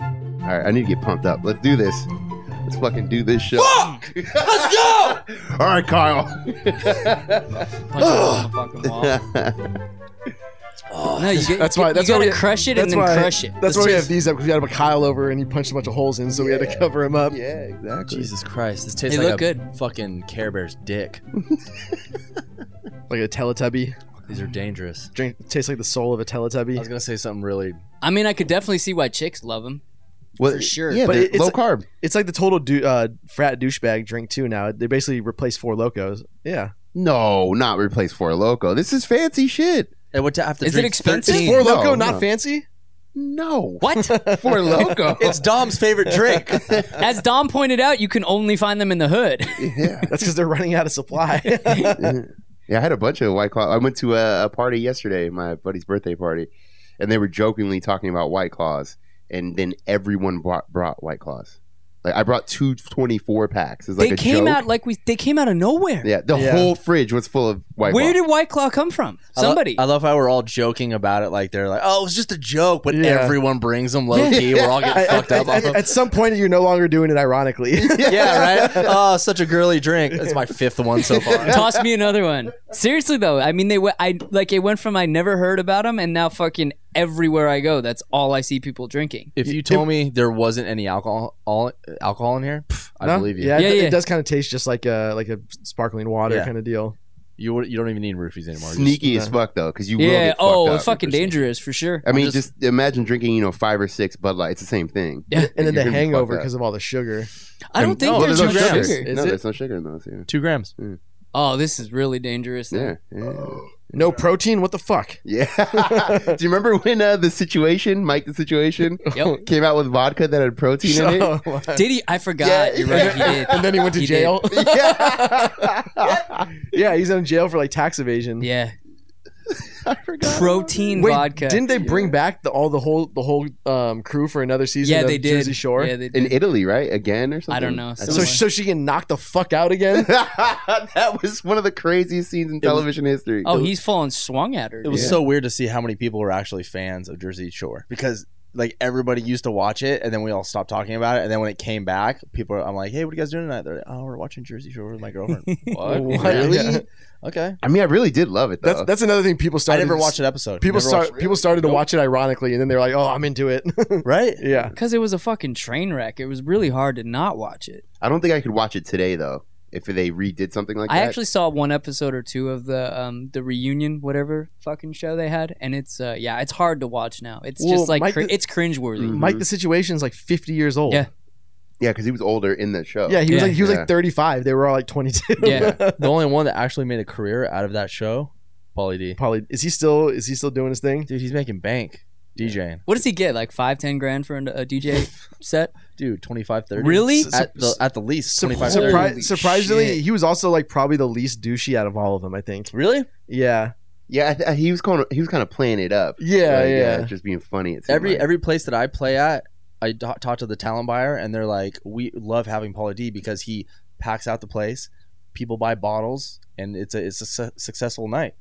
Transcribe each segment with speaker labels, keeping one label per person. Speaker 1: All right, I need to get pumped up. Let's do this. Let's fucking do this show.
Speaker 2: Fuck! Let's go!
Speaker 1: All right, Kyle.
Speaker 3: Punch it on the fucking wall. No, you get,
Speaker 4: That's
Speaker 3: you,
Speaker 4: why- that's
Speaker 3: you
Speaker 4: why
Speaker 3: gotta
Speaker 4: we-
Speaker 3: crush it and then
Speaker 4: why,
Speaker 3: crush it.
Speaker 4: That's
Speaker 3: This
Speaker 4: why we
Speaker 3: is-
Speaker 4: have these up because we had a Kyle over and he punched a bunch of holes in, so we had to cover him up.
Speaker 1: yeah, exactly.
Speaker 2: Jesus Christ, this tastes
Speaker 3: They
Speaker 4: um,
Speaker 2: like
Speaker 3: look
Speaker 2: a
Speaker 3: good.
Speaker 2: fucking Care Bear's dick.
Speaker 4: Like a Teletubby.
Speaker 2: These are dangerous.
Speaker 4: Drink tastes like the soul of a
Speaker 2: I
Speaker 4: Teletubby.
Speaker 2: was gonna say something really.
Speaker 3: I mean, I could definitely see why chicks love them.
Speaker 1: Well,
Speaker 3: for sure.
Speaker 1: Yeah,
Speaker 4: But
Speaker 1: they're
Speaker 4: it- it's
Speaker 1: low
Speaker 4: a-
Speaker 1: carb.
Speaker 4: It's like the total du- uh, frat douchebag drink too. Now they basically replace four locos. Yeah,
Speaker 1: No, not replace Four Loco. This is fancy shit.
Speaker 2: It would have to
Speaker 3: Is it
Speaker 2: drink
Speaker 3: expensive?
Speaker 2: 13.
Speaker 1: It's
Speaker 4: four
Speaker 1: No,
Speaker 4: loco, not
Speaker 1: no.
Speaker 4: fancy.
Speaker 1: No,
Speaker 3: What?
Speaker 1: Four Loco.
Speaker 2: It's Dom's favorite drink.
Speaker 3: As Dom pointed out, you can only find them in the hood.
Speaker 1: yeah.
Speaker 4: That's because they're running out of supply.
Speaker 1: Yeah, I had a bunch of White Claw. I went to a, a party yesterday, my buddy's birthday party, and they were jokingly talking about White Claws, and then everyone brought, brought White Claws. Like I brought two 24 packs. It's like
Speaker 3: they
Speaker 1: a
Speaker 3: came
Speaker 1: joke.
Speaker 3: out like we. They came out of nowhere.
Speaker 1: Yeah, the
Speaker 4: Yeah.
Speaker 1: whole fridge was full of White
Speaker 3: Where
Speaker 1: Claws.
Speaker 3: did White Claw come from?
Speaker 2: I lo-
Speaker 3: Somebody.
Speaker 2: I, love how we're all joking about it. Like they're like, "Oh, it was just a joke," but
Speaker 4: Yeah.
Speaker 2: everyone brings them low key. We're all getting
Speaker 4: At-
Speaker 2: fucked
Speaker 4: at,
Speaker 2: up. off
Speaker 4: at,
Speaker 2: them.
Speaker 4: at some point, you're no longer doing it ironically.
Speaker 2: yeah, right. Oh, such a girly drink. It's my fifth one so far.
Speaker 3: Toss me another one. Seriously though, I mean, they went. I like it went from I never heard about them, and now fucking everywhere I go, that's all I see people drinking.
Speaker 2: If you told me there wasn't any alcohol all, alcohol in here, pff, I
Speaker 4: No?
Speaker 2: believe you.
Speaker 4: Yeah,
Speaker 3: Yeah,
Speaker 4: it,
Speaker 3: yeah.
Speaker 4: it does kind of taste just like a like a sparkling water
Speaker 2: Yeah.
Speaker 4: kind of deal.
Speaker 2: You would- you don't even need roofies anymore. Just-
Speaker 1: Sneaky as fuck though, because you will
Speaker 3: yeah.
Speaker 1: get
Speaker 3: Oh,
Speaker 1: fucked
Speaker 3: it's
Speaker 1: up.
Speaker 3: fucking dangerous for sure.
Speaker 1: I mean,
Speaker 2: I'm
Speaker 1: just, imagine drinking, you know, five or six Bud Light. It's the same thing.
Speaker 3: Yeah.
Speaker 4: And
Speaker 1: You're
Speaker 4: then the
Speaker 1: gonna be
Speaker 4: hangover
Speaker 1: fucked up.
Speaker 4: because of all the sugar.
Speaker 3: I don't
Speaker 2: And-
Speaker 3: think
Speaker 2: No,
Speaker 3: there's
Speaker 2: there's
Speaker 3: much
Speaker 2: no
Speaker 3: sugar.
Speaker 2: sugar.
Speaker 4: Is
Speaker 1: no,
Speaker 4: it?
Speaker 1: there's no sugar in those. Yeah,
Speaker 2: two grams.
Speaker 3: Oh, this is really dangerous.
Speaker 1: yeah, yeah.
Speaker 3: oh.
Speaker 4: No protein. What the fuck?
Speaker 1: Yeah. Do you remember when uh, the situation, Mike the situation,
Speaker 3: Yep.
Speaker 1: came out with vodka that had protein in it?
Speaker 3: Did he? I forgot.
Speaker 1: Yeah.
Speaker 3: You're right. He did.
Speaker 4: and then he went to
Speaker 3: He did.
Speaker 4: jail.
Speaker 1: Yeah.
Speaker 4: yeah, he's in jail for like tax evasion.
Speaker 3: Yeah.
Speaker 1: I forgot.
Speaker 3: Protein
Speaker 4: Wait,
Speaker 3: vodka.
Speaker 4: didn't they bring back the all the whole the whole um, crew for another season?
Speaker 3: yeah,
Speaker 4: of
Speaker 3: they did.
Speaker 4: Jersey Shore.
Speaker 3: Yeah, they did.
Speaker 1: in Italy, right? Again or something?
Speaker 3: I don't know.
Speaker 1: That's-
Speaker 4: so so she can knock the fuck out again.
Speaker 1: that was one of the craziest scenes in television history.
Speaker 3: oh, he's falling swung at her.
Speaker 2: It was
Speaker 3: dude.
Speaker 2: so weird to see how many people were actually fans of Jersey Shore because like everybody used to watch it, and then we all stopped talking about it, and then when it came back, people are, I'm like, "Hey, what are you guys doing tonight?" They're like, "Oh, we're watching Jersey Shore with my girlfriend." what?
Speaker 4: What?
Speaker 2: Really?
Speaker 4: Yeah.
Speaker 2: Okay.
Speaker 1: I mean, I really did love it though.
Speaker 4: That's that's another thing people
Speaker 2: I
Speaker 4: started.
Speaker 2: never watched an episode.
Speaker 4: People
Speaker 2: Never
Speaker 4: start
Speaker 2: watched-
Speaker 4: people started to watch it ironically, and then they're like, "Oh, I'm into it."
Speaker 2: right.
Speaker 4: yeah,
Speaker 3: Because it was a fucking train wreck. It was really hard to not watch it.
Speaker 1: I don't think I could watch it today though. If they redid something like
Speaker 3: I
Speaker 1: that,
Speaker 3: actually saw one episode or two of the um the reunion, whatever fucking show they had, and it's uh yeah, it's hard to watch now. It's
Speaker 4: Well,
Speaker 3: just like
Speaker 4: Mike
Speaker 3: cr-
Speaker 4: the-
Speaker 3: it's cringeworthy.
Speaker 1: Mm.
Speaker 4: Mike, the situation's like 50 years old.
Speaker 3: Yeah.
Speaker 1: yeah, because he was older in that show.
Speaker 4: yeah, he was
Speaker 3: Yeah.
Speaker 4: like he was
Speaker 1: Yeah.
Speaker 4: like 35. They were all like 22.
Speaker 3: Yeah.
Speaker 2: The only one that actually made a career out of that show, Pauly D.
Speaker 4: Probably is he still is he still doing his thing?
Speaker 2: Dude, he's making bank DJing.
Speaker 3: What does he get? Like five, ten grand for an, a DJ set?
Speaker 2: Dude, 25, 30.
Speaker 3: Really?
Speaker 4: Su-
Speaker 2: At the, at the least,
Speaker 4: Sur-
Speaker 2: 25, 30.
Speaker 4: surpri-
Speaker 3: Holy
Speaker 4: surprisingly,
Speaker 3: shit.
Speaker 4: he was also like probably the least douchey out of all of them. I think.
Speaker 2: Really?
Speaker 4: Yeah.
Speaker 1: yeah. I th- he was kind of he was kind of playing it up.
Speaker 4: Yeah.
Speaker 1: Like,
Speaker 4: yeah.
Speaker 1: just being funny. It seemed
Speaker 2: Every
Speaker 1: like.
Speaker 2: every place that I play at, I ta- talk to the talent buyer, and they're like, we love having Pauly D because he packs out the place, people buy bottles, and it's a it's a su- successful night.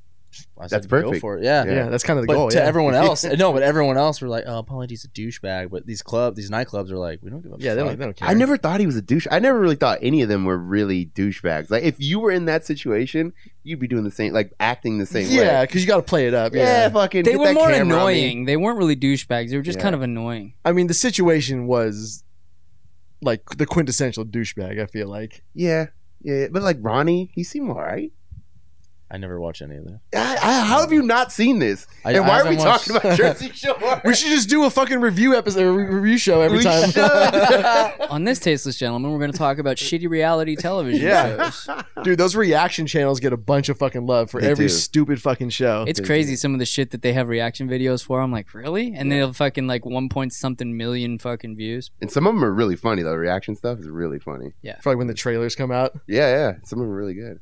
Speaker 2: I said,
Speaker 1: That's
Speaker 2: Go
Speaker 1: perfect.
Speaker 2: for it. Yeah.
Speaker 4: yeah. That's kind of the
Speaker 2: But
Speaker 4: goal.
Speaker 2: to
Speaker 4: yeah.
Speaker 2: everyone else, no, but everyone else were like, oh, Pauly D's a douchebag. But these club, these nightclubs are like, we don't give a
Speaker 4: yeah. They
Speaker 2: fuck.
Speaker 4: don't, they don't care.
Speaker 1: I never thought he was a douche. I never really thought any of them were really douchebags. Like if you were in that situation, you'd be doing the same, like acting the same
Speaker 4: Yeah,
Speaker 1: way.
Speaker 4: because you got to play it up.
Speaker 1: Yeah,
Speaker 4: Yeah.
Speaker 1: fucking.
Speaker 3: They
Speaker 1: get
Speaker 3: were
Speaker 1: that
Speaker 3: more
Speaker 1: camera on me.
Speaker 3: annoying. They weren't really douchebags. They were just
Speaker 1: Yeah.
Speaker 3: kind of annoying.
Speaker 4: I mean, the situation was like the quintessential douchebag. I feel like.
Speaker 1: Yeah, yeah. But like Ronnie, he seemed all right.
Speaker 2: I never watch any of that.
Speaker 1: I, I, how have you not seen this?
Speaker 2: I-
Speaker 1: and why
Speaker 2: I
Speaker 1: are we
Speaker 2: haven't watched-
Speaker 1: talking about Jersey Shore?
Speaker 4: We should just do a fucking review episode, re- review show every
Speaker 1: We
Speaker 4: time.
Speaker 1: should.
Speaker 3: On this Tasteless Gentleman, we're going to talk about shitty reality television
Speaker 4: Yeah.
Speaker 3: shows.
Speaker 4: Dude, those reaction channels get a bunch of fucking love for
Speaker 1: They
Speaker 4: every
Speaker 1: do.
Speaker 4: stupid fucking show.
Speaker 3: It's crazy some of the shit that they have reaction videos for. I'm like, really? And they'll fucking like one point something million fucking views.
Speaker 1: and some of them are really funny. though. reaction stuff is really funny.
Speaker 4: for like when the trailers come out.
Speaker 1: Yeah, yeah. Some of them are really good.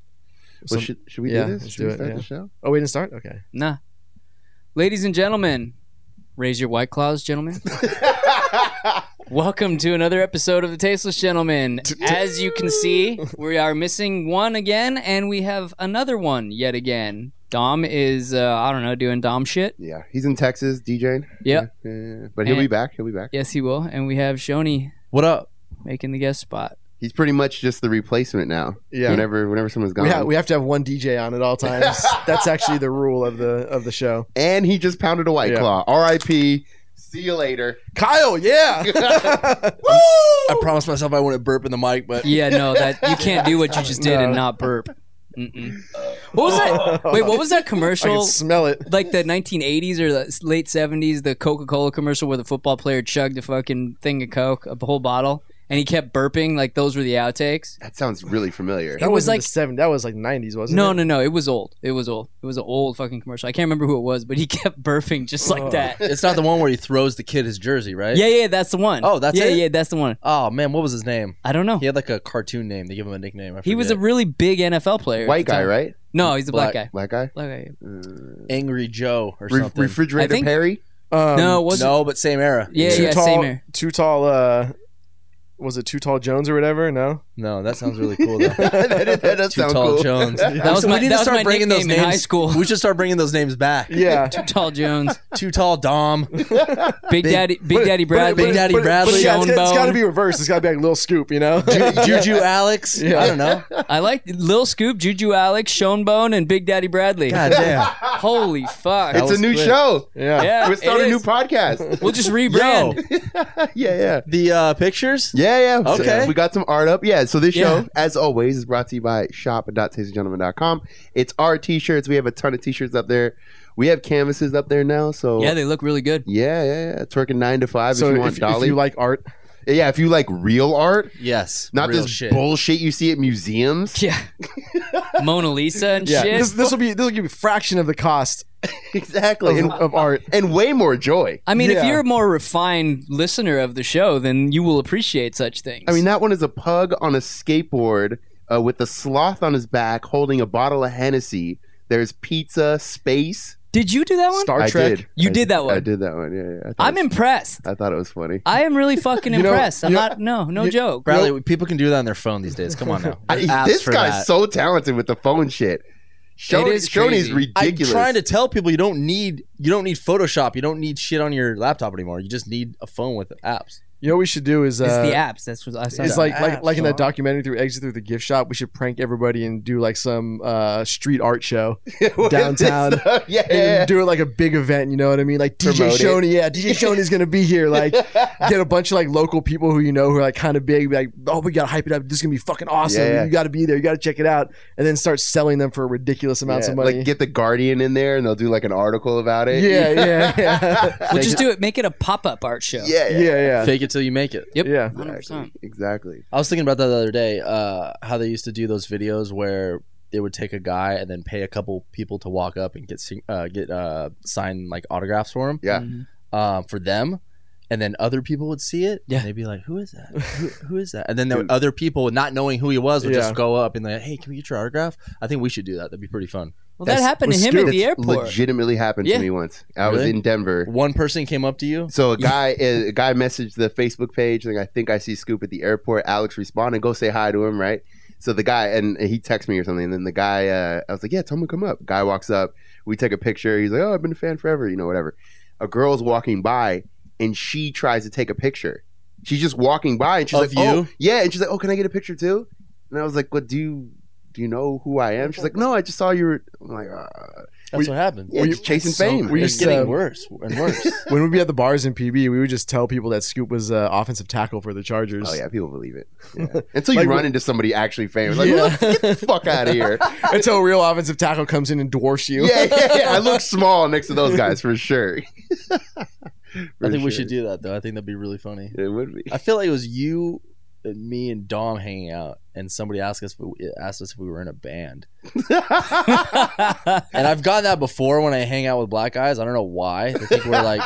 Speaker 1: Well,
Speaker 4: Some-
Speaker 1: should, should we
Speaker 4: yeah,
Speaker 1: do this?
Speaker 4: let's
Speaker 1: Should
Speaker 4: do
Speaker 1: we
Speaker 4: it,
Speaker 1: start
Speaker 4: yeah.
Speaker 1: the show?
Speaker 4: oh, we didn't start? Okay.
Speaker 3: Nah. Ladies and gentlemen, raise your white claws, gentlemen. Welcome to another episode of The Tasteless Gentleman. As you can see, we are missing one again, and we have another one yet again. Dom is, uh, I don't know, doing Dom shit.
Speaker 1: yeah, he's in Texas DJing.
Speaker 3: Yep.
Speaker 1: Yeah, yeah, yeah. but he'll be
Speaker 3: And-
Speaker 1: back. He'll be back.
Speaker 3: Yes, he will. And we have Shoni
Speaker 2: What up?
Speaker 3: making the guest spot.
Speaker 1: He's pretty much just the replacement now.
Speaker 4: Yeah.
Speaker 1: Whenever whenever someone's gone,
Speaker 4: We, ha- we have to have one DJ on at all times. That's actually the rule of the of the show.
Speaker 1: and he just pounded a white
Speaker 4: Yeah.
Speaker 1: claw. R.I.P. See you later.
Speaker 4: Kyle, yeah.
Speaker 2: I promised myself I wouldn't burp in the mic, but
Speaker 3: Yeah, no, that you can't do what you just did and
Speaker 4: No.
Speaker 3: not burp. Mm-mm. What was that? Wait, what was that
Speaker 4: oh. I can
Speaker 3: commercial?
Speaker 4: smell it.
Speaker 3: Like the 1980s or the late 70s, the Coca Cola commercial where the football player chugged a fucking thing of Coke, a whole bottle, and he kept burping. Like those were the outtakes.
Speaker 1: That sounds really familiar.
Speaker 4: That
Speaker 3: was
Speaker 4: was like
Speaker 3: like-
Speaker 4: seven. That was like nineties, wasn't
Speaker 3: No,
Speaker 4: it?
Speaker 3: no, no. It was old. It was old. It was an old fucking commercial. I can't remember who it was, but he kept burping just like
Speaker 4: Oh.
Speaker 3: that.
Speaker 2: it's not the one where he throws the kid his jersey, right?
Speaker 3: Yeah, yeah, that's the one.
Speaker 2: Oh, that's
Speaker 3: yeah,
Speaker 2: it?
Speaker 3: yeah, that's the one.
Speaker 2: Oh man, what was his name?
Speaker 3: I don't know.
Speaker 2: He had like a cartoon name. They give him a nickname. I
Speaker 3: He was a
Speaker 2: forget.
Speaker 3: really big NFL player.
Speaker 1: White
Speaker 3: at the
Speaker 1: guy,
Speaker 3: time.
Speaker 1: right?
Speaker 3: No, he's a black, guy.
Speaker 1: Black guy.
Speaker 3: Black guy.
Speaker 1: Uh,
Speaker 2: angry Joe or
Speaker 1: re-
Speaker 2: something.
Speaker 1: refrigerator
Speaker 3: I think-
Speaker 1: Perry.
Speaker 4: No, um,
Speaker 3: No, it wasn't.
Speaker 2: no, but same era.
Speaker 3: Yeah,
Speaker 4: too
Speaker 3: yeah,
Speaker 4: tall.
Speaker 3: same here.
Speaker 4: Too tall. Uh, was it too tall Jones or whatever? No.
Speaker 2: No, that sounds really cool though.
Speaker 1: that, that does
Speaker 2: Too
Speaker 1: sound
Speaker 2: tall
Speaker 1: cool.
Speaker 2: Jones.
Speaker 3: That was
Speaker 2: So
Speaker 3: my,
Speaker 2: we need
Speaker 3: that
Speaker 2: to
Speaker 3: was
Speaker 2: start
Speaker 3: my
Speaker 2: bringing those
Speaker 3: nickname
Speaker 2: names.
Speaker 3: in high school.
Speaker 2: We should start bringing those names back.
Speaker 4: Yeah.
Speaker 3: Too tall Jones,
Speaker 2: Too tall, Dom.
Speaker 3: Big Daddy, Big Daddy Bradley,
Speaker 2: Big Daddy Bradley.
Speaker 4: But yeah, it's, it's
Speaker 3: Bone.
Speaker 4: got to be reversed. It's got to be like little scoop, you know.
Speaker 2: Ju- Juju Alex.
Speaker 4: Yeah.
Speaker 2: I don't know.
Speaker 3: I like Lil Scoop, Juju Alex, Shonebone, and Big Daddy Bradley.
Speaker 2: God damn.
Speaker 3: Holy fuck!
Speaker 1: It's a
Speaker 2: was
Speaker 1: new
Speaker 2: quick.
Speaker 1: show.
Speaker 4: yeah.
Speaker 3: yeah,
Speaker 1: We're
Speaker 3: it
Speaker 1: starting a new
Speaker 3: is.
Speaker 1: podcast.
Speaker 3: We'll just rebrand.
Speaker 1: yeah, yeah.
Speaker 2: The uh, pictures?
Speaker 1: Yeah, yeah. So
Speaker 2: Okay.
Speaker 1: we got some art up. Yeah. So this
Speaker 3: Yeah.
Speaker 1: show, as always, is brought to you by shop.tastyGentleman.com. It's our t shirts. We have a ton of t shirts up there. We have canvases up there now. So
Speaker 3: Yeah,
Speaker 1: yeah,
Speaker 3: they look really good.
Speaker 1: yeah, yeah. It's working nine to five
Speaker 4: So
Speaker 1: if you want
Speaker 4: if,
Speaker 1: Dolly.
Speaker 4: if you like art,
Speaker 1: yeah, if you like real art,
Speaker 2: Yes.
Speaker 1: not
Speaker 2: real
Speaker 1: this
Speaker 2: shit.
Speaker 1: bullshit you see at museums.
Speaker 3: Yeah, Mona Lisa and
Speaker 4: yeah,
Speaker 3: shit.
Speaker 4: this, this will be this will give you a fraction of the cost
Speaker 1: exactly.
Speaker 4: of,
Speaker 1: And,
Speaker 4: of art.
Speaker 1: and way more joy.
Speaker 3: I mean, if
Speaker 4: Yeah.
Speaker 3: you're a more refined listener of the show, then you will appreciate such things.
Speaker 1: I mean, that one is a pug on a skateboard uh, with a sloth on his back holding a bottle of Hennessy. There's pizza, space.
Speaker 3: did you do that one?
Speaker 4: Star
Speaker 1: I
Speaker 4: Trek.
Speaker 1: did.
Speaker 3: You
Speaker 1: I-
Speaker 3: did that one.
Speaker 1: I did that one. Yeah, yeah. I thought
Speaker 3: I'm
Speaker 1: it was-
Speaker 3: impressed.
Speaker 1: I thought it was funny.
Speaker 3: I am really fucking
Speaker 4: You know-
Speaker 3: impressed. I'm
Speaker 4: you know-
Speaker 3: not. No, no
Speaker 4: you-
Speaker 3: joke.
Speaker 2: Bradley, people can do that on their phone these days. Come on now.
Speaker 1: I-
Speaker 2: There's apps
Speaker 1: this
Speaker 2: for
Speaker 1: guy's
Speaker 2: that.
Speaker 1: so talented with the phone shit. Shoney,
Speaker 3: is
Speaker 1: Shoney's
Speaker 3: crazy.
Speaker 2: I'm
Speaker 1: ridiculous.
Speaker 2: trying to tell people you don't need you don't need Photoshop. You don't need shit on your laptop anymore. You just need a phone with apps.
Speaker 4: You know what we should do is uh,
Speaker 3: it's the apps. That's what I saw.
Speaker 4: It's
Speaker 2: Yeah.
Speaker 4: like like
Speaker 2: Apps,
Speaker 4: like in that
Speaker 2: huh?
Speaker 4: documentary through Exit Through the Gift Shop. We should prank everybody and do like some uh, street art show
Speaker 1: With this
Speaker 4: downtown.
Speaker 1: stuff. yeah,
Speaker 4: and do it like a big event. You know what I mean? Like DJ
Speaker 1: Promote it.
Speaker 4: Shoney, yeah, DJ Shoney's gonna be here. Like get a bunch of like local people who you know who are like kind of big. Be like, oh, we gotta hype it up. This is gonna be fucking awesome.
Speaker 1: Yeah, yeah.
Speaker 4: You gotta be there. You gotta check it out. And then start selling them for ridiculous amounts
Speaker 1: Yeah,
Speaker 4: of money.
Speaker 1: Like get the Guardian in there, and they'll do like an article about it.
Speaker 4: yeah, yeah, yeah,
Speaker 3: we'll just do it. Make it a pop up art show.
Speaker 1: yeah,
Speaker 4: yeah, yeah,
Speaker 2: Fake it till you make it.
Speaker 3: Yep.
Speaker 4: yeah.
Speaker 1: Exactly.
Speaker 3: 100%.
Speaker 1: exactly.
Speaker 2: I was thinking about that the other day. Uh, how they used to do those videos where they would take a guy and then pay a couple people to walk up and get sig- uh, get uh, signed like autographs for him
Speaker 1: Yeah.
Speaker 3: Mhm.
Speaker 2: um, for them, and then other people would see it.
Speaker 3: Yeah.
Speaker 2: and they'd be like, "Who is that? Who, who is that?" And then there
Speaker 1: Dude.
Speaker 2: were other people not knowing who he was would
Speaker 4: Yeah.
Speaker 2: just go up and like, "Hey, can we get your autograph?" I think we should do that. That'd be pretty fun.
Speaker 3: Well, that
Speaker 1: That's-
Speaker 3: happened to
Speaker 4: with
Speaker 3: him
Speaker 4: Scoop,
Speaker 3: at the
Speaker 1: That's
Speaker 3: airport.
Speaker 1: Legitimately happened
Speaker 3: Yeah.
Speaker 1: to me once. I was
Speaker 2: Really?
Speaker 1: in Denver.
Speaker 2: One person came up to you.
Speaker 1: So a guy, eh, a guy messaged the Facebook page, and I think I see Scoop at the airport. Alex responded, "Go say hi to him, right?" So the guy, and he texted me or something. And then the guy, uh, I was like, "Yeah, tell him to come up." Guy walks up, we take a picture. He's like, "Oh, I've been a fan forever," you know, whatever. A girl's walking by, and she tries to take a picture. She's just walking by, and she's
Speaker 2: Of
Speaker 1: like, "Oh,
Speaker 2: you?
Speaker 1: yeah," and she's like, "Oh, can I get a picture too?" And I was like, "What do you?" Do you know who I am? She's like, no, I just saw you. Were... I'm like, uh,
Speaker 2: That's
Speaker 4: Were-
Speaker 2: what happened.
Speaker 1: yeah,
Speaker 4: you-
Speaker 1: just chasing
Speaker 2: So
Speaker 1: fame.
Speaker 4: were you
Speaker 2: it's
Speaker 4: just, uh,
Speaker 2: getting worse and worse.
Speaker 4: When we'd be at the bars in PB, we would just tell people that Scoop was uh, offensive tackle for the Chargers.
Speaker 1: Oh yeah, people believe it. Yeah. Until you
Speaker 4: Like,
Speaker 1: run into somebody actually famous, like
Speaker 4: Yeah.
Speaker 1: "Well, get the fuck out of here.
Speaker 4: Until a real offensive tackle comes in and dwarfs you.
Speaker 1: yeah, yeah, yeah. I look small next to those guys for sure.
Speaker 2: I think we should do that though. I think that'd be really funny.
Speaker 1: It would be.
Speaker 2: I feel like it was you, and me, and Dom hanging out, and somebody asked us asked us if we were in a band. And I've gotten that before when I hang out with black guys. I don't know why. They think we're like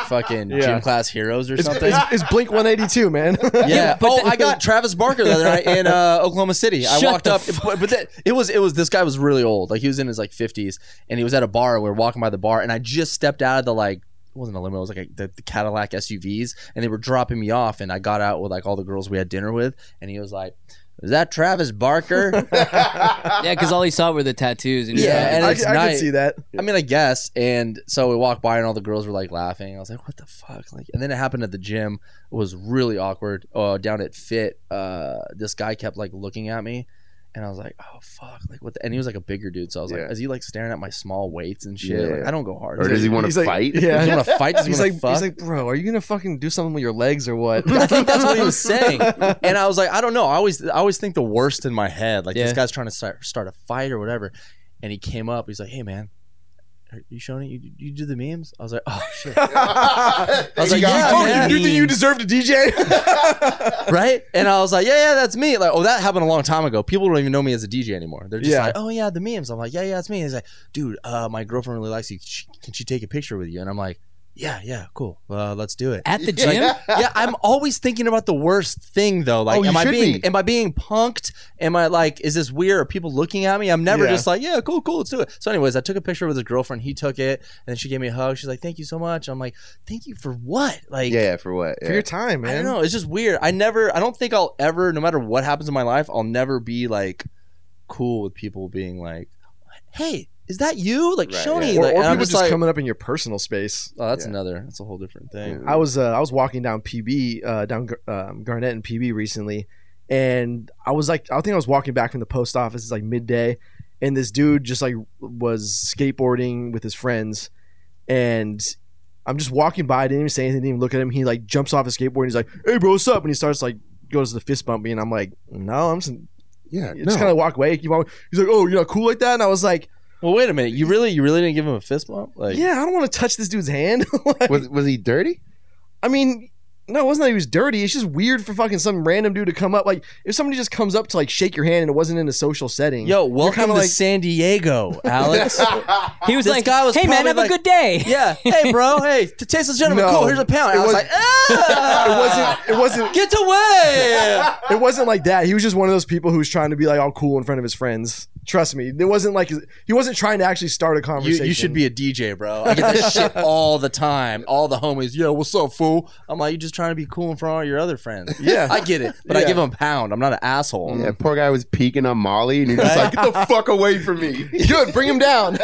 Speaker 2: fucking
Speaker 4: Yeah.
Speaker 2: gym class heroes or
Speaker 4: It's,
Speaker 2: something.
Speaker 4: it's- it's Blink 182, man.
Speaker 2: yeah.
Speaker 3: but
Speaker 2: oh,
Speaker 3: the-
Speaker 2: I got Travis Barker the other night in uh, Oklahoma City. I
Speaker 3: Shut
Speaker 2: walked
Speaker 3: the
Speaker 2: up, but, but that, it was it was this guy was really old. Like he was in his like fifties, and he was at a bar. and We were walking by the bar, and I just stepped out of the like. what wasn't a limo. It was like a, the, the Cadillac SUVs, and they were dropping me off. And I got out with like all the girls we had dinner with, and he was like, "Is that Travis Barker?"
Speaker 3: Yeah, because all he saw were the tattoos. And
Speaker 2: Yeah,
Speaker 3: stuff.
Speaker 2: and
Speaker 4: I,
Speaker 2: it's
Speaker 4: I
Speaker 2: night.
Speaker 4: can see that.
Speaker 2: I mean, I guess. And so we walked by, and all the girls were like laughing. I was like, "What the fuck?" Like, and then it happened at the gym. It was really awkward. Uh, down at Fit, uh, this guy kept like looking at me, and I was like, "Oh fuck!" Like, what? The? And he was like a bigger dude, so I was
Speaker 1: Yeah.
Speaker 2: like, "Is he like staring at my small weights and shit?"
Speaker 1: Yeah.
Speaker 2: Like, I don't go hard.
Speaker 1: Or does he want
Speaker 4: He's
Speaker 1: to
Speaker 4: like-
Speaker 1: fight?
Speaker 4: yeah.
Speaker 2: Does he want to fight? Does he
Speaker 4: He's
Speaker 2: want
Speaker 4: like,
Speaker 2: to fuck?
Speaker 4: he's like, bro, are you gonna fucking do something with your legs or what?
Speaker 2: I think that's what he was saying. and I was like, I don't know. I always, I always think the worst in my head. Like
Speaker 3: Yeah.
Speaker 2: this guy's trying to start, start a fight or whatever. And he came up. He's like, Hey man, are you showing it? You, you do the memes? I was like, Oh shit,
Speaker 1: I
Speaker 2: was like, yeah,
Speaker 4: oh,
Speaker 2: man.
Speaker 4: you think you deserve to DJ?
Speaker 2: right? And I was like, Yeah, yeah, that's me. Like, oh, that happened a long time ago. People don't even know me as a DJ anymore. They're just
Speaker 4: Yeah.
Speaker 2: like, Oh yeah, the memes. I'm like, Yeah, yeah, it's me. he's like, Dude, uh, my girlfriend really likes you. She, can she take a picture with you? And I'm like, Yeah, yeah, cool. Uh, let's do it.
Speaker 3: At the gym,
Speaker 2: yeah, I'm always thinking about the worst thing though. Like,
Speaker 4: Oh, you
Speaker 2: am I
Speaker 4: should
Speaker 2: being
Speaker 4: be.
Speaker 2: am I being punked? Am I like, is this weird? Are people looking at me? I'm never
Speaker 4: Yeah.
Speaker 2: just like, yeah, cool, cool, let's do it. So, anyways, I took a picture with his girlfriend. He took it, and then she gave me a hug. She's like, thank you so much. I'm like, thank you for what? Like,
Speaker 1: yeah, for what?
Speaker 4: For your time, man.
Speaker 2: I don't know. It's just weird. I never. I don't think I'll ever. No matter what happens in my life, I'll never be like cool with people being like, hey, is that you? Like,
Speaker 1: Right,
Speaker 2: Shoni.
Speaker 1: yeah.
Speaker 4: Or, or
Speaker 2: Like, and
Speaker 4: people
Speaker 2: I'm
Speaker 4: just,
Speaker 2: just like,
Speaker 4: coming up in your personal space.
Speaker 2: oh, that's
Speaker 1: Yeah.
Speaker 2: another. That's a whole different thing.
Speaker 4: I was uh, I was walking down PB uh, down Gar- um, Garnett and PB recently, and I was like I think I was walking back from the post office. It's like midday, and this dude just like was skateboarding with his friends, and I'm just walking by. I didn't even say anything. Didn't even look at him. He like jumps off his skateboard. and He's like, "Hey, bro, what's up?" And he starts like goes to the fist bump me, and I'm like, "No, I'm just,
Speaker 1: yeah,
Speaker 4: just kind of walk away." He walk- He's like, "Oh, you're not cool like that," and I was like,
Speaker 2: Well, wait a minute. You really, you really didn't give him a fist bump? Like,
Speaker 4: "Yeah, I don't want to touch this dude's hand." Like-
Speaker 1: was was he dirty?
Speaker 4: I mean, no, it wasn't that he was dirty. It's just weird for fucking some random dude to come up. Like, if somebody just comes up to like shake your hand and it wasn't in a social setting.
Speaker 2: Yo, welcome to
Speaker 4: kinda like-
Speaker 2: San Diego, Alex.
Speaker 3: he was
Speaker 2: This
Speaker 3: like,
Speaker 2: guy was
Speaker 3: "Hey man,
Speaker 2: probably
Speaker 3: have
Speaker 2: like-
Speaker 3: a good day."
Speaker 2: yeah. Hey, bro. Hey, t- tasteless gentleman.
Speaker 4: No.
Speaker 2: cool. Here's a pound.
Speaker 4: It
Speaker 2: I was,
Speaker 4: was-
Speaker 2: like, ah,
Speaker 4: it wasn't. It wasn't.
Speaker 2: Get away.
Speaker 4: It wasn't like that. He was just one of those people who was trying to be like all cool in front of his friends. Trust me, it wasn't like he wasn't trying to actually start a
Speaker 2: You,
Speaker 4: conversation.
Speaker 2: you should be a DJ, bro. I get this shit all the time. All the homies, yo, what's up, fool? I'm like, you just trying to be cool in front of all your other friends.
Speaker 4: Yeah.
Speaker 2: I get it, but I
Speaker 4: Yeah.
Speaker 2: give him a pound. I'm not an asshole.
Speaker 1: Yeah, poor guy was peeking on Molly, and he's just like, "Get the fuck away from me!" Good, bring him down.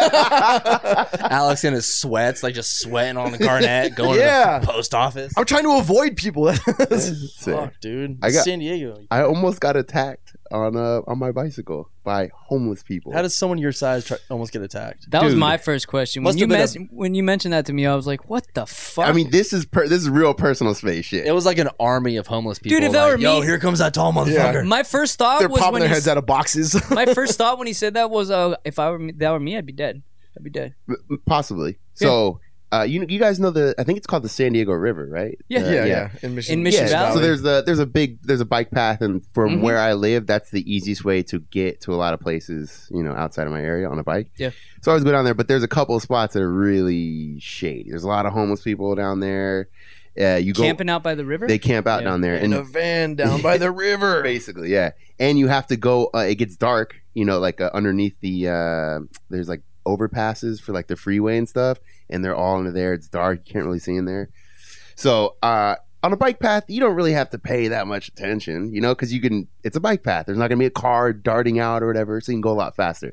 Speaker 2: Alex in his sweats, like just sweating on the garnet, going
Speaker 4: Yeah.
Speaker 2: to the post office.
Speaker 4: I'm trying to avoid people.
Speaker 1: Sick.
Speaker 2: Fuck, dude.
Speaker 1: I got-
Speaker 2: San Diego.
Speaker 1: I almost got attacked on uh, on my bicycle by homeless people.
Speaker 2: How does someone your size try- almost get attacked?
Speaker 3: That was
Speaker 1: Dude.
Speaker 3: my first question. When
Speaker 2: Must
Speaker 3: you,
Speaker 2: have been
Speaker 3: mes- when you mentioned that to me, I was like, "What the fuck?"
Speaker 1: I mean, this is per- this is real personal space
Speaker 2: It
Speaker 1: shit.
Speaker 2: was like an army of homeless people.
Speaker 3: Dude, if that
Speaker 2: like,
Speaker 3: were
Speaker 2: yo,
Speaker 3: me-
Speaker 2: here comes that tall motherfucker.
Speaker 3: my first thought
Speaker 4: They're
Speaker 3: was
Speaker 4: popping
Speaker 3: when
Speaker 4: their
Speaker 3: he
Speaker 4: heads out of
Speaker 2: Uh,
Speaker 4: boxes.
Speaker 3: my first thought when he said that was, uh, if I were me, that were me, I'd be dead. I'd be dead.
Speaker 1: Possibly. So, uh, you you guys know the I think it's called the San Diego River, right?
Speaker 3: Yeah.
Speaker 1: Uh,
Speaker 4: In
Speaker 3: In Mission
Speaker 1: yeah,
Speaker 3: Valley.
Speaker 1: so there's a there's a big there's a bike path, and from
Speaker 3: Mhm.
Speaker 1: where I live, that's the easiest way to get to a lot of places, you know, outside of my area on a bike.
Speaker 3: Yeah.
Speaker 1: So I always go down there, but there's a couple of spots that are really shady. There's a lot of homeless people down there. Uh, you
Speaker 3: Camping out by the river.
Speaker 1: go, they camp out
Speaker 3: Yeah.
Speaker 1: down there,
Speaker 4: in a
Speaker 1: and
Speaker 4: van down by the river.
Speaker 1: basically, yeah. And you have to go. Uh, it gets dark, you know, like uh, underneath the uh, there's like overpasses for like the freeway and stuff, and they're all under there. It's dark, you can't really see in there. So uh, on a bike path, you don't really have to pay that much attention, you know, because you can. It's a bike path. There's not gonna be a car darting out or whatever, so you can go a lot faster.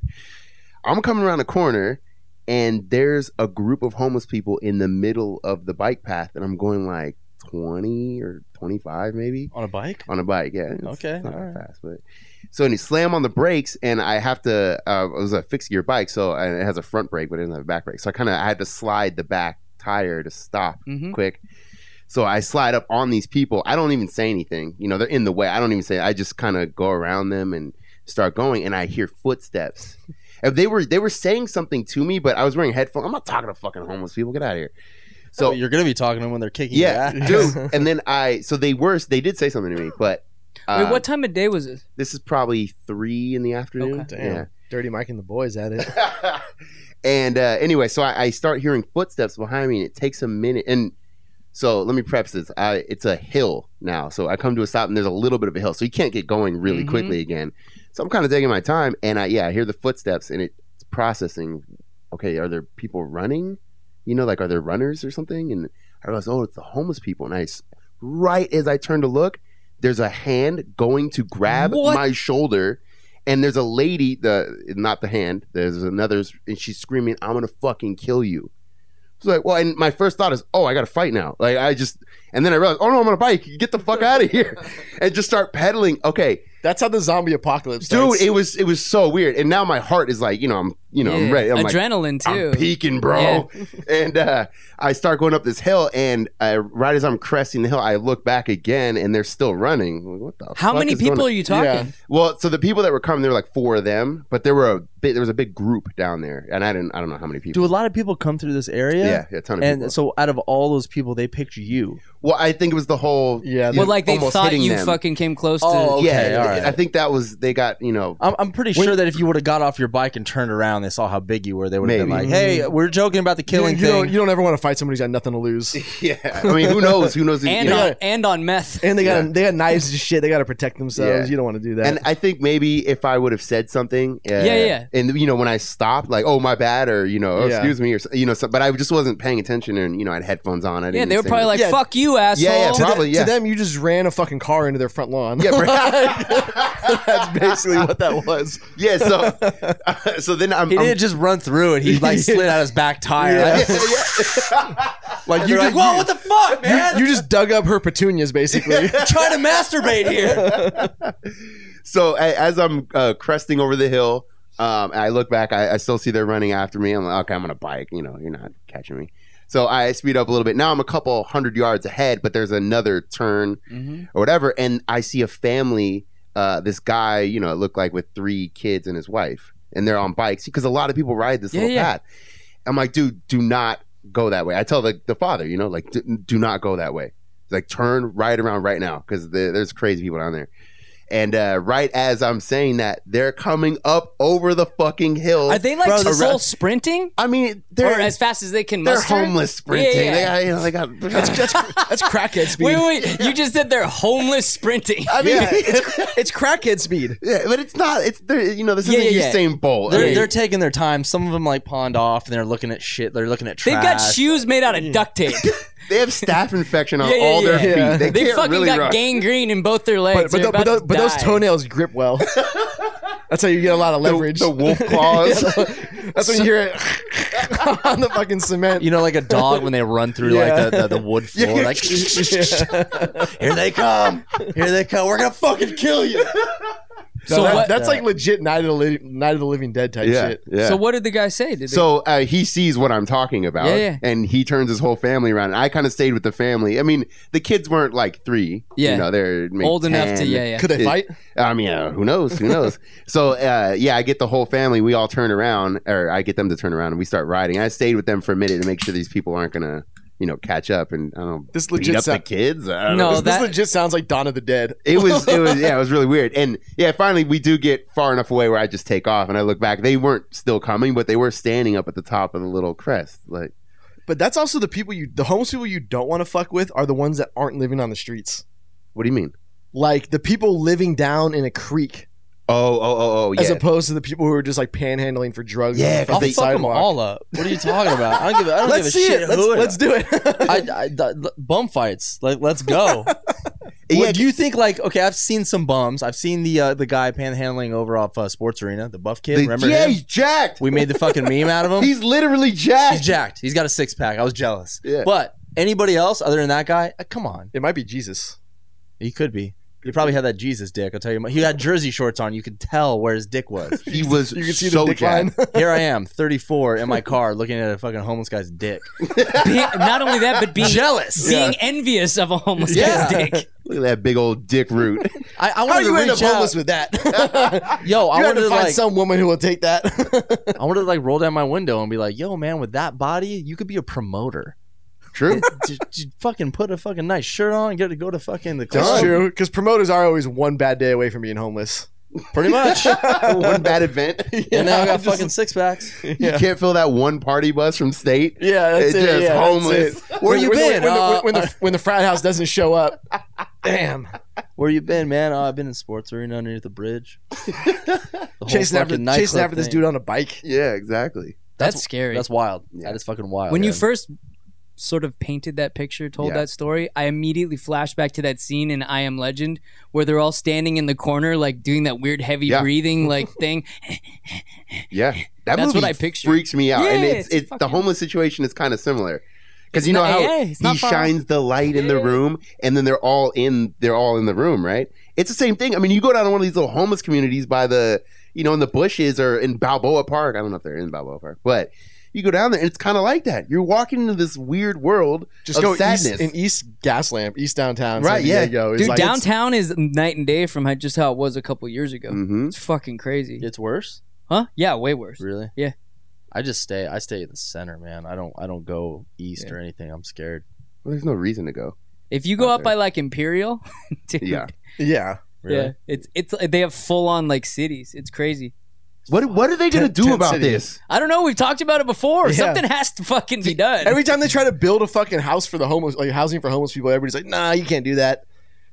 Speaker 1: I'm coming around a corner. And there's a group of homeless people in the middle of the bike path, and I'm going like 20 or 25, maybe
Speaker 2: On a bike?
Speaker 1: on a bike. Yeah. It's-
Speaker 2: Okay,
Speaker 1: it's not that
Speaker 2: alright.
Speaker 1: fast, but so and you slam on the brakes, and I have to. Uh, it was a fixed gear bike, so and it has a front brake, but it doesn't have a back brake. So I kind of I had to slide the back tire to stop
Speaker 3: hmm
Speaker 1: quick. So I slide up on these people. I don't even say anything. You know, they're in the way. I don't even say. I just kind of go around them and start going, and I hear footsteps. And they were they were saying something to me, but I was wearing headphones. I'm not talking to fucking homeless people. Get out of here.
Speaker 2: So
Speaker 4: Oh,
Speaker 1: So
Speaker 2: you're going to be talking to them when they're kicking
Speaker 1: yeah,
Speaker 2: your ass.
Speaker 1: dude. And then I so they were they did say something to me, but uh,
Speaker 3: Wait, what time of day was it?
Speaker 1: this is probably three in the afternoon.
Speaker 3: Okay.
Speaker 4: Damn. Dirty Mike and the boys at it.
Speaker 1: Yeah. and uh, anyway, so I, I start hearing footsteps behind me, and it takes a minute. And so let me preface this: I, it's a hill now, so I come to a stop, and there's a little bit of a hill, so you can't get going really
Speaker 3: Mhm.
Speaker 1: quickly again. So I'm kind of taking my time, and I yeah, I hear the footsteps, and it's processing. Okay, are there people running? you know, like, are there runners or something? And I realized, oh, it's the homeless people. And I, s- right as I turned to look, there's a hand going to grab
Speaker 3: What?
Speaker 1: my shoulder. And there's a lady, the not the hand. There's another, and she's screaming, "I'm gonna fucking kill you!" It's like, well, and my first thought is, oh, I gotta fight now. Like I just, and then I realized, oh no, I'm on a bike. Get the fuck out of here, and just start pedaling. Okay,
Speaker 4: That's how the zombie apocalypse
Speaker 1: dude
Speaker 4: starts.
Speaker 1: it was it was so weird and now my heart is like you know i'm you know i'm
Speaker 3: Yeah.
Speaker 1: ready i'm like
Speaker 3: Adrenaline
Speaker 1: i'm
Speaker 3: too.
Speaker 1: peaking bro and uh i start going up this hill and I, right as i'm cresting the hill i look back again and they're still running Like, what the
Speaker 3: How
Speaker 1: fuck
Speaker 3: many
Speaker 1: is going
Speaker 3: people
Speaker 1: on?
Speaker 3: are you talking?
Speaker 4: Yeah.
Speaker 1: well so the people that were coming there were like four of them but there were a bit there was a big group down there and i didn't i don't know how many people
Speaker 2: Do a lot of people come through this area?
Speaker 1: yeah, yeah, a ton of
Speaker 2: And
Speaker 1: people.
Speaker 2: so out of all those people, they picked you.
Speaker 1: well, I think it was the whole.
Speaker 4: Yeah,
Speaker 1: you
Speaker 3: Well,
Speaker 1: know,
Speaker 3: like they
Speaker 1: almost
Speaker 3: thought
Speaker 1: hitting
Speaker 3: you
Speaker 1: them.
Speaker 3: fucking came close to.
Speaker 2: Oh, okay,
Speaker 1: yeah,
Speaker 2: all right.
Speaker 1: I think that was they got you know
Speaker 2: I'm, I'm pretty
Speaker 1: When-
Speaker 2: sure that if you would have got off your bike and turned around, they saw how big you were. They would have been
Speaker 1: Maybe.
Speaker 2: like, "Hey, we're joking about the killing
Speaker 4: you, you
Speaker 2: thing."
Speaker 4: Don't, you don't ever want to fight somebody who's got nothing to lose.
Speaker 1: yeah. I mean, who knows? Who knows? who-
Speaker 3: and uh,
Speaker 1: you know,
Speaker 3: on, and on meth.
Speaker 4: And they got they got knives and shit. They got to protect themselves.
Speaker 1: Yeah.
Speaker 4: You don't want to do that.
Speaker 1: And I think maybe if I would have said something, uh,
Speaker 3: Yeah, yeah.
Speaker 1: and you know when I stopped, like, oh my bad, or you know, oh,
Speaker 4: Yeah.
Speaker 1: excuse me, or so- you know, so, but I just wasn't paying attention, and you know, I had headphones on. I
Speaker 3: Yeah,
Speaker 1: didn't
Speaker 3: they were
Speaker 1: say
Speaker 3: probably like,
Speaker 4: Yeah.
Speaker 3: "Fuck you, asshole."
Speaker 1: yeah,
Speaker 4: to, the-
Speaker 1: probably, yeah.
Speaker 4: to them, you just ran a fucking car into their front lawn.
Speaker 1: Yeah,
Speaker 4: that's basically what
Speaker 3: "Ah."
Speaker 4: that was.
Speaker 1: yeah. So, so then I'm.
Speaker 2: he
Speaker 1: I'm-
Speaker 2: didn't just run through it. He like slid out his back tire.
Speaker 4: Yeah.
Speaker 2: Like,
Speaker 1: yeah, yeah.
Speaker 4: Like you
Speaker 2: You're like,
Speaker 4: just,
Speaker 2: "Whoa, what the fuck, man?
Speaker 4: you just dug up her petunias, basically.
Speaker 2: I'm trying to masturbate here."
Speaker 1: so a- as I'm uh, cresting over the hill, um, I look back. I, I still see they're running after me. I'm like, okay, I'm on a bike. You know, you're not catching me. So I speed up a little bit. Now I'm a couple hundred yards ahead, but there's another turn
Speaker 3: Mhm.
Speaker 1: or whatever. And I see a family, uh, this guy, you know, it looked like with three kids and his wife, and they're on bikes because a lot of people ride this
Speaker 3: Yeah,
Speaker 1: little
Speaker 3: yeah.
Speaker 1: path. I'm like, dude, do not go that way. I tell the, the father, you know, like, "D- do not go that way. Like, turn right around right now because the, there's crazy people down there. And uh, right as I'm saying that, they're coming up over the fucking hill.
Speaker 3: Are they like
Speaker 2: Bro,
Speaker 1: this-
Speaker 3: soul sprinting,
Speaker 1: I mean,
Speaker 3: or
Speaker 1: they're
Speaker 3: as fast as they can?
Speaker 1: they're
Speaker 3: muster?
Speaker 1: homeless sprinting.
Speaker 3: Yeah, yeah.
Speaker 1: They, got- you know, they got.
Speaker 4: that's crackhead speed.
Speaker 3: Wait, wait, wait. you just said they're homeless sprinting.
Speaker 1: I mean,
Speaker 4: Yeah, it's, it's crackhead speed.
Speaker 1: Yeah, but it's not. It's they're- you know this
Speaker 3: Yeah,
Speaker 1: isn't
Speaker 3: yeah, yeah.
Speaker 1: Usain Bolt. I
Speaker 2: They're,
Speaker 1: mean,
Speaker 2: they're taking their time. Some of them like pawned off, and they're looking at shit. They're looking at
Speaker 3: They've
Speaker 2: trash.
Speaker 3: got shoes made out of duct tape.
Speaker 1: they have staph infection on
Speaker 3: Yeah, yeah,
Speaker 1: all their
Speaker 4: yeah. Yeah.
Speaker 1: feet. They,
Speaker 3: They
Speaker 1: can't
Speaker 3: fucking
Speaker 1: really
Speaker 3: got
Speaker 1: run.
Speaker 3: gangrene in both their legs.
Speaker 4: But, but,
Speaker 3: They're
Speaker 4: tho- but,
Speaker 3: about
Speaker 4: tho-
Speaker 3: to
Speaker 4: but those
Speaker 3: die.
Speaker 4: toenails grip well. that's how you get a lot of
Speaker 1: the,
Speaker 4: leverage.
Speaker 1: the wolf claws.
Speaker 4: that's when you hear it on the fucking cement.
Speaker 2: You know, like a dog when they run through
Speaker 4: Yeah.
Speaker 2: like the, the, the wood floor. Like, here they come. Here they come. We're gonna fucking kill you.
Speaker 4: No,
Speaker 3: So
Speaker 4: that-
Speaker 3: what-
Speaker 4: that's like legit Night of the Li- Night of the Living Dead type
Speaker 1: yeah,
Speaker 4: shit.
Speaker 1: yeah.
Speaker 3: So
Speaker 1: So,
Speaker 3: what did the guy say? Did they-
Speaker 1: uh, he sees what I'm talking about,
Speaker 3: Yeah, yeah.
Speaker 1: and he turns his whole family around. And I kind of stayed with the family. I mean, the kids weren't like three.
Speaker 3: Yeah.
Speaker 1: you know, they're maybe
Speaker 3: old enough to
Speaker 1: 10.
Speaker 3: yeah yeah.
Speaker 4: Could they
Speaker 1: It-
Speaker 4: fight?
Speaker 1: I mean, uh, who knows? Who knows? so, uh, yeah, I get the whole family. We all turn around, or I get them to turn around, and we start riding. I stayed with them for a minute to make sure these people aren't gonna, you know, catch up and I don't know,
Speaker 4: This
Speaker 1: beat
Speaker 4: legit
Speaker 1: up the
Speaker 4: sound-
Speaker 1: kids. I don't
Speaker 3: No,
Speaker 1: know.
Speaker 4: this,
Speaker 3: that-
Speaker 4: this legit sounds like Dawn of the Dead.
Speaker 1: It was, it was, yeah, it was really weird. And yeah, finally, we do get far enough away where I just take off and I look back. They weren't still coming, but they were standing up at the top of the little crest. Like,
Speaker 4: But that's also the people you, the homeless people you don't want to fuck with are the ones that aren't living on the streets.
Speaker 1: what do you mean?
Speaker 4: Like the people living down in a creek,
Speaker 1: Oh, oh, oh, oh, yeah.
Speaker 4: as opposed to the people who are just like panhandling for drugs.
Speaker 1: Yeah, 'cause
Speaker 4: on
Speaker 2: I'll
Speaker 4: the
Speaker 1: they-
Speaker 4: fucking
Speaker 2: fuck them
Speaker 4: sidewalk.
Speaker 2: all up. What are you talking about? I don't give a, I don't
Speaker 4: Let's
Speaker 2: give a
Speaker 4: see
Speaker 2: shit
Speaker 4: it. Let's,
Speaker 2: who it
Speaker 4: let's do it.
Speaker 2: I, I, the, the bum fights. Like, let's go.
Speaker 1: Yeah,
Speaker 2: What do you think? Like, okay, I've seen some bums. I've seen the uh, the guy panhandling over off uh, Sports Arena, the buff kid.
Speaker 1: the-
Speaker 2: remember
Speaker 1: yeah,
Speaker 2: him?
Speaker 1: he's jacked.
Speaker 2: We made the fucking meme out of him.
Speaker 1: He's literally
Speaker 2: He's
Speaker 1: jacked.
Speaker 2: jacked. He's got a six pack. I was jealous.
Speaker 1: Yeah.
Speaker 2: But anybody else other than that guy? Uh, come on,
Speaker 4: it might be Jesus.
Speaker 2: he could be. He probably had that Jesus dick. I'll tell you. He had jersey shorts on. You could tell where his dick was.
Speaker 1: He was
Speaker 4: You can see
Speaker 1: so
Speaker 4: the dick
Speaker 1: jacked.
Speaker 4: line.
Speaker 2: Here I am, 34, in my car, looking at a fucking homeless guy's dick.
Speaker 3: Being- not only that, but being
Speaker 2: Jealous.
Speaker 3: being envious of a homeless
Speaker 2: Yeah.
Speaker 3: guy's dick.
Speaker 1: Look at that big old dick root.
Speaker 2: I, I
Speaker 4: How
Speaker 2: wanted
Speaker 4: do you
Speaker 2: to
Speaker 4: end up
Speaker 2: reach out.
Speaker 4: homeless with that? you
Speaker 2: Yo, I
Speaker 4: had
Speaker 2: wanted
Speaker 4: to
Speaker 2: to
Speaker 4: find
Speaker 2: like,
Speaker 4: some woman who will take that.
Speaker 2: I wanted to like roll down my window and be like, "Yo, man, with that body, you could be a promoter.
Speaker 1: True.
Speaker 2: Just, just fucking put a fucking nice shirt on, get to go to fucking the
Speaker 4: That's
Speaker 2: club.
Speaker 4: true. Because promoters are always one bad day away from being homeless.
Speaker 2: pretty much."
Speaker 1: one bad event.
Speaker 2: And now I got
Speaker 4: I'm just-
Speaker 2: fucking six packs.
Speaker 1: You can't fill that one party bus from state.
Speaker 4: Yeah, that's
Speaker 1: It
Speaker 4: it.
Speaker 1: just
Speaker 4: yeah, that's
Speaker 1: homeless.
Speaker 4: it.
Speaker 2: Where
Speaker 4: When-
Speaker 2: you
Speaker 4: when the-
Speaker 2: been?
Speaker 4: When the,
Speaker 2: Uh,
Speaker 4: when, the, when the frat house doesn't show up. Damn.
Speaker 2: Where you been, man? Oh, I've been in sports arena underneath the bridge. The whole
Speaker 4: Chasing after,
Speaker 2: fucking nightclub
Speaker 4: chasing after this
Speaker 2: thing.
Speaker 4: dude on a bike.
Speaker 1: Yeah, exactly.
Speaker 3: That's,
Speaker 2: That's-
Speaker 3: scary.
Speaker 2: That's wild.
Speaker 1: Oh, Yeah.
Speaker 2: That is fucking wild.
Speaker 3: when you
Speaker 2: man.
Speaker 3: first sort of painted that picture, told
Speaker 1: Yeah.
Speaker 3: that story, I immediately flashed back to that scene in I Am Legend where they're all standing in the corner, like doing that weird heavy
Speaker 1: Yeah.
Speaker 3: breathing like thing.
Speaker 1: Yeah, that
Speaker 3: That's
Speaker 1: movie
Speaker 3: what I pictured.
Speaker 1: freaks me out, and
Speaker 3: Yeah,
Speaker 1: it's
Speaker 3: it's
Speaker 1: it's the
Speaker 3: fucking-
Speaker 1: homeless situation is kind of similar because you know how
Speaker 3: yeah, it's
Speaker 1: he
Speaker 3: not far off.
Speaker 1: shines the light in the
Speaker 3: Yeah.
Speaker 1: room, and then they're all in they're all in the room, right? It's the same thing. I mean, you go down to one of these little homeless communities by the you know in the bushes or in Balboa Park. I don't know if they're in Balboa Park, but you go down there, and it's kind of like that. You're walking into this weird world.
Speaker 4: Just
Speaker 1: Of
Speaker 4: go
Speaker 1: sadness.
Speaker 4: east in East Gaslamp, East downtown,
Speaker 1: Right,
Speaker 4: San
Speaker 1: yeah.
Speaker 4: Diego. It's
Speaker 3: Dude,
Speaker 4: like-
Speaker 3: downtown is night and day from how, just how it was a couple years ago.
Speaker 1: Mm-hmm.
Speaker 3: It's fucking crazy.
Speaker 2: it's worse.
Speaker 3: Huh? Yeah, way worse.
Speaker 2: Really?
Speaker 3: Yeah.
Speaker 2: I just stay. I stay in the center, man. I don't. I don't go east
Speaker 3: Yeah.
Speaker 2: or anything. I'm scared.
Speaker 1: Well, there's no reason to go.
Speaker 3: If you go
Speaker 1: Out
Speaker 3: up by like Imperial, dude,
Speaker 1: Oh, Yeah.
Speaker 4: it's- yeah.
Speaker 2: Really?
Speaker 3: yeah, it's it's they have full on like cities. It's crazy.
Speaker 1: What what are they going to
Speaker 4: Tent-
Speaker 1: do
Speaker 4: tent
Speaker 1: about
Speaker 4: city.
Speaker 1: this?
Speaker 3: I don't know. We've talked about it before.
Speaker 4: Yeah.
Speaker 3: Something has to fucking be done.
Speaker 4: Every time they try to build a fucking house for the homeless, like housing for homeless people, everybody's like, "Nah, you can't do that."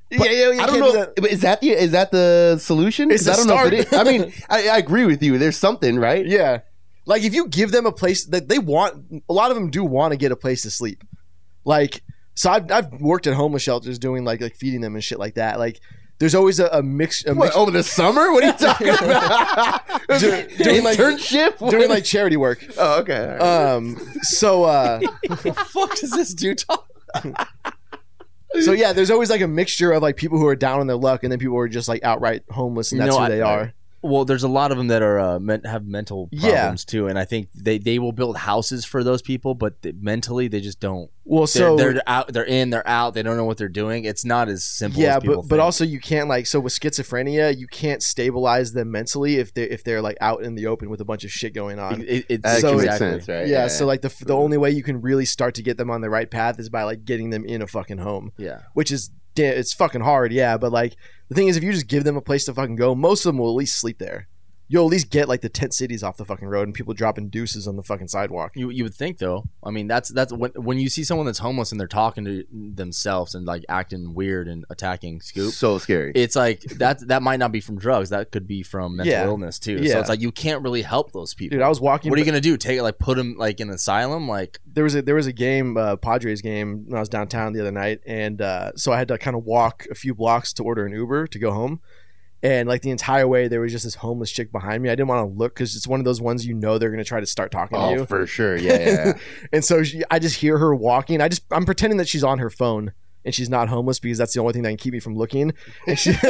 Speaker 1: But
Speaker 4: yeah, yeah, you
Speaker 1: I
Speaker 4: can't
Speaker 1: don't
Speaker 4: do
Speaker 1: know.
Speaker 4: that.
Speaker 1: but Is that the is that the solution? 'Cause
Speaker 4: It's a
Speaker 1: I don't know if it is. I
Speaker 4: start.
Speaker 1: mean, I, I agree with you. There's something, right?
Speaker 4: Yeah. Like if you give them a place that they want, a lot of them do want to get a place to sleep. Like, so I've, I've worked at homeless shelters doing like like feeding them and shit like that. Like, there's always a, a mix. A
Speaker 1: What,
Speaker 4: mix
Speaker 1: over the summer? What are you talking about?
Speaker 4: Doing- doing like-
Speaker 1: internship?
Speaker 4: doing like charity work.
Speaker 1: oh, okay. all right.
Speaker 4: Um. So. uh
Speaker 2: the fuck does this dude talk?
Speaker 4: So yeah, there's always like a mixture of like people who are down on their luck and then people who are just like outright homeless and
Speaker 2: You
Speaker 4: that's
Speaker 2: know,
Speaker 4: who
Speaker 2: I-
Speaker 4: they are.
Speaker 2: Well, there's a lot of them that are uh, meant have mental
Speaker 4: Yeah.
Speaker 2: problems too, and I think they, they will build houses for those people, but they, mentally they just don't.
Speaker 4: Well,
Speaker 2: They're,
Speaker 4: so
Speaker 2: they're out. They're in. They're out. They don't know what they're doing. It's not as simple.
Speaker 4: yeah,
Speaker 2: as people
Speaker 4: but but
Speaker 2: think.
Speaker 4: also you can't like so with schizophrenia you can't stabilize them mentally if they if they're like out in the open with a bunch of shit going on.
Speaker 2: It- it-
Speaker 1: That
Speaker 2: it's-
Speaker 4: so
Speaker 1: actually
Speaker 4: it's-
Speaker 1: makes sense, right?
Speaker 4: yeah, so like the f- the
Speaker 1: Mhm.
Speaker 4: only way you can really start to get them on the right path is by like getting them in a fucking home,
Speaker 2: Yeah,
Speaker 4: which is da- it's fucking hard, yeah. But like the thing is, if you just give them a place to fucking go, most of them will at least sleep there. You'll at least get like the tent cities off the fucking road and people dropping deuces on the fucking sidewalk.
Speaker 2: you you would think though. I mean, that's that's when when you see someone that's homeless and they're talking to themselves and like acting weird and attacking Scoop.
Speaker 1: so scary.
Speaker 2: it's like that that might not be from drugs that could be from mental
Speaker 4: Yeah.
Speaker 2: illness too so
Speaker 4: Yeah.
Speaker 2: it's like you can't really help those people
Speaker 4: Dude, I was walking.
Speaker 2: what are you gonna do take it like put them like in an asylum like
Speaker 4: there was a there was a game uh, Padres game when I was downtown the other night, and uh, so I had to kind of walk a few blocks to order an Uber to go home. And like the entire way, there was just this homeless chick behind me. I didn't want to look because it's one of those ones you know they're gonna try to start talking
Speaker 1: oh,
Speaker 4: to you.
Speaker 1: for sure. Yeah, yeah, yeah.
Speaker 4: And so she, I just hear her walking. I just I'm pretending that she's on her phone and she's not homeless because that's the only thing that can keep me from looking. And, she,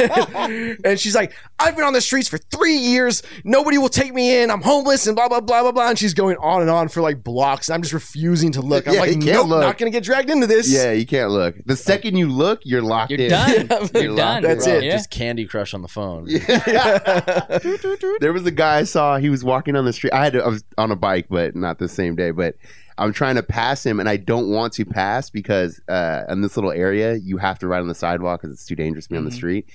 Speaker 4: and she's like, I've been on the streets for three years. Nobody will take me in. I'm homeless and blah blah blah blah blah. And she's going on and on for like blocks. And I'm just refusing to look. I'm
Speaker 1: Yeah, you
Speaker 4: like,
Speaker 1: can't
Speaker 4: nope,
Speaker 1: look."
Speaker 4: not gonna get dragged into this.
Speaker 1: yeah, you can't look. The second you look, you're locked
Speaker 3: You're
Speaker 1: in.
Speaker 3: done. You're
Speaker 1: locked
Speaker 3: done.
Speaker 1: in.
Speaker 4: That's it.
Speaker 3: Yeah.
Speaker 2: just candy crush on the phone
Speaker 1: Yeah. there was a guy I saw. He was walking on the street. I had to, I was on a bike, but not the same day. But I'm trying to pass him, and I don't want to pass because uh, in this little area, you have to ride on the sidewalk because it's too dangerous to be on the
Speaker 3: Mhm.
Speaker 1: street.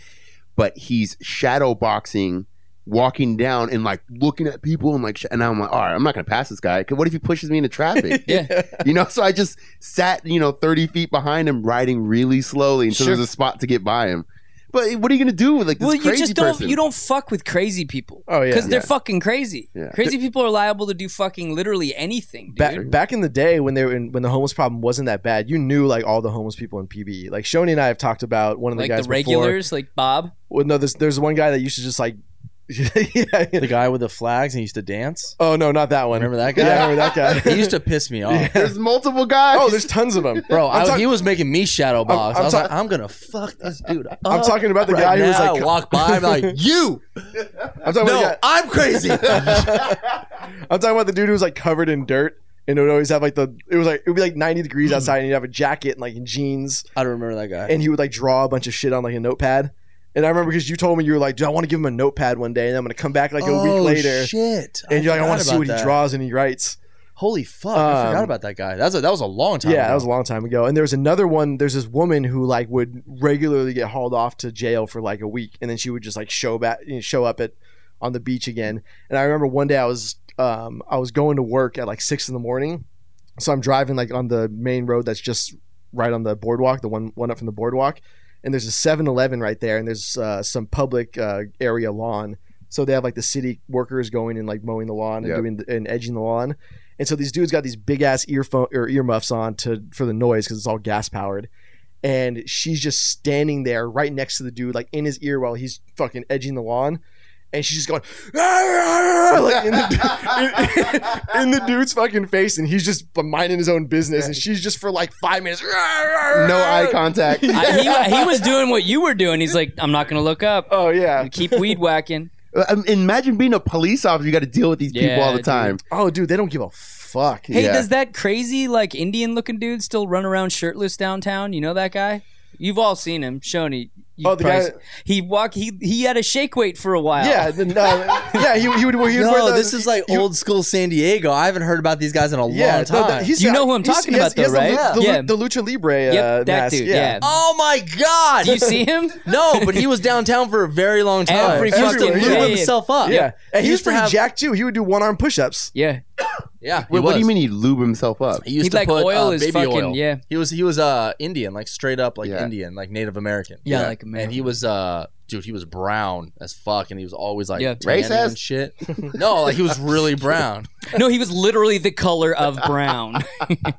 Speaker 1: But he's shadow boxing, walking down and like looking at people and like, sh- and I'm like, all right, I'm not gonna pass this guy. 'Cause What if he pushes me into traffic?
Speaker 3: Yeah.
Speaker 1: you know. So I just sat, you know, 30 feet behind him, riding really slowly until
Speaker 3: Sure.
Speaker 1: there's a spot to get by him. But what are you gonna do with like this
Speaker 3: Well,
Speaker 1: crazy
Speaker 3: you just don't
Speaker 1: person?
Speaker 3: you don't fuck with crazy people
Speaker 4: Oh yeah.
Speaker 3: because they're
Speaker 1: Yeah.
Speaker 3: fucking crazy.
Speaker 1: Yeah.
Speaker 3: Crazy people are liable to do fucking literally anything, dude.
Speaker 4: Ba- back in the day when they were in, when the homeless problem wasn't that bad, you knew like all the homeless people in PB. Like Shoni and I have talked about one of the
Speaker 3: like
Speaker 4: guys
Speaker 3: the
Speaker 4: before.
Speaker 3: regulars, like Bob.
Speaker 4: Well, no, there's there's one guy that used to just like, yeah.
Speaker 2: the guy with the flags and he used to dance
Speaker 4: Oh no, not that one.
Speaker 2: remember that
Speaker 4: Yeah, I
Speaker 2: guy
Speaker 4: remember that
Speaker 2: he
Speaker 4: guy.
Speaker 2: used to piss me off
Speaker 1: There's multiple guys.
Speaker 4: oh, there's tons of them,
Speaker 2: Bro, I,
Speaker 4: I'm, talk-
Speaker 2: he was making me shadow box. i
Speaker 4: I'm
Speaker 2: was
Speaker 4: ta-
Speaker 2: like, I'm gonna fuck this dude. Up
Speaker 4: I'm talking about the
Speaker 2: right
Speaker 4: guy who was
Speaker 2: now."
Speaker 4: like, Oh
Speaker 2: walk by, I'm like, you.
Speaker 4: I'm talking,
Speaker 2: No,
Speaker 4: about
Speaker 2: I'm crazy.
Speaker 4: the guy- I'm talking about the dude who was like covered in dirt and would always have like the it was like it would be like 90 degrees outside and he'd have a jacket and like jeans
Speaker 2: I don't remember that guy.
Speaker 4: and he would like draw a bunch of shit on like a notepad. And I remember because you told me you were like, dude, I want to give him a notepad one day, and I'm gonna come back like a week
Speaker 2: Oh,
Speaker 4: later,
Speaker 2: shit.
Speaker 4: and you're like, I
Speaker 2: forgot
Speaker 4: want to see
Speaker 2: about
Speaker 4: what
Speaker 2: that.
Speaker 4: he draws and he writes.
Speaker 2: Holy fuck! I
Speaker 4: Um,
Speaker 2: forgot about that guy. That's a, that was a long time.
Speaker 4: Yeah, that
Speaker 2: ago.
Speaker 4: was a long time ago. And there was another one. There's this woman who like would regularly get hauled off to jail for like a week, and then she would just like show back, you know, show up at on the beach again. And I remember one day I was um, I was going to work at like six in the morning, so I'm driving like on the main road that's just right on the boardwalk, the one one up from the boardwalk. And there's a 7-Eleven right there, and there's uh, some public uh, area lawn So they have like the city workers going and like mowing the lawn and
Speaker 1: Yep.
Speaker 4: doing the, and edging the lawn. And so these dudes got these big ass earphone or earmuffs on to for the noise because it's all gas powered. And she's just standing there right next to the dude, like in his ear while he's fucking edging the lawn. And she's just going like in the, in, the dude's fucking face, and he's just minding his own business, and she's just for like five minutes. No
Speaker 1: No eye contact.
Speaker 3: I, he, he was doing what you were doing. He's like, I'm not gonna look up.
Speaker 4: Oh yeah.
Speaker 3: Keep weed whacking.
Speaker 1: Um, Imagine being a police officer. You got to deal with these people
Speaker 3: Yeah,
Speaker 1: all the
Speaker 3: dude.
Speaker 1: time.
Speaker 4: Oh dude, they don't give a fuck.
Speaker 3: Hey,
Speaker 1: Yeah.
Speaker 3: does that crazy like Indian looking dude still run around shirtless downtown? You know that guy? You've all seen him, Shoney. you
Speaker 4: Oh, the
Speaker 3: probably-
Speaker 4: guy-
Speaker 3: He walk. He he had a shake weight for a while.
Speaker 4: Yeah, then, uh, yeah, he, he would. He would wear
Speaker 2: No,
Speaker 4: the-
Speaker 2: this is like
Speaker 4: you-
Speaker 2: old school San Diego. I haven't heard about these guys in a long
Speaker 4: no,
Speaker 2: time.
Speaker 4: that- he's-
Speaker 3: You know who I'm
Speaker 4: he's-
Speaker 3: talking
Speaker 4: he has-
Speaker 3: about,
Speaker 4: he has
Speaker 3: though,
Speaker 4: the-
Speaker 3: right?
Speaker 4: The,
Speaker 3: Yeah.
Speaker 4: the Lucha Libre. Uh,
Speaker 3: Yep, that
Speaker 4: mask,
Speaker 3: dude. Yeah.
Speaker 2: oh my god!
Speaker 3: Do you see him?
Speaker 2: no, but he was downtown for a very long time.
Speaker 3: Every
Speaker 2: he used to
Speaker 4: fucking
Speaker 2: lube
Speaker 3: day.
Speaker 2: himself up.
Speaker 4: yeah. And he was
Speaker 2: He used to
Speaker 4: pretty
Speaker 2: have-
Speaker 4: jacked too. He would do one arm push ups.
Speaker 3: Yeah.
Speaker 2: yeah. he
Speaker 1: Wait, what do
Speaker 2: was.
Speaker 1: you mean he lube himself up?
Speaker 2: He used
Speaker 3: He'd
Speaker 2: to
Speaker 3: like
Speaker 2: put
Speaker 3: oil
Speaker 2: uh,
Speaker 3: his
Speaker 2: baby
Speaker 3: fucking-
Speaker 2: oil.
Speaker 3: yeah.
Speaker 2: he was he was uh Indian, like straight up like
Speaker 1: Yeah.
Speaker 2: Indian, like Native American.
Speaker 3: Yeah, like man.
Speaker 2: and he was uh dude he was brown as fuck and he was always like
Speaker 3: Yeah.
Speaker 2: tanning
Speaker 1: Racist.
Speaker 2: and shit no like he was really brown
Speaker 3: no, he was literally the color of brown.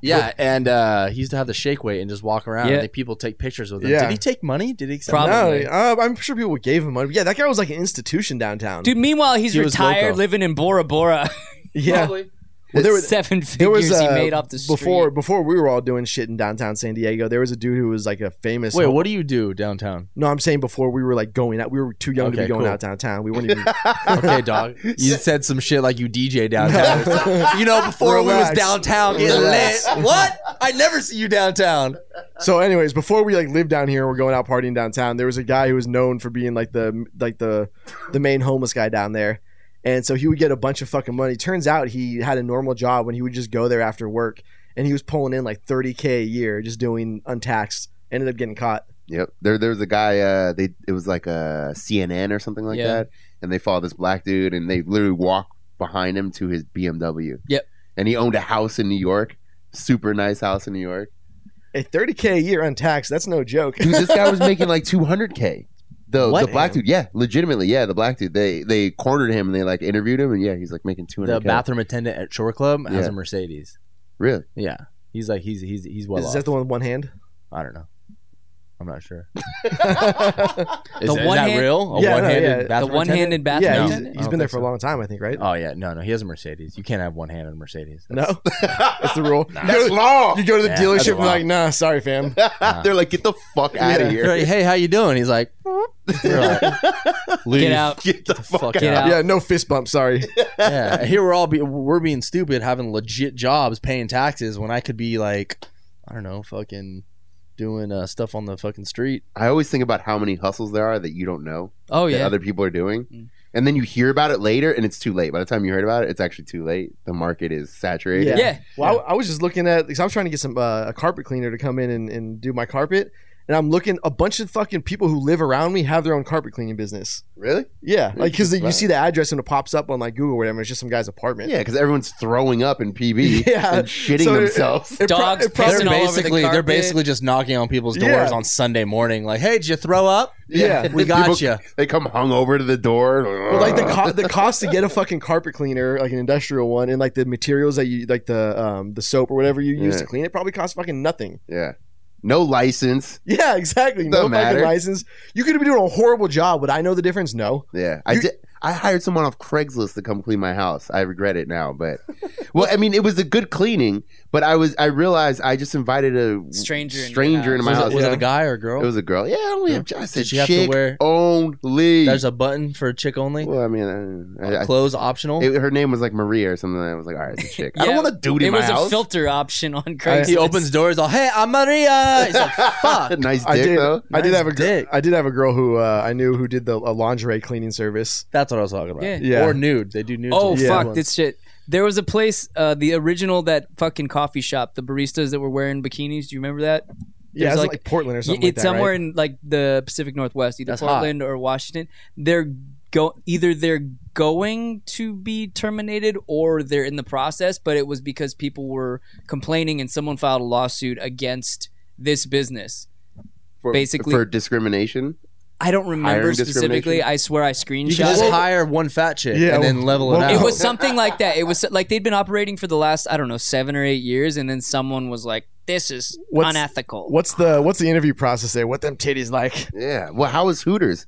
Speaker 2: yeah and uh he used to have the shake weight and just walk around
Speaker 3: Yeah.
Speaker 2: and then people take pictures with him
Speaker 4: Yeah.
Speaker 2: did he take money did he accept
Speaker 3: Probably.
Speaker 2: money?
Speaker 4: No, uh, I'm sure people gave him money. Yeah, that guy was like an institution downtown.
Speaker 3: Dude, meanwhile he's
Speaker 2: He was
Speaker 3: retired,
Speaker 2: loco.
Speaker 3: living in Bora Bora.
Speaker 4: yeah. Well, there
Speaker 3: There
Speaker 4: was-
Speaker 3: seven
Speaker 4: there was
Speaker 3: figures
Speaker 4: uh,
Speaker 3: he made off the street.
Speaker 4: before before we were all doing shit in downtown San Diego. There was a dude who was like a famous.
Speaker 2: wait what do you do downtown
Speaker 4: No, I'm saying before we were like going out. We were too young to be
Speaker 2: Okay,
Speaker 4: going
Speaker 2: cool.
Speaker 4: out downtown. We weren't even.
Speaker 2: okay dog you said some shit like you dj downtown you know before we was
Speaker 4: Relax.
Speaker 2: downtown getting lit
Speaker 4: Relax.
Speaker 2: what i never see you downtown
Speaker 4: So, anyways, before we like lived down here and we're going out partying downtown, there was a guy who was known for being like the like the the main homeless guy down there, and so he would get a bunch of fucking money. Turns out he had a normal job when he would just go there after work, and he was pulling in like thirty k a year just doing untaxed. Ended up getting caught.
Speaker 1: Yep. There, there was a guy. Uh, they it was like uh, a CNN or something like
Speaker 3: Yeah.
Speaker 1: that, and they follow this black dude, and they literally walk behind him to his BMW.
Speaker 3: Yep.
Speaker 1: And he owned a house in New York, super nice house in New York.
Speaker 4: A thirty k a year untaxed. That's no joke.
Speaker 1: Dude, this guy was making like 200k. The
Speaker 2: What?
Speaker 1: the black dude, yeah, legitimately, yeah, the black dude. They they cornered him and they like interviewed him, and yeah, he's like making 200k.
Speaker 2: the bathroom attendant at shore club has
Speaker 1: Yeah.
Speaker 2: a mercedes
Speaker 1: Really?
Speaker 2: yeah he's like he's he's he's well
Speaker 4: Is
Speaker 2: off.
Speaker 4: that the one with one hand?
Speaker 2: I don't know. I'm not sure. is
Speaker 3: The
Speaker 2: that- is
Speaker 3: one
Speaker 2: that
Speaker 3: hand-
Speaker 2: real? A
Speaker 4: Yeah, no,
Speaker 2: one-handed
Speaker 4: yeah. The
Speaker 2: bathroom
Speaker 3: the
Speaker 2: attendant?
Speaker 3: one-handed bathroom.
Speaker 4: yeah,
Speaker 2: No.
Speaker 4: he's,
Speaker 3: attendant?
Speaker 4: he's
Speaker 2: I
Speaker 4: been
Speaker 2: don't
Speaker 4: there
Speaker 2: think
Speaker 4: for a
Speaker 2: so.
Speaker 4: long time, I think. Right?
Speaker 2: Oh yeah, no, no, he has a Mercedes. You can't have one-handed Mercedes. That's-
Speaker 4: no, that's the rule. You go
Speaker 1: That's
Speaker 4: to-
Speaker 1: law.
Speaker 4: You go to the
Speaker 2: Yeah, that's
Speaker 4: dealership and
Speaker 2: law.
Speaker 4: like, nah, sorry, fam.
Speaker 1: They're like, get the fuck out of
Speaker 4: Yeah.
Speaker 1: here.
Speaker 2: Hey, hey, how you doing? He's like, They're like,
Speaker 3: Get
Speaker 2: "Leave."
Speaker 3: out.
Speaker 1: Get the fuck,
Speaker 2: Fuck
Speaker 1: out.
Speaker 3: Get out.
Speaker 4: Yeah, no fist bump. Sorry.
Speaker 2: Yeah, here we're all be, we're being stupid, having legit jobs, paying taxes when I could be like, I don't know, fucking doing uh, stuff on the fucking street.
Speaker 1: I always think about how many hustles there are that you don't know.
Speaker 3: Oh
Speaker 1: that
Speaker 3: yeah.
Speaker 1: other people are doing.
Speaker 3: Mm.
Speaker 1: And then you hear about it later and it's too late. By the time you heard about it, it's actually too late. The market is saturated.
Speaker 3: yeah.
Speaker 4: Well, I, I was just looking at because I was trying to get some uh, a carpet cleaner to come in and, and do my carpet, and I'm looking a bunch of fucking people who live around me have their own carpet cleaning business.
Speaker 1: Really?
Speaker 4: Yeah, like because
Speaker 1: Wow.
Speaker 4: you see the address and it pops up on like Google or whatever. It's just some guy's apartment.
Speaker 1: Yeah, because everyone's throwing up in PB
Speaker 4: Yeah.
Speaker 1: and shitting
Speaker 4: So it-
Speaker 1: themselves.
Speaker 4: It pro-
Speaker 3: Dogs
Speaker 4: it pro-
Speaker 3: pissing
Speaker 2: They're
Speaker 3: all over the
Speaker 2: basically they're
Speaker 3: carpet.
Speaker 2: basically just knocking on people's
Speaker 4: Yeah.
Speaker 2: doors on Sunday morning, like, hey, did you throw up?
Speaker 4: yeah.
Speaker 2: We got
Speaker 1: People-
Speaker 2: you.
Speaker 1: They come hung over to the door.
Speaker 4: But like the co- the cost to get a fucking carpet cleaner, like an industrial one, and like the materials that you like the um the soap or whatever you use
Speaker 1: Yeah.
Speaker 4: to clean it probably costs fucking nothing.
Speaker 1: yeah. No license.
Speaker 4: Yeah, exactly. no
Speaker 1: Doesn't matter.
Speaker 4: fucking license. You could be doing a horrible job. Would I know the difference? No.
Speaker 1: Yeah. I
Speaker 4: You-
Speaker 1: did. I hired someone off Craigslist to come clean my house. I regret it now, but well, I mean, it was a good cleaning, but I was I realized I just invited a
Speaker 3: Stranger in your
Speaker 1: stranger in,
Speaker 3: house.
Speaker 1: my
Speaker 2: was
Speaker 1: house.
Speaker 2: it, was
Speaker 1: yeah.
Speaker 2: it a guy or a girl?
Speaker 1: It was a girl. Yeah, I only
Speaker 2: Yeah.
Speaker 1: have I said
Speaker 2: Did she have to
Speaker 1: chick
Speaker 2: wear-
Speaker 1: only.
Speaker 2: There's a button for chick only.
Speaker 1: well, I mean, I, I,
Speaker 2: Clothes optional.
Speaker 1: it- her name was like Maria or something. and I was like, all right, it's a chick. I
Speaker 3: Yeah.
Speaker 1: don't want a dude in
Speaker 3: It
Speaker 1: my
Speaker 3: was
Speaker 1: house.
Speaker 3: a filter option on Craigslist.
Speaker 2: he opens doors all, hey, I'm Maria. He's like, fuck.
Speaker 1: nice
Speaker 4: I
Speaker 1: dick
Speaker 4: did.
Speaker 1: though.
Speaker 4: I did
Speaker 2: Nice
Speaker 4: have a girl.
Speaker 2: dick.
Speaker 4: I did have a girl who uh, I knew who did the a lingerie cleaning service.
Speaker 2: That's what I was talking about.
Speaker 3: Yeah.
Speaker 4: Yeah.
Speaker 2: Or nude. They do nude.
Speaker 3: Oh
Speaker 4: Yeah.
Speaker 3: fuck this shit. There was a place, uh, the original that fucking coffee shop, the baristas that were wearing bikinis. Do you remember that?
Speaker 4: Yeah, it's
Speaker 3: There's,
Speaker 4: like,
Speaker 3: like-
Speaker 4: Portland or
Speaker 3: Y-
Speaker 4: something. like
Speaker 3: it's
Speaker 4: that,
Speaker 3: somewhere
Speaker 4: right?
Speaker 3: in like the Pacific Northwest, either
Speaker 2: That's hot.
Speaker 3: Portland or Washington. They're go either they're going to be terminated or they're in the process, but it was because people were complaining and someone filed a lawsuit against this business.
Speaker 1: For,
Speaker 3: Basically-
Speaker 1: for discrimination.
Speaker 3: I don't remember
Speaker 1: Hiring
Speaker 3: specifically.
Speaker 1: discrimination?
Speaker 3: I swear I
Speaker 2: You can
Speaker 3: screenshot
Speaker 2: just
Speaker 3: it.
Speaker 2: hire one fat chick
Speaker 4: Yeah,
Speaker 2: and then
Speaker 4: well-
Speaker 2: level
Speaker 4: well,
Speaker 2: it out.
Speaker 3: It was something like that. It was like they'd been operating for the last I don't know seven or eight years, and then someone was like, "This is
Speaker 4: What's-
Speaker 3: unethical."
Speaker 4: What's the what's the interview process there? What them titties like?
Speaker 1: Yeah. Well, how is Hooters?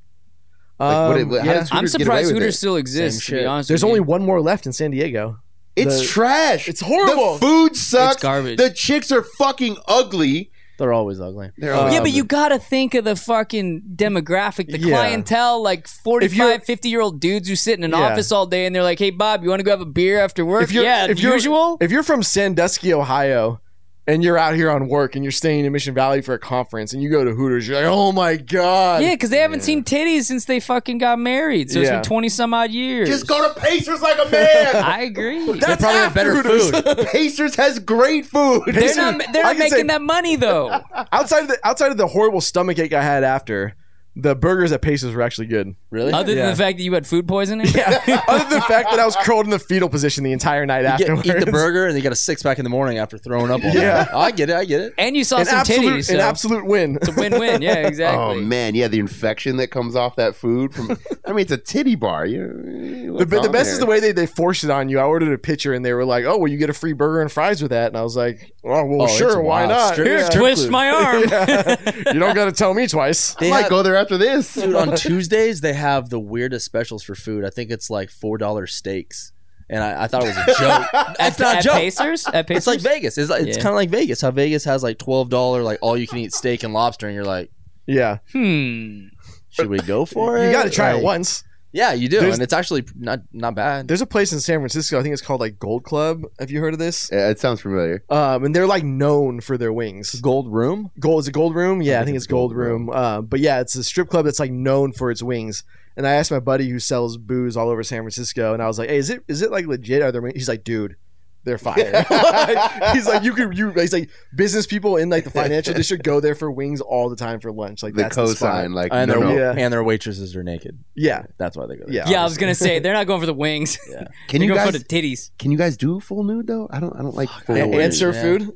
Speaker 4: Um,
Speaker 1: what it- what- how
Speaker 4: yeah.
Speaker 1: does-
Speaker 3: I'm
Speaker 1: Hooters get
Speaker 3: surprised
Speaker 1: away with
Speaker 3: Hooters
Speaker 1: it.
Speaker 3: still exists.
Speaker 2: Same
Speaker 3: To be
Speaker 2: shit.
Speaker 3: honest,
Speaker 4: There's
Speaker 3: with
Speaker 4: only
Speaker 3: you.
Speaker 4: one more left in San Diego.
Speaker 1: It's
Speaker 4: The-
Speaker 1: trash.
Speaker 4: It's horrible.
Speaker 1: The food sucks.
Speaker 3: It's garbage.
Speaker 1: The chicks are fucking ugly.
Speaker 2: They're always ugly.
Speaker 1: They're
Speaker 4: Uh,
Speaker 1: always
Speaker 3: yeah, but
Speaker 1: ugly.
Speaker 3: you gotta think of the fucking demographic, the
Speaker 4: Yeah.
Speaker 3: clientele, like
Speaker 4: If you're-
Speaker 3: 45, 50 year old dudes who sit in an
Speaker 4: Yeah.
Speaker 3: office all day and they're like, hey, Bob, you wanna go have a beer after work?
Speaker 4: If you're-
Speaker 3: yeah,
Speaker 4: if you're-
Speaker 3: usual.
Speaker 4: If you're from Sandusky, Ohio, and you're out here on work and you're staying in Mission Valley for a conference and you go to Hooters, you're like, oh my god.
Speaker 3: Yeah, because they haven't seen titties since they fucking got married. So
Speaker 4: Yeah.
Speaker 3: it's been 20 some odd years.
Speaker 1: just go to Pacers like a man.
Speaker 3: I agree.
Speaker 2: They probably have better food.
Speaker 1: Pacers has great food.
Speaker 3: they're not, they're not
Speaker 4: I can
Speaker 3: making
Speaker 4: say-
Speaker 3: that money, though.
Speaker 4: outside of the outside of the horrible stomach ache I had after, the burgers at Paces were actually good.
Speaker 2: Really?
Speaker 3: Other than
Speaker 4: Yeah.
Speaker 3: the fact that you had food poisoning?
Speaker 4: Yeah. Other than the fact that I was curled in the fetal position the entire night
Speaker 2: You get-
Speaker 4: afterwards.
Speaker 2: eat the burger and they got a six pack in the morning after throwing up. All
Speaker 4: Yeah.
Speaker 2: yeah, I get it. I get it.
Speaker 3: And you saw
Speaker 4: An
Speaker 3: some
Speaker 4: absolute,
Speaker 3: titties. So
Speaker 4: an absolute win.
Speaker 3: it's a win win. Yeah, exactly.
Speaker 1: Oh man, yeah, the infection that comes off that food from I mean it's a titty bar. You,
Speaker 4: The, the best is the way they, they forced it on you. I ordered a pitcher and they were like, "Oh, well, you get a free burger and fries with that," and I was like, "Oh, well,
Speaker 2: Oh, it's
Speaker 4: sure, why
Speaker 2: wild.
Speaker 4: not?
Speaker 2: Straight
Speaker 3: Here,
Speaker 2: Yeah.
Speaker 3: twist my arm.
Speaker 4: you don't got to tell me twice."
Speaker 1: I
Speaker 2: They
Speaker 1: might
Speaker 2: have-
Speaker 1: go there after this.
Speaker 2: Dude, on Tuesdays they have the weirdest specials for food. I think it's like four dollar steaks, and I, I thought it was a joke.
Speaker 3: At-
Speaker 2: it's not a
Speaker 3: at
Speaker 2: joke.
Speaker 3: Pacers? At Pacers?
Speaker 2: It's like Vegas. It's, like, it's
Speaker 3: Yeah.
Speaker 2: kind of like Vegas. How Vegas has like twelve dollar like all you can eat steak and lobster, and you're like,
Speaker 4: Yeah,
Speaker 3: hmm.
Speaker 2: should we go for it?
Speaker 4: you got to try
Speaker 2: Like,
Speaker 4: it once.
Speaker 2: Yeah, you do,
Speaker 4: There's-
Speaker 2: and it's actually not not bad.
Speaker 4: There's a place in San Francisco. I think it's called like Gold Club. Have you heard of this?
Speaker 1: Yeah, it sounds familiar.
Speaker 4: Um, and they're like known for their wings.
Speaker 2: Gold Room.
Speaker 4: Gold is it Gold Room? Yeah, I think it's Gold
Speaker 1: Room.
Speaker 4: Room. Uh, but yeah, it's a strip club that's like known for its wings. And I asked my buddy who sells booze all over San Francisco, and I was like, "Hey, is it is it like legit? Are there?" wings?" He's like, "Dude, they're fire." Like, he's like, "You could you." He's like, "Business people in like the financial district go there for wings all the time for lunch. Like
Speaker 1: The
Speaker 4: that's the spot."
Speaker 1: cosign, like
Speaker 2: And
Speaker 1: no,
Speaker 2: their
Speaker 1: no.
Speaker 4: Yeah.
Speaker 2: and their waitresses are naked.
Speaker 4: Yeah,
Speaker 2: That's why they go there.
Speaker 4: yeah,
Speaker 3: Yeah, I was going to say, they're not going for the wings.
Speaker 1: Can
Speaker 3: they're
Speaker 1: you
Speaker 3: going
Speaker 1: guys
Speaker 3: for the titties.
Speaker 1: can you guys do full nude though? I don't I don't like full
Speaker 4: A-
Speaker 1: nude.
Speaker 4: answer
Speaker 2: Yeah.
Speaker 4: food.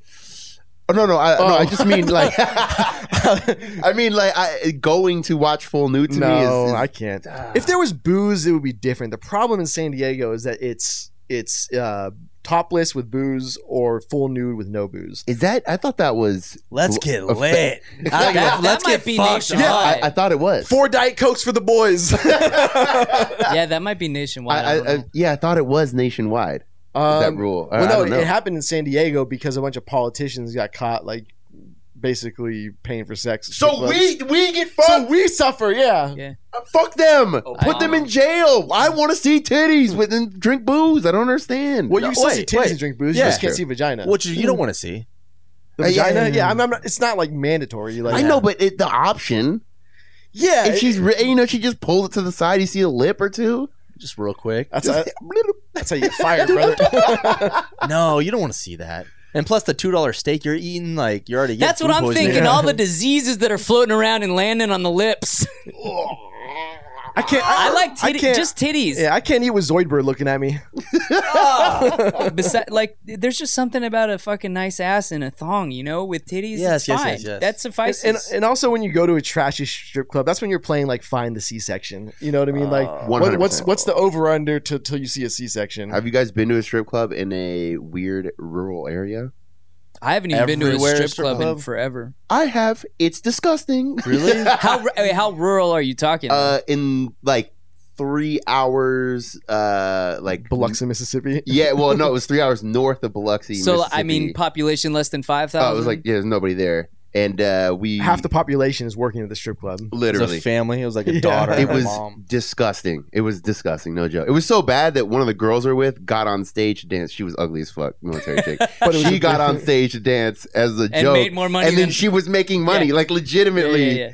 Speaker 1: Oh no no I, no
Speaker 4: Oh.
Speaker 1: I just mean like I mean like I, going to watch full nude to me
Speaker 4: no,
Speaker 1: is, is
Speaker 4: I can't. If there was booze, it would be different. The problem in San Diego is that it's it's uh, topless with booze or full nude with no booze.
Speaker 1: is that I thought that was
Speaker 2: Let's get
Speaker 1: Offe-
Speaker 2: lit. I don't give a-
Speaker 3: That-
Speaker 2: let's
Speaker 3: that might
Speaker 2: get
Speaker 3: be
Speaker 2: fucked
Speaker 3: nationwide.
Speaker 2: up.
Speaker 1: I, I thought it was
Speaker 4: Four Diet Cokes for the boys.
Speaker 3: Yeah, that might be nationwide. I
Speaker 1: I,
Speaker 3: don't
Speaker 1: I, I,
Speaker 3: know.
Speaker 1: yeah, I thought it was nationwide.
Speaker 4: Um,
Speaker 1: that rule. I- I
Speaker 4: Well,
Speaker 1: don't
Speaker 4: no,
Speaker 1: know.
Speaker 4: it happened in San Diego because a bunch of politicians got caught, like basically paying for sex. at strip
Speaker 1: so
Speaker 4: clubs.
Speaker 1: we we get
Speaker 4: so
Speaker 1: fucked.
Speaker 4: we suffer. Yeah,
Speaker 3: Yeah.
Speaker 1: fuck them. Put
Speaker 3: I-
Speaker 1: them in jail. I want to see titties with and drink booze. I don't understand.
Speaker 4: Well, you
Speaker 2: No,
Speaker 4: still see
Speaker 2: wait,
Speaker 4: titties
Speaker 2: wait.
Speaker 4: and drink booze.
Speaker 2: Yeah.
Speaker 4: You just can't
Speaker 1: True.
Speaker 4: see vagina.
Speaker 2: Which you don't want to see.
Speaker 4: the
Speaker 1: Uh, yeah,
Speaker 4: vagina?
Speaker 1: yeah,
Speaker 4: Yeah,
Speaker 1: yeah.
Speaker 4: I'm, I'm not, it's not like mandatory. Like
Speaker 1: I know, but it, the option.
Speaker 4: Yeah,
Speaker 1: If
Speaker 4: it-
Speaker 1: she's, re- you know, she just pulls it to the side. You see a lip or two.
Speaker 2: Just real quick.
Speaker 4: that's, how,
Speaker 1: Just-
Speaker 4: that's how you get fired, brother.
Speaker 2: No, you don't want to see that. And plus the two dollar steak you're eating, like you're already. getting
Speaker 3: That's what
Speaker 2: food
Speaker 3: I'm
Speaker 2: poisoning.
Speaker 3: thinking.
Speaker 4: Yeah.
Speaker 3: All the diseases that are floating around and landing on the lips.
Speaker 4: I can't.
Speaker 3: I like
Speaker 4: I
Speaker 3: titty,
Speaker 4: can't-
Speaker 3: just titties.
Speaker 4: Yeah, I can't eat with Zoidberg looking at me.
Speaker 3: Besi- like, there's just something about a fucking nice ass and a thong, you know, with titties.
Speaker 2: Yes,
Speaker 3: it's
Speaker 2: yes,
Speaker 3: fine.
Speaker 2: yes, yes.
Speaker 3: That
Speaker 4: And,
Speaker 3: suffices.
Speaker 4: and and also when you go to a trashy strip club, that's when you're playing like find the C section. You know what I mean? Like what,
Speaker 1: 100%.
Speaker 4: what's what's the over under to till you see a C section?
Speaker 1: Have you guys been to a strip club in a weird rural area?
Speaker 3: I haven't even been to a
Speaker 2: Everywhere
Speaker 3: strip,
Speaker 2: strip
Speaker 3: club, in
Speaker 2: club.
Speaker 3: forever.
Speaker 1: I have. It's disgusting.
Speaker 2: Really?
Speaker 3: How wait, how rural are you talking?
Speaker 1: uh, in like three hours, uh, like
Speaker 4: Biloxi, Mississippi.
Speaker 1: Yeah, well, no, it was three hours north of Biloxi.
Speaker 3: so I
Speaker 1: Mississippi.
Speaker 3: mean, population less than five
Speaker 1: oh,
Speaker 3: thousand.
Speaker 1: it was like yeah, there's nobody there, and uh, we
Speaker 4: Half the population is working at the strip club.
Speaker 2: It was
Speaker 1: literally
Speaker 2: a family. It was like a
Speaker 4: Yeah.
Speaker 2: daughter.
Speaker 1: it
Speaker 2: and a
Speaker 1: was
Speaker 2: mom.
Speaker 1: disgusting. It was disgusting, no joke. It was so bad that one of the girls we we're with got on stage to dance. She was ugly as fuck, military chick.
Speaker 4: But it was
Speaker 1: she
Speaker 4: a-
Speaker 1: got on stage to dance as a
Speaker 3: and
Speaker 1: joke,
Speaker 3: made more money
Speaker 1: and then
Speaker 3: than
Speaker 1: she was making money,
Speaker 3: Yeah.
Speaker 1: like
Speaker 3: Yeah,
Speaker 1: legitimately.
Speaker 3: yeah, yeah.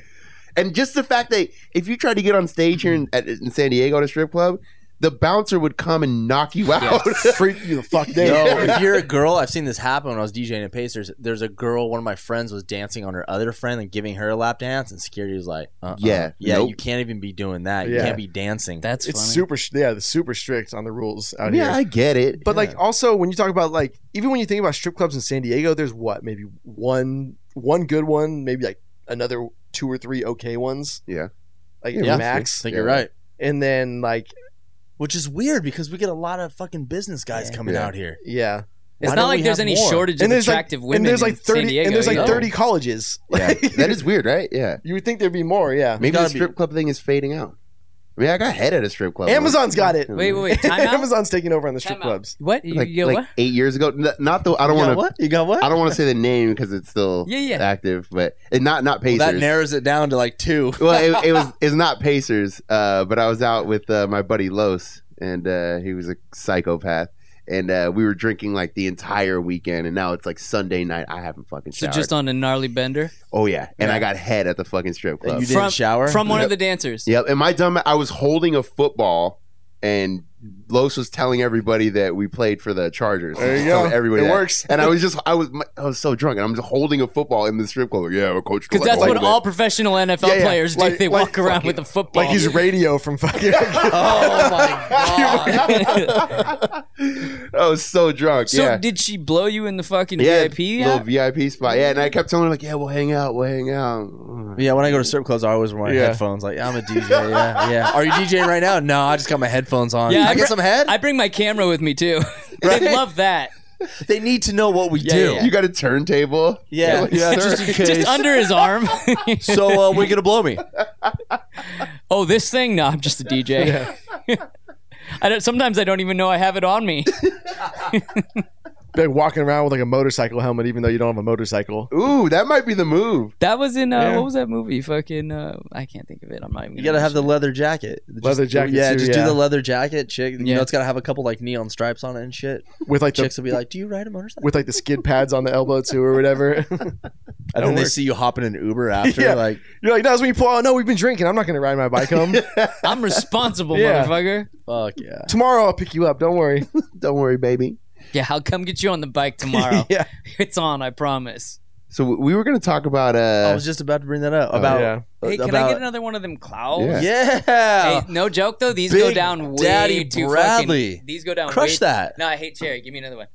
Speaker 1: And just the fact that if you tried to get on stage here in, at, in San Diego at a strip club, the bouncer would come and knock you out.
Speaker 4: freak you the fuck down.
Speaker 2: Yo, if you're a girl, I've seen this happen when I was DJing at Pacers. There's a girl, one of my friends was dancing on her other friend and giving her a lap dance, and security was like, uh-uh.
Speaker 1: Yeah,
Speaker 2: yeah,
Speaker 1: nope.
Speaker 2: you can't even be doing that. You
Speaker 4: Yeah.
Speaker 2: can't be dancing.
Speaker 3: That's
Speaker 4: it's
Speaker 3: funny.
Speaker 4: super. Yeah, the super strict on the rules out
Speaker 1: yeah,
Speaker 4: here.
Speaker 1: I get it,
Speaker 4: But
Speaker 1: Yeah.
Speaker 4: like also when you talk about like even when you think about strip clubs in San Diego, there's what maybe one one good one, maybe like another two or three okay ones.
Speaker 1: Yeah.
Speaker 4: like
Speaker 2: Yeah. I
Speaker 4: max.
Speaker 2: think you're right.
Speaker 4: And then like
Speaker 2: Which is weird because we get a lot of fucking business guys
Speaker 3: Yeah.
Speaker 2: coming
Speaker 1: Yeah.
Speaker 2: out here.
Speaker 4: yeah,
Speaker 3: It's
Speaker 2: Why
Speaker 3: not
Speaker 2: don't
Speaker 3: like
Speaker 2: we
Speaker 3: there's
Speaker 2: have
Speaker 3: any
Speaker 2: more?
Speaker 3: shortage
Speaker 4: And
Speaker 3: of
Speaker 4: there's, like-
Speaker 3: attractive women.
Speaker 4: and there's like
Speaker 3: in
Speaker 4: thirty
Speaker 3: San Diego,
Speaker 4: and there's like
Speaker 3: you know?
Speaker 4: thirty colleges.
Speaker 1: Yeah, that is weird, right? Yeah,
Speaker 4: You would think there'd be more. Yeah,
Speaker 1: maybe
Speaker 2: gotta
Speaker 1: the
Speaker 2: be-
Speaker 1: strip club thing is fading out. I mean, I got head at a strip club.
Speaker 4: Amazon's got it.
Speaker 3: Wait, wait, wait. Time out?
Speaker 4: Amazon's taking over on the strip
Speaker 3: Time out.
Speaker 4: clubs.
Speaker 3: What? You,
Speaker 1: Like,
Speaker 3: you
Speaker 1: like
Speaker 3: what?
Speaker 1: eight years ago. N- Not the. I don't
Speaker 2: You got
Speaker 1: want to.
Speaker 2: what? You got what?
Speaker 1: I don't want to say the name because it's still
Speaker 3: Yeah, yeah.
Speaker 1: active, but and not not Pacers.
Speaker 2: Well, that narrows it down to like two.
Speaker 1: well, it, it was it's not Pacers, uh, but I was out with uh, my buddy Los, and uh, he was a psychopath, and uh, we were drinking like the entire weekend, and now it's like Sunday night. I haven't fucking
Speaker 3: So
Speaker 1: showered.
Speaker 3: just on a gnarly bender
Speaker 1: oh yeah, and
Speaker 2: Yeah.
Speaker 1: I got head at the fucking strip
Speaker 2: And
Speaker 1: club.
Speaker 2: you didn't
Speaker 3: From-
Speaker 2: shower
Speaker 3: from one of
Speaker 1: Yep.
Speaker 3: the dancers.
Speaker 1: Yep, and my dumb, I was holding a football, and Los was telling everybody that we played for the Chargers.
Speaker 4: There you
Speaker 1: Just telling
Speaker 4: go.
Speaker 1: Everybody
Speaker 4: it
Speaker 1: that.
Speaker 4: works.
Speaker 1: And I was just, I was, I was so drunk, and I'm just holding a football in the strip club. Like, yeah, our coach.
Speaker 3: Because
Speaker 1: told
Speaker 3: that's
Speaker 1: us to
Speaker 3: what
Speaker 1: hold
Speaker 3: all
Speaker 1: it.
Speaker 3: professional NFL
Speaker 1: Yeah, yeah.
Speaker 3: players do.
Speaker 4: Like-
Speaker 3: they
Speaker 4: like
Speaker 3: walk around
Speaker 4: fucking-
Speaker 3: with a football.
Speaker 4: Like he's radio from fucking.
Speaker 2: Oh my
Speaker 3: God.
Speaker 1: I was so drunk.
Speaker 3: so
Speaker 1: yeah.
Speaker 3: did she blow you in the fucking
Speaker 1: yeah,
Speaker 3: VIP?
Speaker 1: little
Speaker 3: app?
Speaker 1: VIP spot. Yeah, and I kept telling her like, "Yeah, we'll hang out. We'll hang out."
Speaker 2: Yeah, when I go to strip clubs, I always wear my
Speaker 4: Yeah.
Speaker 2: headphones. Like, I'm a DJ. Yeah, yeah. Are you DJing right now? No, I just got my headphones on. Yeah, I,
Speaker 3: br-
Speaker 2: get some head.
Speaker 3: I bring my camera with me too.
Speaker 2: Right?
Speaker 3: they love that.
Speaker 2: they need to know what we
Speaker 3: Yeah,
Speaker 2: do.
Speaker 3: yeah,
Speaker 1: You got a turntable?
Speaker 2: Yeah,
Speaker 1: like,
Speaker 2: yeah,
Speaker 1: sir.
Speaker 2: just in case.
Speaker 3: Just under his arm.
Speaker 2: so, uh, when you gonna blow me?
Speaker 3: oh, this thing? No, I'm just a DJ. I don't, sometimes I don't even know I have it on me.
Speaker 4: Like walking around with like a motorcycle helmet, even though you don't have a motorcycle.
Speaker 1: Ooh, that might be the move.
Speaker 3: That was in uh,
Speaker 4: Yeah.
Speaker 3: what was that movie? Fucking uh, I can't think of it. I'm not even.
Speaker 2: You
Speaker 3: gonna
Speaker 2: gotta have the
Speaker 3: mention
Speaker 2: leather jacket. Just-
Speaker 4: Leather jacket
Speaker 2: Yeah,
Speaker 4: too,
Speaker 2: just do
Speaker 4: yeah.
Speaker 2: the leather jacket, chick. You
Speaker 3: Yeah.
Speaker 2: know, it's gotta have a couple like neon stripes on it and shit.
Speaker 4: With like the
Speaker 2: Chicks will be like, "Do you ride a motorcycle?"
Speaker 4: with like the skid pads on the elbow too, or whatever.
Speaker 2: And then
Speaker 4: That'll
Speaker 2: they
Speaker 4: work.
Speaker 2: see you hopping an Uber after.
Speaker 4: Yeah.
Speaker 2: Like,
Speaker 4: You're like, no, that's when you pull out. No, we've been drinking. I'm not gonna ride my bike home.
Speaker 3: it. I'm responsible,
Speaker 4: Yeah.
Speaker 3: motherfucker.
Speaker 2: fuck yeah.
Speaker 4: Tomorrow I'll pick you up. Don't worry.
Speaker 1: Don't worry, baby.
Speaker 3: Yeah, I'll come get you on the bike tomorrow.
Speaker 4: yeah.
Speaker 3: It's on, I promise.
Speaker 1: So we were gonna talk about.
Speaker 2: I
Speaker 1: Uh,
Speaker 2: was just about to bring that up
Speaker 1: Oh,
Speaker 2: about.
Speaker 4: yeah.
Speaker 3: Hey, can I
Speaker 2: about-
Speaker 3: get another one of them clouds?
Speaker 1: Yeah.
Speaker 2: Yeah.
Speaker 3: Hey, no joke though, these go
Speaker 2: Big
Speaker 3: down way
Speaker 2: Daddy
Speaker 3: too
Speaker 2: Bradley.
Speaker 3: fucking. These go down. way-
Speaker 2: Crush that.
Speaker 3: No, I hate cherry. Give me another one.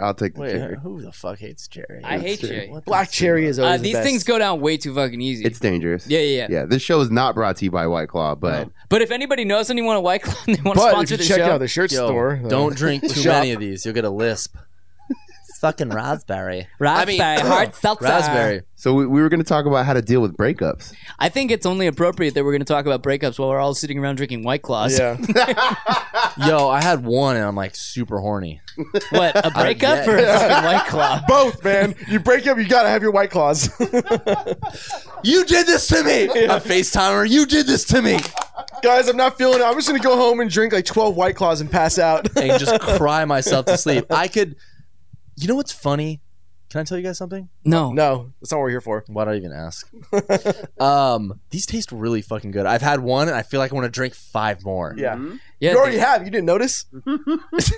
Speaker 1: I'll take the
Speaker 2: Wait,
Speaker 1: cherry.
Speaker 2: who the fuck hates Jerry?
Speaker 3: I hate Jerry.
Speaker 4: Black cherry is always
Speaker 3: Uh,
Speaker 4: the
Speaker 3: these
Speaker 4: best.
Speaker 3: things go down way too fucking easy.
Speaker 1: It's dangerous.
Speaker 3: yeah, yeah, yeah,
Speaker 1: Yeah, this show is not brought to you by White Claw, but
Speaker 3: But if anybody knows anyone at White Claw and they want to
Speaker 4: But if
Speaker 3: sponsor
Speaker 4: you
Speaker 3: the
Speaker 4: check
Speaker 3: show,
Speaker 4: out the shirt
Speaker 2: Yo,
Speaker 4: store, uh,
Speaker 2: Don't drink too
Speaker 4: shop.
Speaker 2: many of these. You'll get a lisp. It's fucking raspberry.
Speaker 3: raspberry
Speaker 2: I mean,
Speaker 3: hard seltzer.
Speaker 2: raspberry.
Speaker 1: so we, we were going to talk about how to deal with breakups.
Speaker 3: I think it's only appropriate that we're going to talk about breakups while we're all sitting around drinking White Claws.
Speaker 4: Yeah.
Speaker 2: Yo, I had one and I'm like super horny.
Speaker 3: What a breakup
Speaker 2: yeah.
Speaker 3: or a fucking White Claw?
Speaker 4: Both, man. You break up, you gotta have your white claws.
Speaker 2: You did this to me. A FaceTimer. You did this to me.
Speaker 4: Guys, I'm not feeling it. I'm just gonna go home and drink like 12 white claws and pass out.
Speaker 2: And just cry myself to sleep. I could. You know what's funny? Can I tell you guys something?
Speaker 3: No.
Speaker 4: no, that's not what we're here for.
Speaker 2: Why do I even ask? um, these taste really fucking good. I've had one and I feel like I want to drink five more.
Speaker 4: Yeah.
Speaker 3: Mm-hmm. Yeah,
Speaker 4: you already
Speaker 3: they-
Speaker 4: have. You didn't notice?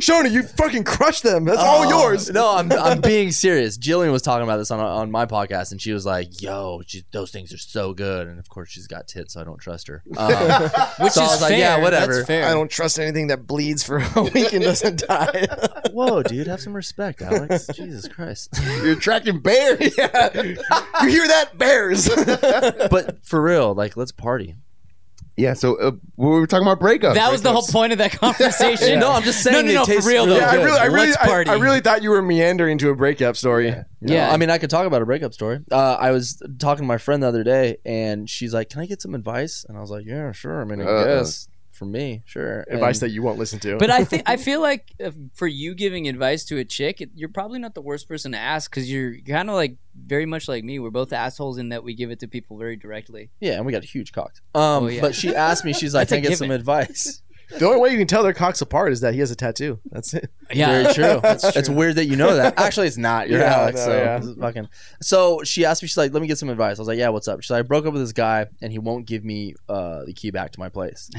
Speaker 4: Shona, you fucking crushed them. That's all
Speaker 2: Oh,
Speaker 4: yours.
Speaker 2: No, I'm, I'm being serious. Jillian was talking about this on on my podcast, and she was like, "Yo, she, those things are so good." And of course, she's got tits, so I don't trust her. Um,
Speaker 3: which
Speaker 2: So I
Speaker 3: is
Speaker 2: was like,
Speaker 3: fair.
Speaker 2: yeah, whatever.
Speaker 3: That's fair.
Speaker 4: I don't trust anything that bleeds for a week and doesn't die.
Speaker 2: whoa, dude, have some respect, Alex. Jesus Christ.
Speaker 1: You're attracting bears.
Speaker 4: you hear that? Bears.
Speaker 2: But for real, like, let's party.
Speaker 1: Yeah, so uh, we were talking about breakups.
Speaker 3: that was the whole point of that conversation.
Speaker 2: No, I'm just saying.
Speaker 3: No, no,
Speaker 2: they
Speaker 3: no, for
Speaker 2: taste
Speaker 3: real,
Speaker 2: really
Speaker 3: though.
Speaker 4: yeah, I
Speaker 2: good.
Speaker 4: really, I really,
Speaker 3: Let's
Speaker 4: I,
Speaker 3: party.
Speaker 4: I really thought you were meandering to a breakup story.
Speaker 2: Yeah,
Speaker 3: Yeah.
Speaker 2: I mean, I could talk about a breakup story. Uh, I was talking to my friend the other day, and she's like, "Can I get some advice?" And I was like, "Yeah, sure. I mean, I
Speaker 1: Uh-uh.
Speaker 2: guess for me, sure."
Speaker 4: Advice
Speaker 2: And-
Speaker 4: that you won't listen to.
Speaker 3: But I think I feel like if, for you giving advice to a chick, it, you're probably not the worst person to ask because you're kind of like very much like me. We're both assholes in that we give it to people very directly.
Speaker 2: yeah, and we got huge cocks. Um,
Speaker 3: Oh, yeah.
Speaker 2: but she asked me, she's like,
Speaker 3: That's a
Speaker 2: "Can I get some
Speaker 3: given.
Speaker 2: advice?"
Speaker 4: the only way you can tell their cocks apart is that he has a tattoo. That's it.
Speaker 2: Very true.
Speaker 4: That's
Speaker 2: It's weird that you know that. Actually, it's not. You're
Speaker 4: Yeah,
Speaker 2: Alex.
Speaker 4: no,
Speaker 2: so
Speaker 4: yeah.
Speaker 2: this is fucking. So she asked me. She's like, "Let me get some advice." I was like, "Yeah, what's up?" She's like, "I broke up with this guy, and he won't give me uh, the key back to my place.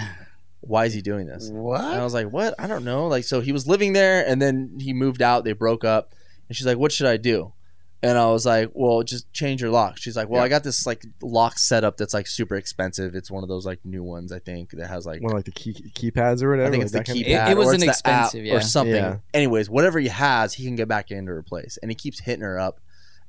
Speaker 2: Why is he doing this?" And I
Speaker 1: What?
Speaker 2: was like, "What? I don't know." Like, so he was living there, and then he moved out. They broke up, and she's like, "What should I do?" And I was like, "Well, just change your lock." She's like, "Well,
Speaker 1: Yeah.
Speaker 2: I got this like lock setup that's like super expensive. It's one of those like new ones, I think, that has like
Speaker 4: One of, like the key keypads or whatever.
Speaker 2: I
Speaker 4: like
Speaker 2: think it's the
Speaker 4: that kind of-
Speaker 2: keypad.
Speaker 3: thing. It- it was
Speaker 2: or
Speaker 3: an
Speaker 2: it's the app
Speaker 3: expensive, yeah.
Speaker 2: or something.
Speaker 4: Yeah.
Speaker 2: Anyways, whatever he has, he can get back in to replace, and he keeps hitting her up.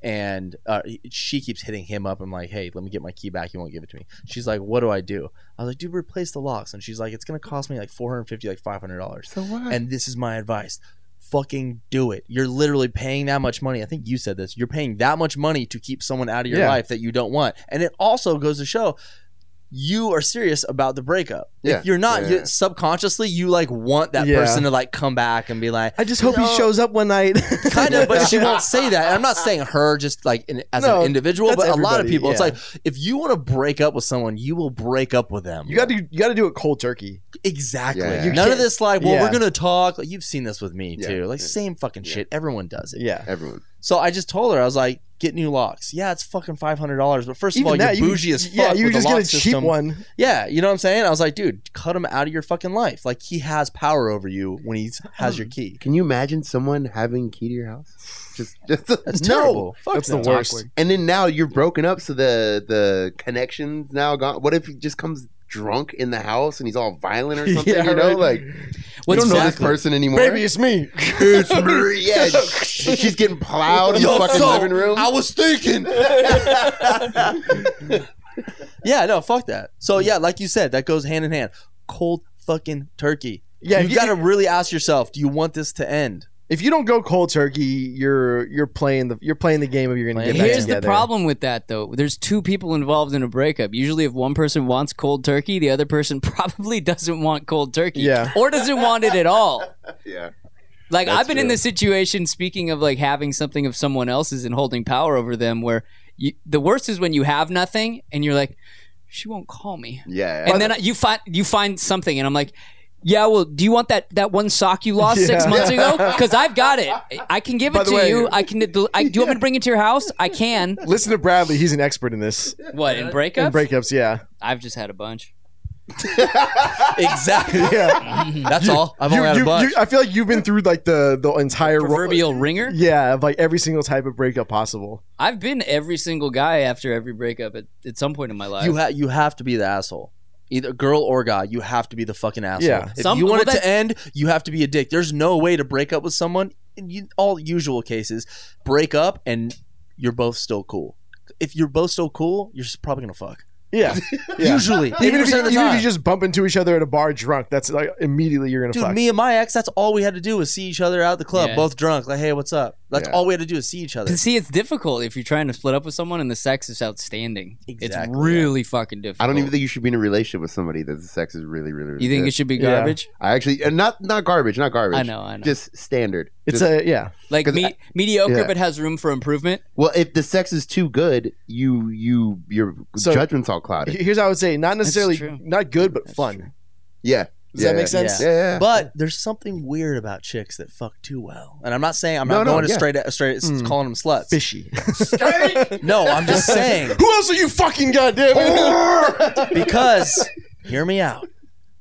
Speaker 2: and uh, he- she keeps hitting him up. I'm like, hey, let me get my key back. He won't give it to me. She's like, what do I do? I was like, dude, replace the locks. And she's like, it's gonna cost me like 450, like 500 dollars.
Speaker 1: So what?
Speaker 2: And this is my advice. Fucking do it. You're literally paying that much money. I think you said this. You're paying that much money to keep someone out of your
Speaker 4: Yeah.
Speaker 2: life that you don't want. And it also goes to show you are serious about the breakup.
Speaker 1: Yeah.
Speaker 2: If you're not,
Speaker 1: Yeah,
Speaker 2: you-
Speaker 1: yeah.
Speaker 2: subconsciously you like want that
Speaker 4: Yeah.
Speaker 2: person to like come back and be like,
Speaker 4: I just hope
Speaker 2: No.
Speaker 4: he shows up one night.
Speaker 2: kind of, but she won't say that. And I'm not saying her just like in, as
Speaker 4: No,
Speaker 2: an individual,
Speaker 4: that's
Speaker 2: but a lot of
Speaker 4: everybody,
Speaker 2: people. It's
Speaker 4: yeah.
Speaker 2: like if you want to break up with someone, you will break up with them.
Speaker 4: You got to you got to do it cold turkey.
Speaker 2: Exactly.
Speaker 1: Yeah, yeah.
Speaker 4: You
Speaker 2: None of
Speaker 4: can't-
Speaker 2: this like, well, we're
Speaker 4: Yeah.
Speaker 2: gonna talk. Like, you've seen this with me
Speaker 1: Yeah.
Speaker 2: too. Like
Speaker 1: Yeah.
Speaker 2: same fucking
Speaker 1: Yeah.
Speaker 2: shit. Everyone does it.
Speaker 4: Yeah.
Speaker 1: Everyone.
Speaker 2: So I just told her, I was like, get new locks. Yeah, it's fucking five hundred dollars. But first of all,
Speaker 4: that,
Speaker 2: you're bougie as fuck.
Speaker 4: Yeah, you
Speaker 2: with
Speaker 4: just
Speaker 2: a
Speaker 4: get
Speaker 2: lock
Speaker 4: a cheap
Speaker 2: system.
Speaker 4: one.
Speaker 2: Yeah, you know what I'm saying? I was like, dude, cut him out of your fucking life. Like he has power over you when he has your key.
Speaker 1: Can you imagine someone having key to your house? Just, just
Speaker 2: That's
Speaker 1: no.
Speaker 2: terrible. Fuck
Speaker 4: That's
Speaker 2: no.
Speaker 4: the worst.
Speaker 1: And then now you're broken up, so the the connections now gone. What if he just comes drunk in the house and he's all violent or something?
Speaker 4: Yeah,
Speaker 1: you know,
Speaker 4: right.
Speaker 1: like
Speaker 3: What's
Speaker 1: you don't know this
Speaker 3: exactly-
Speaker 1: person anymore.
Speaker 4: Baby, it's me.
Speaker 1: It's me. Yeah, sh- she's getting plowed in the
Speaker 2: Yo,
Speaker 1: fucking
Speaker 2: so,
Speaker 1: living room.
Speaker 2: I was thinking. yeah, no, fuck that. So yeah, like you said, that goes hand in hand. Cold fucking turkey.
Speaker 4: Yeah, if
Speaker 2: you
Speaker 4: you,
Speaker 2: got to really ask yourself, do you want this to end?
Speaker 4: if you don't go cold turkey, you're you're playing the you're playing the game of you're gonna
Speaker 2: Playing
Speaker 4: get back
Speaker 3: Here's the
Speaker 4: together.
Speaker 3: problem with that, though. There's two people involved in a breakup. Usually, if one person wants cold turkey, the other person probably doesn't want cold turkey,
Speaker 4: Yeah.
Speaker 3: or doesn't want it at all.
Speaker 1: yeah,
Speaker 3: Like
Speaker 1: That's
Speaker 3: I've been in
Speaker 1: true.
Speaker 3: this situation. Speaking of like having something of someone else's and holding power over them, where you, the worst is when you have nothing and you're like, she won't call me,
Speaker 1: yeah.
Speaker 3: and then I- you find you find something, and I'm like. Yeah, well, do you want that, that one sock you lost six
Speaker 4: Yeah.
Speaker 3: months ago? Because I've got it. I can give
Speaker 4: By
Speaker 3: it
Speaker 4: the
Speaker 3: to
Speaker 4: way-
Speaker 3: you. I can. del- I, do you want me to bring it to your house? I can.
Speaker 4: Listen to Bradley. He's an expert in this.
Speaker 3: What in breakups?
Speaker 4: In breakups, yeah,
Speaker 3: I've just had a bunch.
Speaker 2: Exactly.
Speaker 4: yeah.
Speaker 2: That's all. I've
Speaker 4: You-
Speaker 2: only had a
Speaker 4: you-
Speaker 2: bunch.
Speaker 4: you- I feel like you've been through like the the entire ro-
Speaker 3: Proverbial ringer.
Speaker 4: Yeah, of like every single type of breakup possible.
Speaker 3: I've been every single guy after every breakup at, at some point in my life.
Speaker 2: You, ha- you have to be the asshole. Either girl or guy, you have to be the fucking asshole.
Speaker 4: Yeah.
Speaker 2: If
Speaker 3: Some-
Speaker 2: you want
Speaker 3: well,
Speaker 2: it to
Speaker 3: that's-
Speaker 2: end, you have to be a dick. There's no way to break up with someone. In you- all usual cases, break up and you're both still cool. If you're both still cool, you're just probably gonna fuck.
Speaker 4: Yeah, Yeah.
Speaker 2: Usually,
Speaker 4: even if
Speaker 2: 80%
Speaker 4: you,
Speaker 2: of
Speaker 4: even
Speaker 2: the
Speaker 4: if
Speaker 2: time.
Speaker 4: you just bump into each other at a bar drunk, that's like immediately you're gonna
Speaker 2: Dude,
Speaker 4: fuck.
Speaker 2: me and my ex, that's all we had to do was see each other out at the club,
Speaker 3: Yeah.
Speaker 2: both drunk. Like, hey, what's up? That's
Speaker 1: Yeah.
Speaker 2: all we had to do is see each other.
Speaker 3: But see, it's difficult if you're trying to split up with someone and the sex is outstanding.
Speaker 2: Exactly,
Speaker 3: it's really fucking difficult.
Speaker 1: I don't even think you should be in a relationship with somebody that the sex is really, really. really
Speaker 3: you think
Speaker 1: good.
Speaker 3: it should be
Speaker 4: Yeah.
Speaker 3: garbage.
Speaker 1: I actually and not not garbage, not garbage.
Speaker 3: I know, I know.
Speaker 1: Just standard.
Speaker 4: it's
Speaker 1: Just-
Speaker 4: a yeah.
Speaker 3: like
Speaker 1: 'cause
Speaker 3: me-
Speaker 1: I-
Speaker 3: mediocre,
Speaker 1: yeah.
Speaker 3: but has room for improvement.
Speaker 1: well, if the sex is too good, you you your
Speaker 4: So-
Speaker 1: judgment's all clouded.
Speaker 4: Here's how I would say: not necessarily
Speaker 3: true.
Speaker 4: not good, but
Speaker 3: That's
Speaker 4: fun.
Speaker 3: true.
Speaker 1: Yeah.
Speaker 4: Does
Speaker 1: yeah,
Speaker 4: that make sense?
Speaker 1: Yeah, yeah.
Speaker 2: But there's something weird about chicks that fuck too well. And I'm not saying I'm
Speaker 1: No,
Speaker 2: not
Speaker 1: no,
Speaker 2: going to
Speaker 1: yeah.
Speaker 2: straight straight s-
Speaker 3: Hmm.
Speaker 4: Mm.
Speaker 2: calling them sluts.
Speaker 4: Fishy.
Speaker 2: No, I'm just saying
Speaker 4: Who else are you fucking goddamn?
Speaker 2: because hear me out.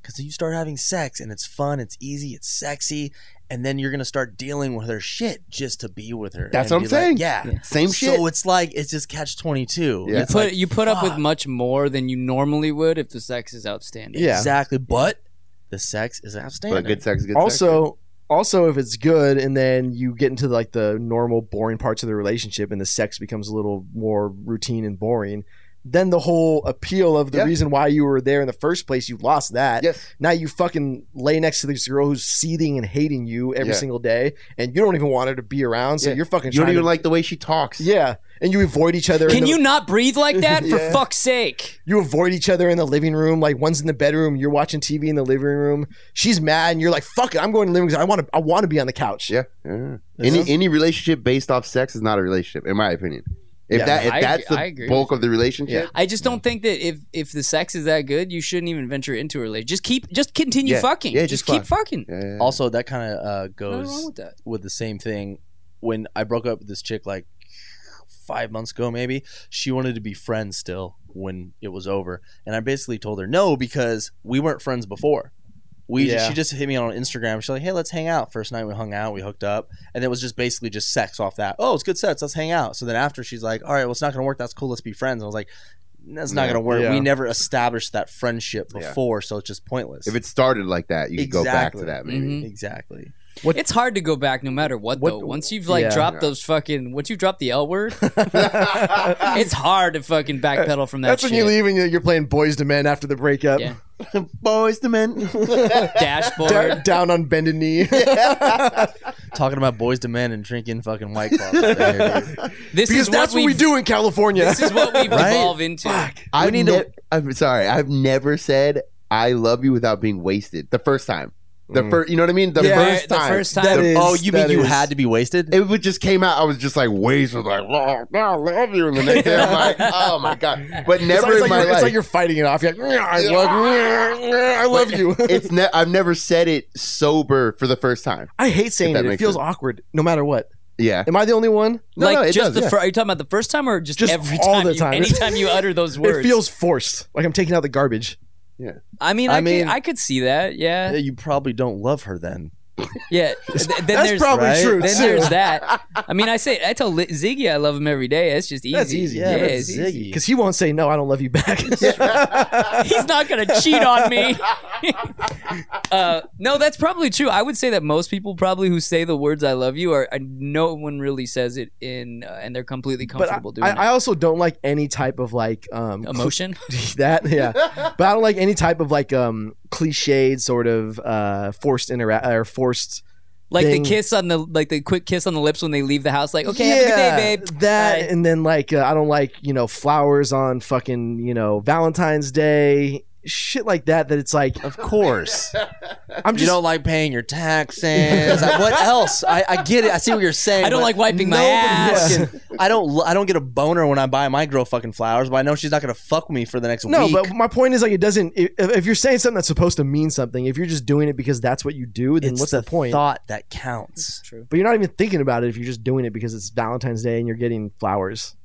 Speaker 2: Because you start having sex and it's fun, it's easy, it's sexy, and then you're gonna start dealing with her shit just to be with her.
Speaker 1: That's
Speaker 2: and
Speaker 1: what
Speaker 2: be
Speaker 1: I'm saying.
Speaker 2: like, yeah.
Speaker 1: Same shit.
Speaker 2: So it's like it's just catch twenty two.
Speaker 1: Yeah.
Speaker 3: You put you put up with
Speaker 2: fuck.
Speaker 3: much more than you normally would if the sex is outstanding.
Speaker 4: Yeah.
Speaker 2: Exactly. But the sex is outstanding.
Speaker 1: but good sex is good sex.
Speaker 4: also, also if it's good, and then you get into like the normal boring parts of the relationship, and the sex becomes a little more routine and boring. Then the whole appeal of the
Speaker 1: Yeah.
Speaker 4: reason why you were there in the first place, you lost that.
Speaker 1: Yes.
Speaker 4: Now you fucking lay next to this girl who's seething and hating you every
Speaker 1: Yeah.
Speaker 4: single day, and you don't even want her to be around. So
Speaker 1: Yeah.
Speaker 4: you're fucking.
Speaker 1: You don't
Speaker 4: trying
Speaker 1: even
Speaker 4: to,
Speaker 1: like the way she talks.
Speaker 4: Yeah, and you avoid each other. in
Speaker 3: Can
Speaker 4: the-
Speaker 3: you not breathe like that? For
Speaker 4: Yeah.
Speaker 3: fuck's sake.
Speaker 4: you avoid each other in the living room. Like one's in the bedroom, you're watching TV in the living room. She's mad, and you're like, "Fuck it, I'm going to the living room. 'cause I want to. I want to be on the couch."
Speaker 1: Yeah. yeah.
Speaker 4: You
Speaker 1: Any
Speaker 4: know?
Speaker 1: any relationship based off sex is not a relationship, in my opinion. If
Speaker 4: Yeah.
Speaker 1: that if
Speaker 3: I
Speaker 1: that's
Speaker 3: ag- I
Speaker 1: the
Speaker 3: agree
Speaker 1: bulk of the relationship,
Speaker 3: I just don't think that if if the sex is that good, you shouldn't even venture into a relationship. Just keep just continue
Speaker 1: Yeah.
Speaker 3: fucking.
Speaker 1: Yeah, just
Speaker 3: just, keep fucking.
Speaker 1: yeah. yeah.
Speaker 2: Also, that kind of uh,
Speaker 3: Nothing wrong
Speaker 2: goes
Speaker 3: with that.
Speaker 2: with the same thing. When I broke up with this chick like five months ago, maybe she wanted to be friends still when it was over, and I basically told her no because we weren't friends before. We
Speaker 4: Yeah.
Speaker 2: she just hit me on Instagram. She's like, "Hey, let's hang out." First night we hung out, we hooked up, and it was just basically just sex off that. Oh, it's good sex. Let's hang out. So then after she's like, "All right, well, it's not gonna work. That's cool. Let's be friends." I was like. That's not
Speaker 1: Yeah.
Speaker 2: gonna work.
Speaker 4: Yeah.
Speaker 2: We never established that friendship
Speaker 1: Yeah.
Speaker 2: before, so it's just pointless.
Speaker 1: if it started like that, you could go back
Speaker 2: Exactly. Mm-hmm.
Speaker 1: to that maybe.
Speaker 3: Mhm.
Speaker 2: exactly,
Speaker 4: What-
Speaker 3: It's hard to go back no matter what,
Speaker 4: What-
Speaker 3: though. Once you've like
Speaker 4: Yeah.
Speaker 3: dropped
Speaker 1: Yeah.
Speaker 3: those fucking once you drop the L word,
Speaker 4: That's
Speaker 3: it's hard to fucking backpedal from that shit.
Speaker 4: when you leave and you're- you're playing Boys to Men after the breakup.
Speaker 3: Yeah.
Speaker 1: Boys the men.
Speaker 4: Da-
Speaker 3: Dashboard.
Speaker 4: down on bended knee.
Speaker 2: Talking about boys to men and drinking fucking white claws. out there, dude.
Speaker 3: This
Speaker 4: because
Speaker 3: is what
Speaker 4: that's what we
Speaker 3: we've-
Speaker 4: do in California.
Speaker 3: This is what we've
Speaker 2: Right?
Speaker 3: evolved into.
Speaker 1: I need
Speaker 2: need to-
Speaker 1: ne- I'm sorry. I've never said I love you without being wasted. The first time. The
Speaker 4: Mm.
Speaker 1: first. You know what I mean? The
Speaker 4: Yeah.
Speaker 1: first
Speaker 3: The
Speaker 1: time.
Speaker 3: first time.
Speaker 4: That
Speaker 1: The-
Speaker 4: is-
Speaker 2: oh, you mean
Speaker 4: that
Speaker 2: you
Speaker 4: is-
Speaker 2: had to be wasted?
Speaker 1: It would just came out. I was just like wasted, like "Oh, I love you, and the next day I'm like, oh my god. But
Speaker 4: It's
Speaker 1: never
Speaker 4: like, it's
Speaker 1: in
Speaker 4: like
Speaker 1: my
Speaker 4: you're,
Speaker 1: life.
Speaker 4: it's like you're fighting it off. You're like, "Yeah, I love, yeah, I love you.
Speaker 1: it's ne- I've never said it sober for the first time.
Speaker 4: I hate saying
Speaker 1: If
Speaker 4: it.
Speaker 1: that
Speaker 4: It
Speaker 1: makes
Speaker 4: feels
Speaker 1: sense.
Speaker 4: awkward, no matter what.
Speaker 1: Yeah.
Speaker 4: Am I the only one?
Speaker 1: No,
Speaker 3: like
Speaker 1: no, it
Speaker 3: just
Speaker 1: does,
Speaker 3: the
Speaker 1: yeah.
Speaker 3: fir- are you talking about the first time or just,
Speaker 4: Just
Speaker 3: every
Speaker 4: all
Speaker 3: time?
Speaker 4: the
Speaker 3: you-
Speaker 4: time.
Speaker 3: anytime you utter those words,
Speaker 4: It feels forced. Like I'm taking out the garbage.
Speaker 3: I mean,
Speaker 2: I
Speaker 3: I, could-
Speaker 2: mean-
Speaker 3: I could see that.
Speaker 2: Yeah,
Speaker 3: Yeah,
Speaker 2: you probably don't love her then.
Speaker 3: yeah. Th- then
Speaker 4: That's
Speaker 3: there's,
Speaker 4: probably
Speaker 2: right?
Speaker 4: true.
Speaker 3: Then
Speaker 4: too.
Speaker 3: there's that. I mean, I say I tell Li- Ziggy I love him every day. That's just easy.
Speaker 4: That's easy.
Speaker 3: Yeah,
Speaker 4: Yeah, that's
Speaker 3: it's easy.
Speaker 2: Ziggy.
Speaker 4: because he won't say no. I don't love you back.
Speaker 3: He's not gonna cheat on me. uh, no, that's probably true. I would say that most people probably who say the words "I love you" are uh, no one really says it in, uh, and they're completely
Speaker 4: but I,
Speaker 3: comfortable doing
Speaker 4: I,
Speaker 3: it.
Speaker 4: I also don't like any type of like um cl-
Speaker 3: Emotion.
Speaker 4: that yeah. But I don't like any type of like um cliched sort of uh forced interact or forced.
Speaker 3: like
Speaker 4: thing.
Speaker 3: the kiss on the like the quick kiss on the lips when they leave the house like okay have a good day babe
Speaker 4: That
Speaker 3: Bye.
Speaker 4: and then like uh, I don't like you know flowers on fucking you know Valentine's Day shit like that. That it's like
Speaker 2: Of course.
Speaker 4: I'm
Speaker 2: you
Speaker 4: just
Speaker 2: don't like paying your taxes. Like, what else? I, I get it. I see what you're saying.
Speaker 3: I don't
Speaker 2: but
Speaker 3: like wiping my
Speaker 2: nobody
Speaker 3: ass.
Speaker 2: fucking- I don't. lo- I don't get a boner when I buy my girl fucking flowers, but I know she's not gonna fuck me for the next
Speaker 4: no.
Speaker 2: week.
Speaker 4: But my point is like it doesn't. If, if you're saying something that's supposed to mean something, if you're just doing it because that's what you do, then
Speaker 2: it's
Speaker 4: what's
Speaker 2: the,
Speaker 4: the, point?
Speaker 2: thought that counts.
Speaker 3: true
Speaker 4: But you're not even thinking about it if you're just doing it because it's Valentine's Day and you're getting flowers.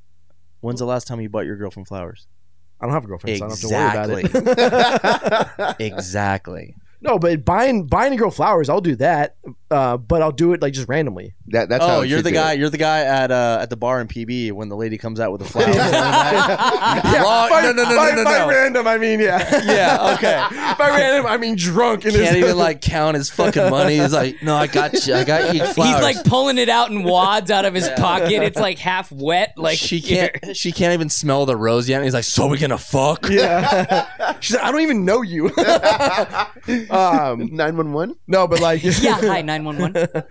Speaker 2: When's the last time you bought your girlfriend flowers?
Speaker 4: I don't have a girlfriend, so I don't have to worry about it.
Speaker 2: Exactly.
Speaker 4: no, but buying buying a girl flowers, I'll do that. Uh, but I'll do it like just randomly.
Speaker 1: That, that's how
Speaker 2: oh,
Speaker 1: it
Speaker 2: you're
Speaker 1: should
Speaker 2: the
Speaker 1: be.
Speaker 2: guy. You're the guy at uh, at the bar in PB when the lady comes out with the flowers.
Speaker 4: Yeah,
Speaker 2: Wrong-
Speaker 4: by-
Speaker 2: Oh, no, no, no,
Speaker 4: by-
Speaker 2: no, no,
Speaker 4: by
Speaker 2: no.
Speaker 4: random, I mean, yeah.
Speaker 2: Yeah, okay.
Speaker 4: by random, I mean drunk. And
Speaker 2: Can't even like count his fucking money. He's like, no, I got you. I got you. Flowers.
Speaker 3: he's like pulling it out in wads out of his
Speaker 2: Yeah.
Speaker 3: pocket it's like half wet like
Speaker 2: she can't. She can't even smell the rose yet. And he's like, so we gonna fuck?
Speaker 4: yeah. She's like, I don't even know you. um,
Speaker 1: Nine one one.
Speaker 4: no, but like,
Speaker 3: yeah hi 911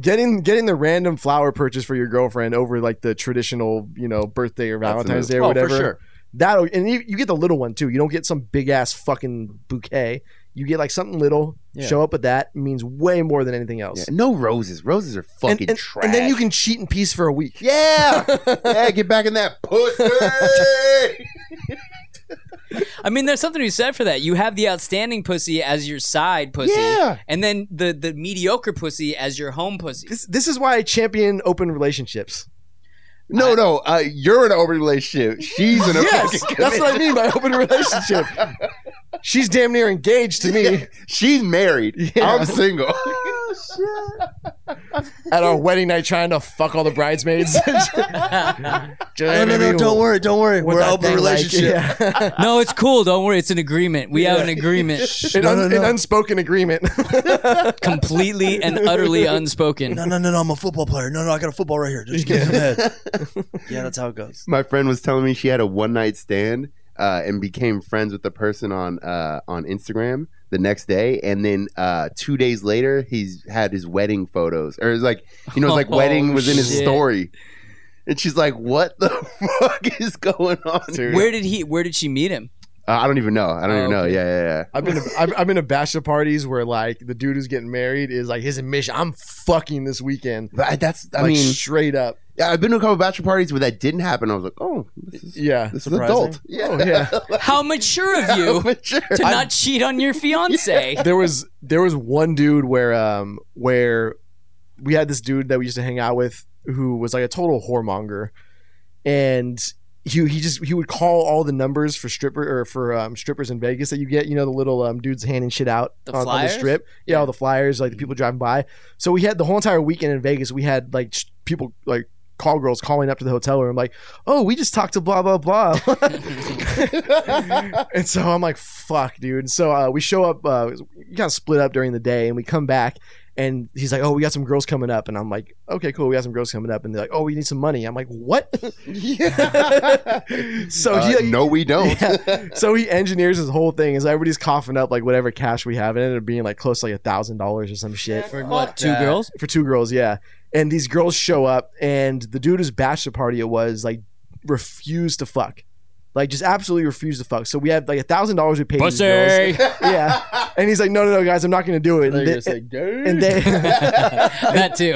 Speaker 4: getting getting the random flower purchase for your girlfriend over like the traditional, you know, birthday or Valentine's Day or
Speaker 2: Oh,
Speaker 4: whatever.
Speaker 2: for sure.
Speaker 4: That and you, you get the little one too. You don't get some big ass fucking bouquet. You get like something little.
Speaker 2: Yeah.
Speaker 4: Show up with that means way more than anything else.
Speaker 1: Yeah, no roses. Roses are fucking
Speaker 4: And, and,
Speaker 1: trash.
Speaker 4: and then you can cheat in peace for a week.
Speaker 1: Yeah. yeah, get back in that pussy.
Speaker 3: i mean there's something to be said for that you have the outstanding pussy as your side pussy
Speaker 1: yeah.
Speaker 3: and then the the mediocre pussy as your home pussy
Speaker 4: This this is why I champion open relationships.
Speaker 1: No, no. Uh, you're in an open relationship. She's in a
Speaker 4: Yes,
Speaker 1: fucking
Speaker 4: that's what I mean by open relationship. She's damn near engaged to me
Speaker 1: She's married.
Speaker 4: Yeah.
Speaker 1: I'm single.
Speaker 4: at our wedding night, trying to fuck all the bridesmaids.
Speaker 2: No, no, no, don't worry, don't worry.
Speaker 4: With
Speaker 2: We're
Speaker 4: that
Speaker 2: open
Speaker 4: thing, like,
Speaker 2: relationship.
Speaker 4: yeah.
Speaker 3: no it's cool don't worry it's an agreement we have an agreement
Speaker 4: an,
Speaker 2: No,
Speaker 4: un-
Speaker 2: no,
Speaker 4: an
Speaker 2: no.
Speaker 4: unspoken agreement.
Speaker 3: completely and utterly unspoken
Speaker 2: no, no, no, no. I'm a football player. No, no, I got a football right here. Just give me some head. Yeah, that's how it goes.
Speaker 1: My friend was telling me she had a one night stand uh, and became friends with the person on uh, on Instagram the next day, and then uh, two days later, he's had his wedding photos, or it's like you know, it's like
Speaker 3: Oh,
Speaker 1: wedding was in his
Speaker 3: shit.
Speaker 1: story, and she's like, "What the fuck is going on?" here?"
Speaker 3: where did he where did she meet him
Speaker 1: Uh, I don't even know. I don't
Speaker 3: Oh,
Speaker 1: even know.
Speaker 3: okay.
Speaker 1: Yeah, yeah, yeah.
Speaker 4: I've been to, I've, I've been to bachelor parties where like the dude who's getting married is like his admission. I'm fucking this weekend.
Speaker 1: But I- that's. I
Speaker 4: like,
Speaker 1: mean,
Speaker 4: straight up.
Speaker 1: yeah, I've been to a couple bachelor parties where that didn't happen. I was like, "Oh, this is
Speaker 4: Yeah.
Speaker 1: this
Speaker 2: Surprising.
Speaker 1: is adult." Yeah,
Speaker 4: Oh, yeah.
Speaker 3: how mature of you
Speaker 1: Mature.
Speaker 3: to not cheat on your fiance.
Speaker 4: there was there was one dude where um where we had this dude that we used to hang out with who was like a total whoremonger and he, he just he would call all the numbers for stripper or for um, strippers in Vegas that you get you know the little um, dudes handing shit out
Speaker 3: The
Speaker 4: on, on the
Speaker 3: flyers?
Speaker 4: strip yeah, all the flyers like the people driving by so we had the whole entire weekend in Vegas we had like sh- people like call girls calling up to the hotel room like oh we just talked to blah blah blah and so I'm like, fuck, dude. And so uh, we show up, uh, we got split up during the day, and we come back, And he's like, "Oh, we got some girls coming up," and I'm like, "Okay, cool, we got some girls coming up." And they're like, "Oh, we need some money." I'm like, "What?" so
Speaker 1: Uh,
Speaker 4: he like,
Speaker 1: no, we don't.
Speaker 4: Yeah. so he engineers his whole thing. Is everybody's coughing up like whatever cash we have. It ended up being like close to like a thousand dollars or some shit
Speaker 2: For
Speaker 3: What, two girls?
Speaker 4: for two girls, yeah. And these girls show up, and the dude whose bachelor party it was like refused to fuck, like just absolutely refused to fuck. So we had like a thousand dollars we paid these girls,
Speaker 3: Pussy.
Speaker 4: yeah. And he's like, no, no, no, guys, I'm not gonna do it. And they, and they
Speaker 3: that too.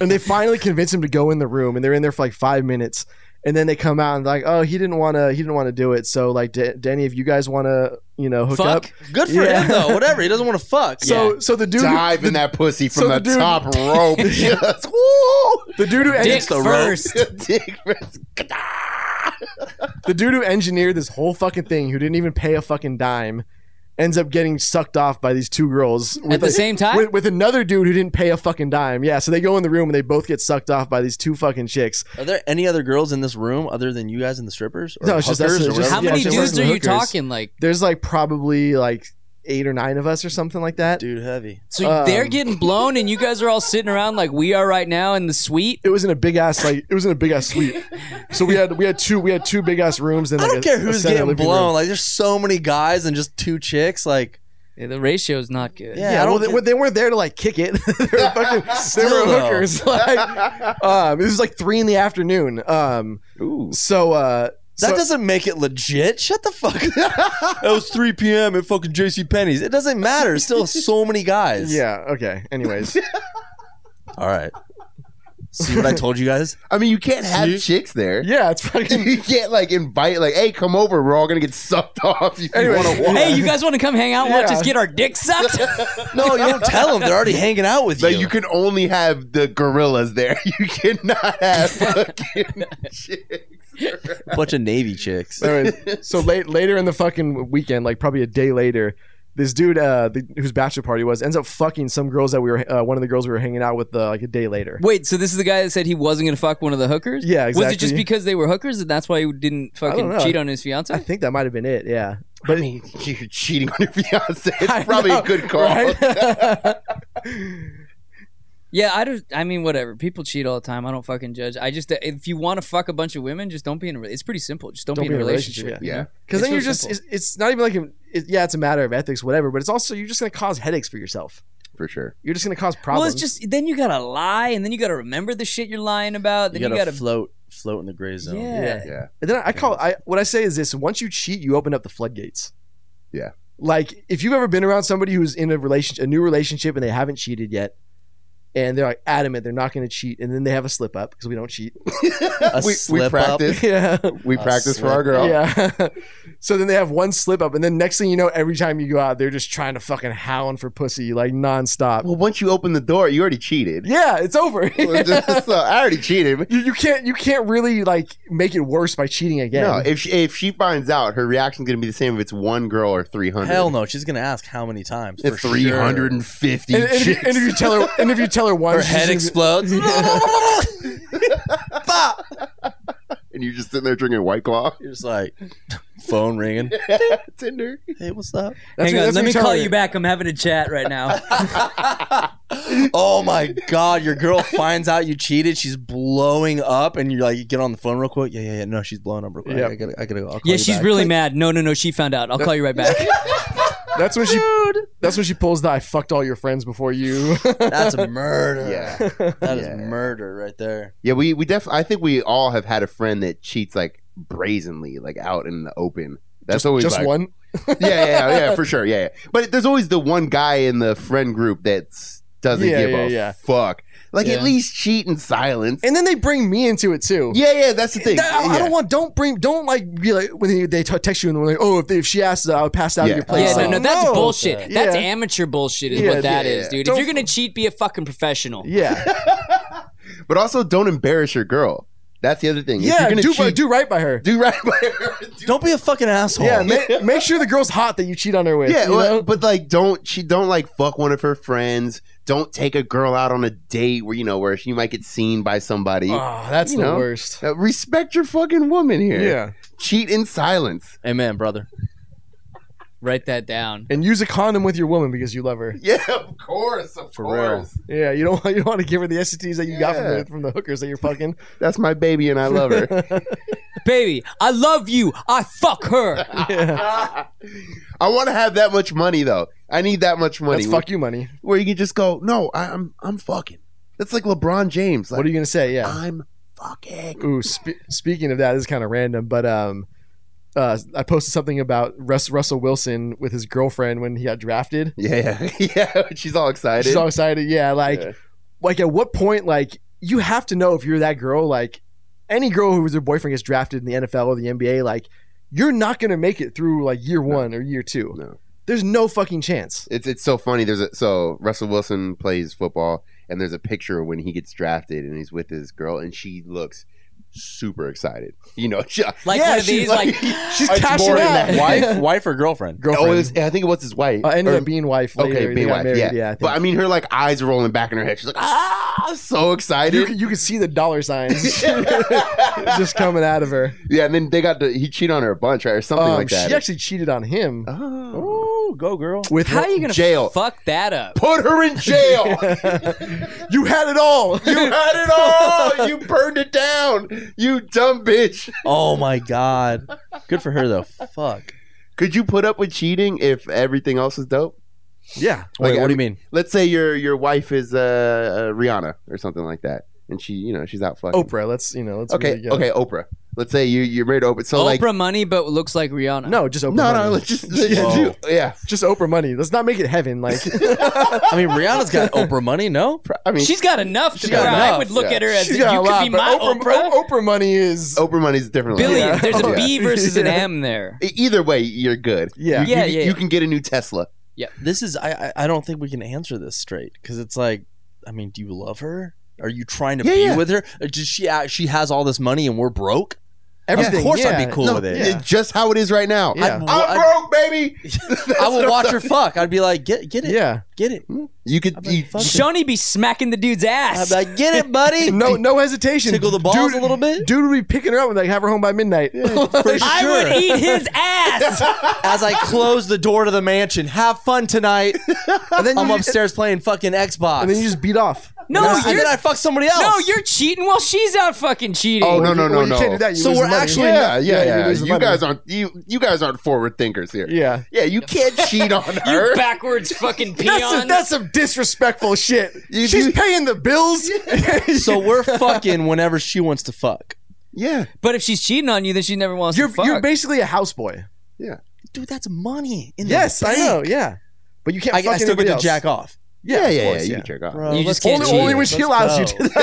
Speaker 4: and they finally convince him to go in the room, and they're in there for like five minutes, and then they come out and like, oh, he didn't want to, he didn't want to do it. So like, D- Danny, if you guys want to, you know, hook up.
Speaker 3: Fuck.
Speaker 2: Good for
Speaker 4: Yeah.
Speaker 2: him though. Whatever. He doesn't want to fuck.
Speaker 4: So so the dude
Speaker 1: Dive in that pussy from
Speaker 4: so
Speaker 1: the,
Speaker 4: the dude-
Speaker 1: top rope. Just, woo!
Speaker 4: the dude who
Speaker 3: Dick
Speaker 4: edits the rope.
Speaker 3: first.
Speaker 1: Dick first.
Speaker 4: the dude who engineered this whole fucking thing, who didn't even pay a fucking dime, ends up getting sucked off by these two girls with
Speaker 3: At the
Speaker 4: a-
Speaker 3: same time?
Speaker 4: with, with another dude who didn't pay a fucking dime. Yeah, so they go in the room and they both get sucked off by these two fucking chicks.
Speaker 2: Are there any other girls in this room other than you guys and the strippers? Or
Speaker 4: No, it's just us-
Speaker 2: hookers
Speaker 4: it's
Speaker 2: or
Speaker 4: just-
Speaker 2: whatever?
Speaker 3: How
Speaker 4: Yeah,
Speaker 3: many
Speaker 4: just
Speaker 3: dudes are
Speaker 4: like
Speaker 3: you
Speaker 4: hookers.
Speaker 3: talking? Like,
Speaker 4: There's like probably like eight or nine of us or something like that.
Speaker 2: Dude, heavy.
Speaker 3: so they're
Speaker 4: Um,
Speaker 3: getting blown, and you guys are all sitting around like we are right now in the suite.
Speaker 4: It was in a big ass like it was in a big ass suite. So we had we had two we had two big ass rooms. Then
Speaker 2: I
Speaker 4: like
Speaker 2: don't
Speaker 4: a-
Speaker 2: care
Speaker 4: a
Speaker 2: who's
Speaker 4: set of
Speaker 2: getting
Speaker 4: living
Speaker 2: blown.
Speaker 4: room.
Speaker 2: Like, there's so many guys and just two chicks. Like,
Speaker 3: Yeah, the ratio is not good.
Speaker 2: Yeah.
Speaker 4: Yeah,
Speaker 2: I don't
Speaker 4: well, they,
Speaker 2: get-
Speaker 4: they weren't there to like kick it. they were fucking, they
Speaker 2: Still,
Speaker 4: were
Speaker 2: though.
Speaker 4: hookers. Like, um, it was like three in the afternoon. Um,
Speaker 1: Ooh.
Speaker 4: So uh
Speaker 2: that
Speaker 4: so-
Speaker 2: doesn't make it legit. Shut the fuck up. it was 3 p.m. at fucking JC Penney's. It doesn't matter. There's still so many guys.
Speaker 4: yeah, okay. Anyways.
Speaker 2: All right. See what I told you guys?
Speaker 1: I mean, you can't have
Speaker 2: See?
Speaker 1: chicks there.
Speaker 4: yeah, it's fucking
Speaker 1: You can't like invite like, hey, come over. We're all gonna get sucked off. If you
Speaker 4: Anyways,
Speaker 1: want to watch?
Speaker 3: Hey, you guys want to come hang out and watch
Speaker 4: Yeah.
Speaker 3: us get our dicks sucked?
Speaker 2: No, you don't tell them. They're already hanging out with
Speaker 1: Like
Speaker 2: you.
Speaker 1: you can only have the gorillas there. You cannot have fucking chicks.
Speaker 2: Bunch of Navy chicks.
Speaker 4: anyways, so late later in the fucking weekend, like probably a day later, this dude uh the, whose bachelor party was ends up fucking some girls that we were uh, one of the girls we were hanging out with uh, like a day later.
Speaker 3: Wait, so this is the guy that said he wasn't going to fuck one of the hookers?
Speaker 4: Yeah,
Speaker 3: Was it just
Speaker 4: exactly.
Speaker 3: because they were hookers and that's why he didn't fucking
Speaker 4: know.
Speaker 3: cheat on his fiance?
Speaker 4: I think that might have been it, yeah. But
Speaker 1: I mean, you're cheating on your fiance.
Speaker 4: I
Speaker 1: It's probably
Speaker 4: know,
Speaker 1: a good call.
Speaker 4: right?
Speaker 3: yeah, I don't. I mean, whatever. People cheat all the time. I don't fucking judge. I just if you want to fuck a bunch of women, just don't be in a. re- It's pretty simple. Just don't, be in a relationship.
Speaker 1: yeah.
Speaker 3: It's
Speaker 4: Because Mm-hmm. then
Speaker 3: real
Speaker 4: you're just
Speaker 3: simple.
Speaker 4: it's, it's not even like a, it, yeah, it's a matter of ethics, whatever. But it's also you're just gonna cause headaches for yourself.
Speaker 1: for sure.
Speaker 4: You're just gonna cause
Speaker 3: Well,
Speaker 4: problems.
Speaker 3: it's just then you gotta lie, and then you gotta remember the shit you're lying about.
Speaker 2: You
Speaker 3: Then
Speaker 2: gotta,
Speaker 3: you gotta,
Speaker 2: float, float in the gray zone.
Speaker 3: yeah.
Speaker 4: Yeah.
Speaker 1: Yeah.
Speaker 4: And then I call I what I say is this: once you cheat, you open up the floodgates.
Speaker 1: Yeah.
Speaker 4: Like if you've ever been around somebody who's in a relationship, a new relationship, and they haven't cheated yet, and they're like adamant they're not going to cheat, and then they have a slip up because we don't cheat.
Speaker 2: A
Speaker 1: we, we
Speaker 2: slip up.
Speaker 1: practice.
Speaker 4: yeah.
Speaker 1: We
Speaker 2: A
Speaker 1: practice for our
Speaker 2: slip.
Speaker 1: girl.
Speaker 4: Yeah. so then they have one slip up, and then next thing you know, every time you go out, they're just trying to fucking hound for pussy like nonstop.
Speaker 1: Well, once you open the door, you already cheated.
Speaker 4: yeah, it's over.
Speaker 1: so I already cheated.
Speaker 4: You, you can't you can't really like make it worse by cheating again.
Speaker 1: No, if she, if she finds out, her reaction's gonna be the same if it's one girl or three hundred.
Speaker 2: Hell no. She's gonna ask how many times. for sure.
Speaker 1: three hundred and fifty.
Speaker 4: and, and if you, and if you tell her and if you tell her
Speaker 2: Her
Speaker 4: once, she's
Speaker 2: head
Speaker 4: gonna be-
Speaker 2: explodes. Bah!
Speaker 1: and you're just sitting there drinking White Claw.
Speaker 2: You're just like, phone ringing.
Speaker 1: Tinder.
Speaker 2: Hey, what's up?
Speaker 4: That's
Speaker 3: Hang
Speaker 4: what-
Speaker 3: on,
Speaker 4: that's
Speaker 3: let
Speaker 4: what
Speaker 3: me
Speaker 4: tell
Speaker 3: call
Speaker 4: her.
Speaker 3: you back. I'm having a chat right now.
Speaker 2: oh my god, your girl finds out you cheated. She's blowing up, and you're like, you get on the phone real quick. Yeah, yeah, yeah. No, she's blowing up real quick.
Speaker 4: Yeah.
Speaker 2: I gotta, I gotta go. I'll call
Speaker 3: yeah,
Speaker 2: you
Speaker 3: she's
Speaker 2: back.
Speaker 3: really mad. No, no, no. She found out. I'll call you right back.
Speaker 4: That's when she. That's when she pulls the "I fucked all your friends before you."
Speaker 2: That's a murder.
Speaker 1: Yeah,
Speaker 2: that is
Speaker 1: Yeah.
Speaker 2: murder right there.
Speaker 1: yeah. We we def. I think we all have had a friend that cheats like brazenly, like out in the open. That's always
Speaker 4: Just
Speaker 1: like,
Speaker 4: one.
Speaker 1: Yeah, yeah, yeah, yeah, for sure. Yeah, yeah. But there's always the one guy in the friend group that doesn't
Speaker 4: Yeah,
Speaker 1: give
Speaker 4: yeah,
Speaker 1: a
Speaker 4: yeah.
Speaker 1: fuck. Like
Speaker 3: Yeah.
Speaker 1: at least cheat in silence.
Speaker 4: And then they bring me into it too.
Speaker 1: Yeah, yeah. That's the thing.
Speaker 4: That- I, I
Speaker 1: Yeah.
Speaker 4: don't want. Don't bring. Don't like be like when they, they t- text you and they're like, "Oh, if, they, if she asks, I'll pass out
Speaker 1: Yeah.
Speaker 4: at your place."
Speaker 3: Yeah,
Speaker 4: Like,
Speaker 3: no, no, that's bullshit.
Speaker 2: that.
Speaker 3: That's
Speaker 4: Yeah.
Speaker 3: amateur bullshit, is
Speaker 4: Yeah,
Speaker 3: what that
Speaker 1: yeah,
Speaker 3: is,
Speaker 1: yeah.
Speaker 3: dude.
Speaker 4: Don't-
Speaker 3: if you're gonna cheat, be a fucking professional.
Speaker 4: Yeah,
Speaker 1: But also, don't embarrass your girl. That's the other thing. If
Speaker 4: yeah.
Speaker 1: you're gonna
Speaker 4: Do,
Speaker 1: cheat,
Speaker 4: do right by her.
Speaker 1: do right by her. Do
Speaker 2: Don't be a fucking asshole.
Speaker 4: yeah, ma- make sure the girl's hot that you cheat on her with.
Speaker 1: Yeah,
Speaker 4: you
Speaker 1: well,
Speaker 4: know?
Speaker 1: but like, don't she don't like fuck one of her friends. Don't take a girl out on a date where you know where she might get seen by somebody.
Speaker 4: oh, that's
Speaker 1: you
Speaker 4: the
Speaker 1: know.
Speaker 4: worst.
Speaker 1: Uh, respect your fucking woman here.
Speaker 4: Yeah.
Speaker 1: cheat in silence.
Speaker 2: Amen, brother.
Speaker 3: Write that down.
Speaker 4: and use a condom with your woman because you love her.
Speaker 1: Yeah, of course, of
Speaker 4: For real.
Speaker 1: course.
Speaker 4: Yeah, you don't you don't want to give her the STDs that you got from
Speaker 1: Yeah.
Speaker 4: the, from the hookers that you're fucking.
Speaker 1: That's my baby, and I love her.
Speaker 3: Baby, I love you. I fuck her.
Speaker 4: yeah.
Speaker 1: I want to have that much money though. I need that much money.
Speaker 4: That's fuck you money.
Speaker 1: Where you can just go, no, I, I'm I'm fucking. That's like LeBron James. Like, Ah.
Speaker 4: What are you gonna say? Yeah.
Speaker 1: I'm fucking.
Speaker 4: Ooh, spe- speaking of that, this is kind of random, but um, uh, I posted something about Russ- Russell Wilson with his girlfriend when he got drafted.
Speaker 1: Yeah, yeah. She's all excited.
Speaker 4: She's all excited. Yeah, like
Speaker 1: Yeah.
Speaker 4: like at what point like you have to know if you're that girl like any girl who was her boyfriend gets drafted in the NFL or the NBA like you're not gonna make it through like year one or year two.
Speaker 1: No.
Speaker 4: There's no fucking chance.
Speaker 1: It's it's so funny. There's a so Russell Wilson plays football, and there's a picture when he gets drafted, and he's with his girl, and she looks super excited. You know, she, oh,
Speaker 3: Like
Speaker 4: Yeah,
Speaker 3: one of
Speaker 4: she's
Speaker 3: these, like,
Speaker 4: She's
Speaker 1: It's
Speaker 4: cashing
Speaker 1: more
Speaker 4: out.
Speaker 1: than that.
Speaker 2: wife, wife or girlfriend?
Speaker 1: oh,
Speaker 4: Girlfriend.
Speaker 1: it was, I think it was his wife.
Speaker 4: uh, ended
Speaker 1: Or-
Speaker 4: up being wife. Later.
Speaker 1: okay,
Speaker 4: They
Speaker 1: being
Speaker 4: got
Speaker 1: wife.
Speaker 4: married,
Speaker 1: yeah,
Speaker 4: yeah. I think.
Speaker 1: but I mean, her like eyes are rolling back in her head. She's like, ah, so
Speaker 4: you,
Speaker 1: excited.
Speaker 4: could- you could see the dollar signs just coming out of her.
Speaker 1: Yeah, and then they got to he cheated on her a bunch, right, or something
Speaker 4: Um,
Speaker 1: like that.
Speaker 4: She actually cheated on him
Speaker 1: oh.
Speaker 2: Ooh, go girl.
Speaker 4: with
Speaker 3: how you gonna
Speaker 1: Jail.
Speaker 3: fuck that up?
Speaker 1: Put her in jail.
Speaker 4: you had it all.
Speaker 1: you had it all. You burned it down. You dumb bitch.
Speaker 2: Oh my god. Good for her though. Fuck.
Speaker 1: Could you put up with cheating if everything else is dope?
Speaker 4: yeah.
Speaker 1: Like,
Speaker 2: Wait,
Speaker 1: I
Speaker 2: what do you
Speaker 1: mean-
Speaker 2: mean?
Speaker 1: Let's say your your wife is uh, uh, Rihanna or something like that, and she you know she's out fucking.
Speaker 4: Oprah. Let's you know. Let's
Speaker 1: Okay.
Speaker 4: really go.
Speaker 1: okay. Oprah. Let's say you you're married to Oprah. So
Speaker 3: Oprah
Speaker 1: like.
Speaker 3: money, but looks like Rihanna.
Speaker 4: No, just Oprah.
Speaker 1: No,
Speaker 4: money.
Speaker 1: no. Let's just let's just
Speaker 2: Whoa.
Speaker 1: do- yeah.
Speaker 4: just Oprah money. Let's not make it heaven. Like
Speaker 2: I mean, Rihanna's got Oprah money, no?
Speaker 1: I mean,
Speaker 3: she's got enough to
Speaker 1: got
Speaker 3: cry. I
Speaker 1: enough,
Speaker 3: would look
Speaker 1: yeah.
Speaker 3: at her as
Speaker 4: she's
Speaker 3: you
Speaker 4: got a
Speaker 3: could
Speaker 4: lot,
Speaker 3: be
Speaker 4: but
Speaker 3: my
Speaker 4: Oprah,
Speaker 3: Oprah.
Speaker 4: O- Oprah money is
Speaker 1: Oprah money's different.
Speaker 3: Billion.
Speaker 4: Yeah.
Speaker 3: There's a
Speaker 1: Yeah. E,
Speaker 3: B versus an
Speaker 4: Yeah.
Speaker 3: M there.
Speaker 1: Either way, you're good.
Speaker 4: yeah.
Speaker 1: You-
Speaker 3: Yeah,
Speaker 1: you,
Speaker 3: yeah,
Speaker 1: You
Speaker 3: yeah.
Speaker 1: can get a new Tesla.
Speaker 2: This is I I I don't think we can answer this straight because it's like, I mean, do you love her? Are you trying to
Speaker 1: Yeah,
Speaker 2: be
Speaker 1: yeah.
Speaker 2: with her? Uh, Does she act- she has all this money and we're broke?
Speaker 4: Everything.
Speaker 2: of course,
Speaker 4: yeah.
Speaker 2: I'd be cool
Speaker 1: No,
Speaker 2: with it.
Speaker 4: yeah.
Speaker 1: it's just how it is right now.
Speaker 4: Yeah.
Speaker 1: I'm,
Speaker 2: Well, I-
Speaker 1: broke, baby. That's
Speaker 2: I
Speaker 1: what
Speaker 2: would
Speaker 1: I'm
Speaker 2: watch
Speaker 1: talking-
Speaker 2: her fuck. I'd be like, get get it,
Speaker 4: Yeah.
Speaker 2: get it.
Speaker 1: You could.
Speaker 2: I'd be
Speaker 1: You,
Speaker 2: like, fuck it.
Speaker 3: Shawnee be smacking the dude's
Speaker 2: I'd
Speaker 3: ass.
Speaker 2: be like, get it, buddy.
Speaker 4: No, no hesitation.
Speaker 2: tickle the balls
Speaker 4: dude,
Speaker 2: a little bit.
Speaker 4: Dude would be picking her up and like have her home by midnight.
Speaker 2: For
Speaker 3: I
Speaker 2: sure.
Speaker 3: would eat his ass.
Speaker 2: As I close the door to the mansion, have fun tonight.
Speaker 4: and then
Speaker 2: I'm
Speaker 4: you,
Speaker 2: upstairs playing fucking Xbox.
Speaker 4: and then you just beat off.
Speaker 3: No,
Speaker 2: And I- and
Speaker 3: you're-
Speaker 2: then I fuck somebody else.
Speaker 3: No, you're cheating while she's out fucking cheating.
Speaker 1: Oh, no,
Speaker 4: Well, you- well, you can't do that. You
Speaker 2: So
Speaker 4: lose
Speaker 2: we're
Speaker 4: the money.
Speaker 2: actually-
Speaker 1: yeah, yeah, yeah.
Speaker 4: you lose the
Speaker 1: You,
Speaker 4: money.
Speaker 1: guys aren't you. You guys aren't forward thinkers here.
Speaker 4: Yeah.
Speaker 1: Yeah, you can't cheat on her.
Speaker 3: You backwards fucking peon.
Speaker 4: That's, some- that's some disrespectful shit.
Speaker 1: You-
Speaker 4: She's
Speaker 1: you-
Speaker 4: paying the bills.
Speaker 2: So we're fucking whenever she wants to fuck.
Speaker 1: yeah,
Speaker 3: but if she's cheating on you, then she never wants
Speaker 4: you're
Speaker 3: to fuck.
Speaker 4: you're basically a houseboy.
Speaker 2: Dude, that's money. In the
Speaker 4: Yes, I
Speaker 2: bank.
Speaker 4: know. Yeah, but you can't.
Speaker 2: I,
Speaker 4: fuck
Speaker 2: I still
Speaker 4: anybody
Speaker 2: get to
Speaker 4: else.
Speaker 2: jack off.
Speaker 1: yeah, yeah, yeah.
Speaker 4: course,
Speaker 1: you
Speaker 4: yeah.
Speaker 1: can jerk off.
Speaker 2: Bro,
Speaker 3: You
Speaker 2: let's
Speaker 3: just can't
Speaker 2: go.
Speaker 3: cheat.
Speaker 4: Only when she
Speaker 2: Let's
Speaker 4: allows you
Speaker 2: go.
Speaker 4: to.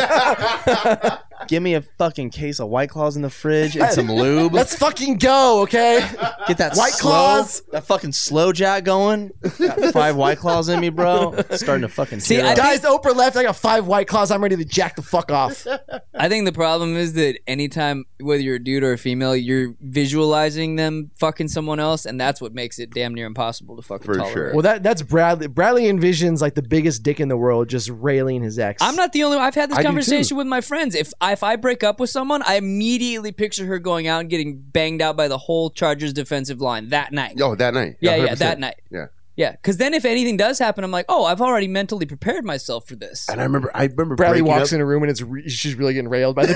Speaker 2: Give me a fucking case of White Claws in the fridge and some lube.
Speaker 4: Let's fucking go, okay?
Speaker 2: get that
Speaker 4: White
Speaker 2: slow-
Speaker 4: Claws.
Speaker 2: that fucking slow jack going. Got five White Claws in me, bro. Starting to fucking
Speaker 3: See,
Speaker 2: tear
Speaker 3: I
Speaker 2: up.
Speaker 4: Guys, Oprah left. I got five white claws. I'm ready to jack the fuck off.
Speaker 3: I think the problem is that anytime, whether you're a dude or a female, you're visualizing them fucking someone else, and that's what makes it damn near impossible to fucking
Speaker 1: For
Speaker 3: tolerate.
Speaker 1: sure.
Speaker 4: Well, that that's Bradley. Bradley envisions like the biggest dick in the world, just railing his ex.
Speaker 3: I'm not the only one. I've had this
Speaker 1: I do
Speaker 3: conversation with my friends. If I, if I break up with someone, I immediately picture her going out and getting banged out by the whole Chargers defensive line that night.
Speaker 1: Oh, that night.
Speaker 3: yeah, yeah,
Speaker 1: 100%.
Speaker 3: that night.
Speaker 1: Yeah.
Speaker 3: Yeah, because then if anything does happen, I'm like, oh, I've already mentally prepared myself for this.
Speaker 1: And I remember. I remember.
Speaker 4: Bradley
Speaker 1: breaking
Speaker 4: walks
Speaker 1: up.
Speaker 4: in a room and it's re- she's really getting railed by the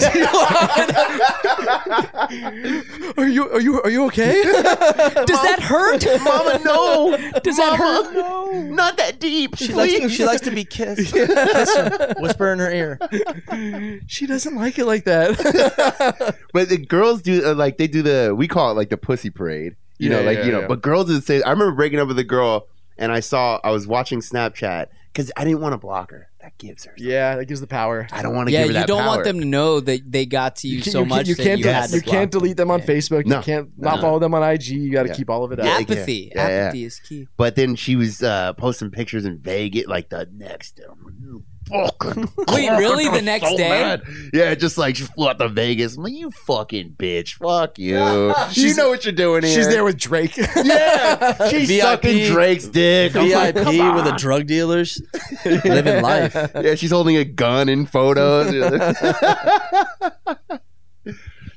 Speaker 4: D-line. are you are you are you okay?
Speaker 3: Does that hurt?
Speaker 1: Mama, no.
Speaker 3: Does that
Speaker 1: Mama,
Speaker 3: hurt?
Speaker 1: no. Not that deep.
Speaker 2: She likes,
Speaker 1: please.
Speaker 2: she likes to be kissed. Kiss her. Whisper in her ear.
Speaker 4: she doesn't like it like that.
Speaker 1: But the girls do uh, like they do the we call it like the pussy parade. You know,
Speaker 4: Yeah,
Speaker 1: like
Speaker 4: yeah,
Speaker 1: you know.
Speaker 4: yeah.
Speaker 1: But girls do the same. I remember breaking up with a girl, and I saw I was watching Snapchat because I didn't want to block her. That gives her.
Speaker 4: yeah, that gives the power.
Speaker 1: I don't want to
Speaker 3: Yeah,
Speaker 1: give her
Speaker 3: you
Speaker 1: that
Speaker 3: don't want
Speaker 1: power.
Speaker 3: them to know that they got to you,
Speaker 4: can-
Speaker 3: so
Speaker 4: can-
Speaker 3: much.
Speaker 4: You
Speaker 3: that
Speaker 4: can't
Speaker 3: you, had
Speaker 4: del-
Speaker 3: to
Speaker 4: you
Speaker 3: block
Speaker 4: can't
Speaker 3: them.
Speaker 4: delete them on
Speaker 3: Yeah.
Speaker 4: Facebook.
Speaker 1: No.
Speaker 4: You can't
Speaker 1: No.
Speaker 4: not follow them on IG. You got to
Speaker 1: Yeah.
Speaker 4: keep all of it up.
Speaker 1: Yeah, it
Speaker 3: Apathy.
Speaker 1: yeah, yeah.
Speaker 3: Apathy is key.
Speaker 1: But then she was uh, posting pictures in Vegas, like the next day. I'm like, "You fucking-
Speaker 3: Wait, really? The
Speaker 1: I'm
Speaker 3: next
Speaker 1: so
Speaker 3: day?
Speaker 1: mad." Yeah, just like she flew out to Vegas. I'm like, you fucking bitch. Fuck you. you
Speaker 4: She's-
Speaker 1: know what you're doing here.
Speaker 4: She's there with Drake.
Speaker 1: Yeah, she's
Speaker 2: VIP.
Speaker 1: sucking Drake's dick. I'm like,
Speaker 2: VIP with a drug dealers, living life.
Speaker 1: yeah, she's holding a gun in photos.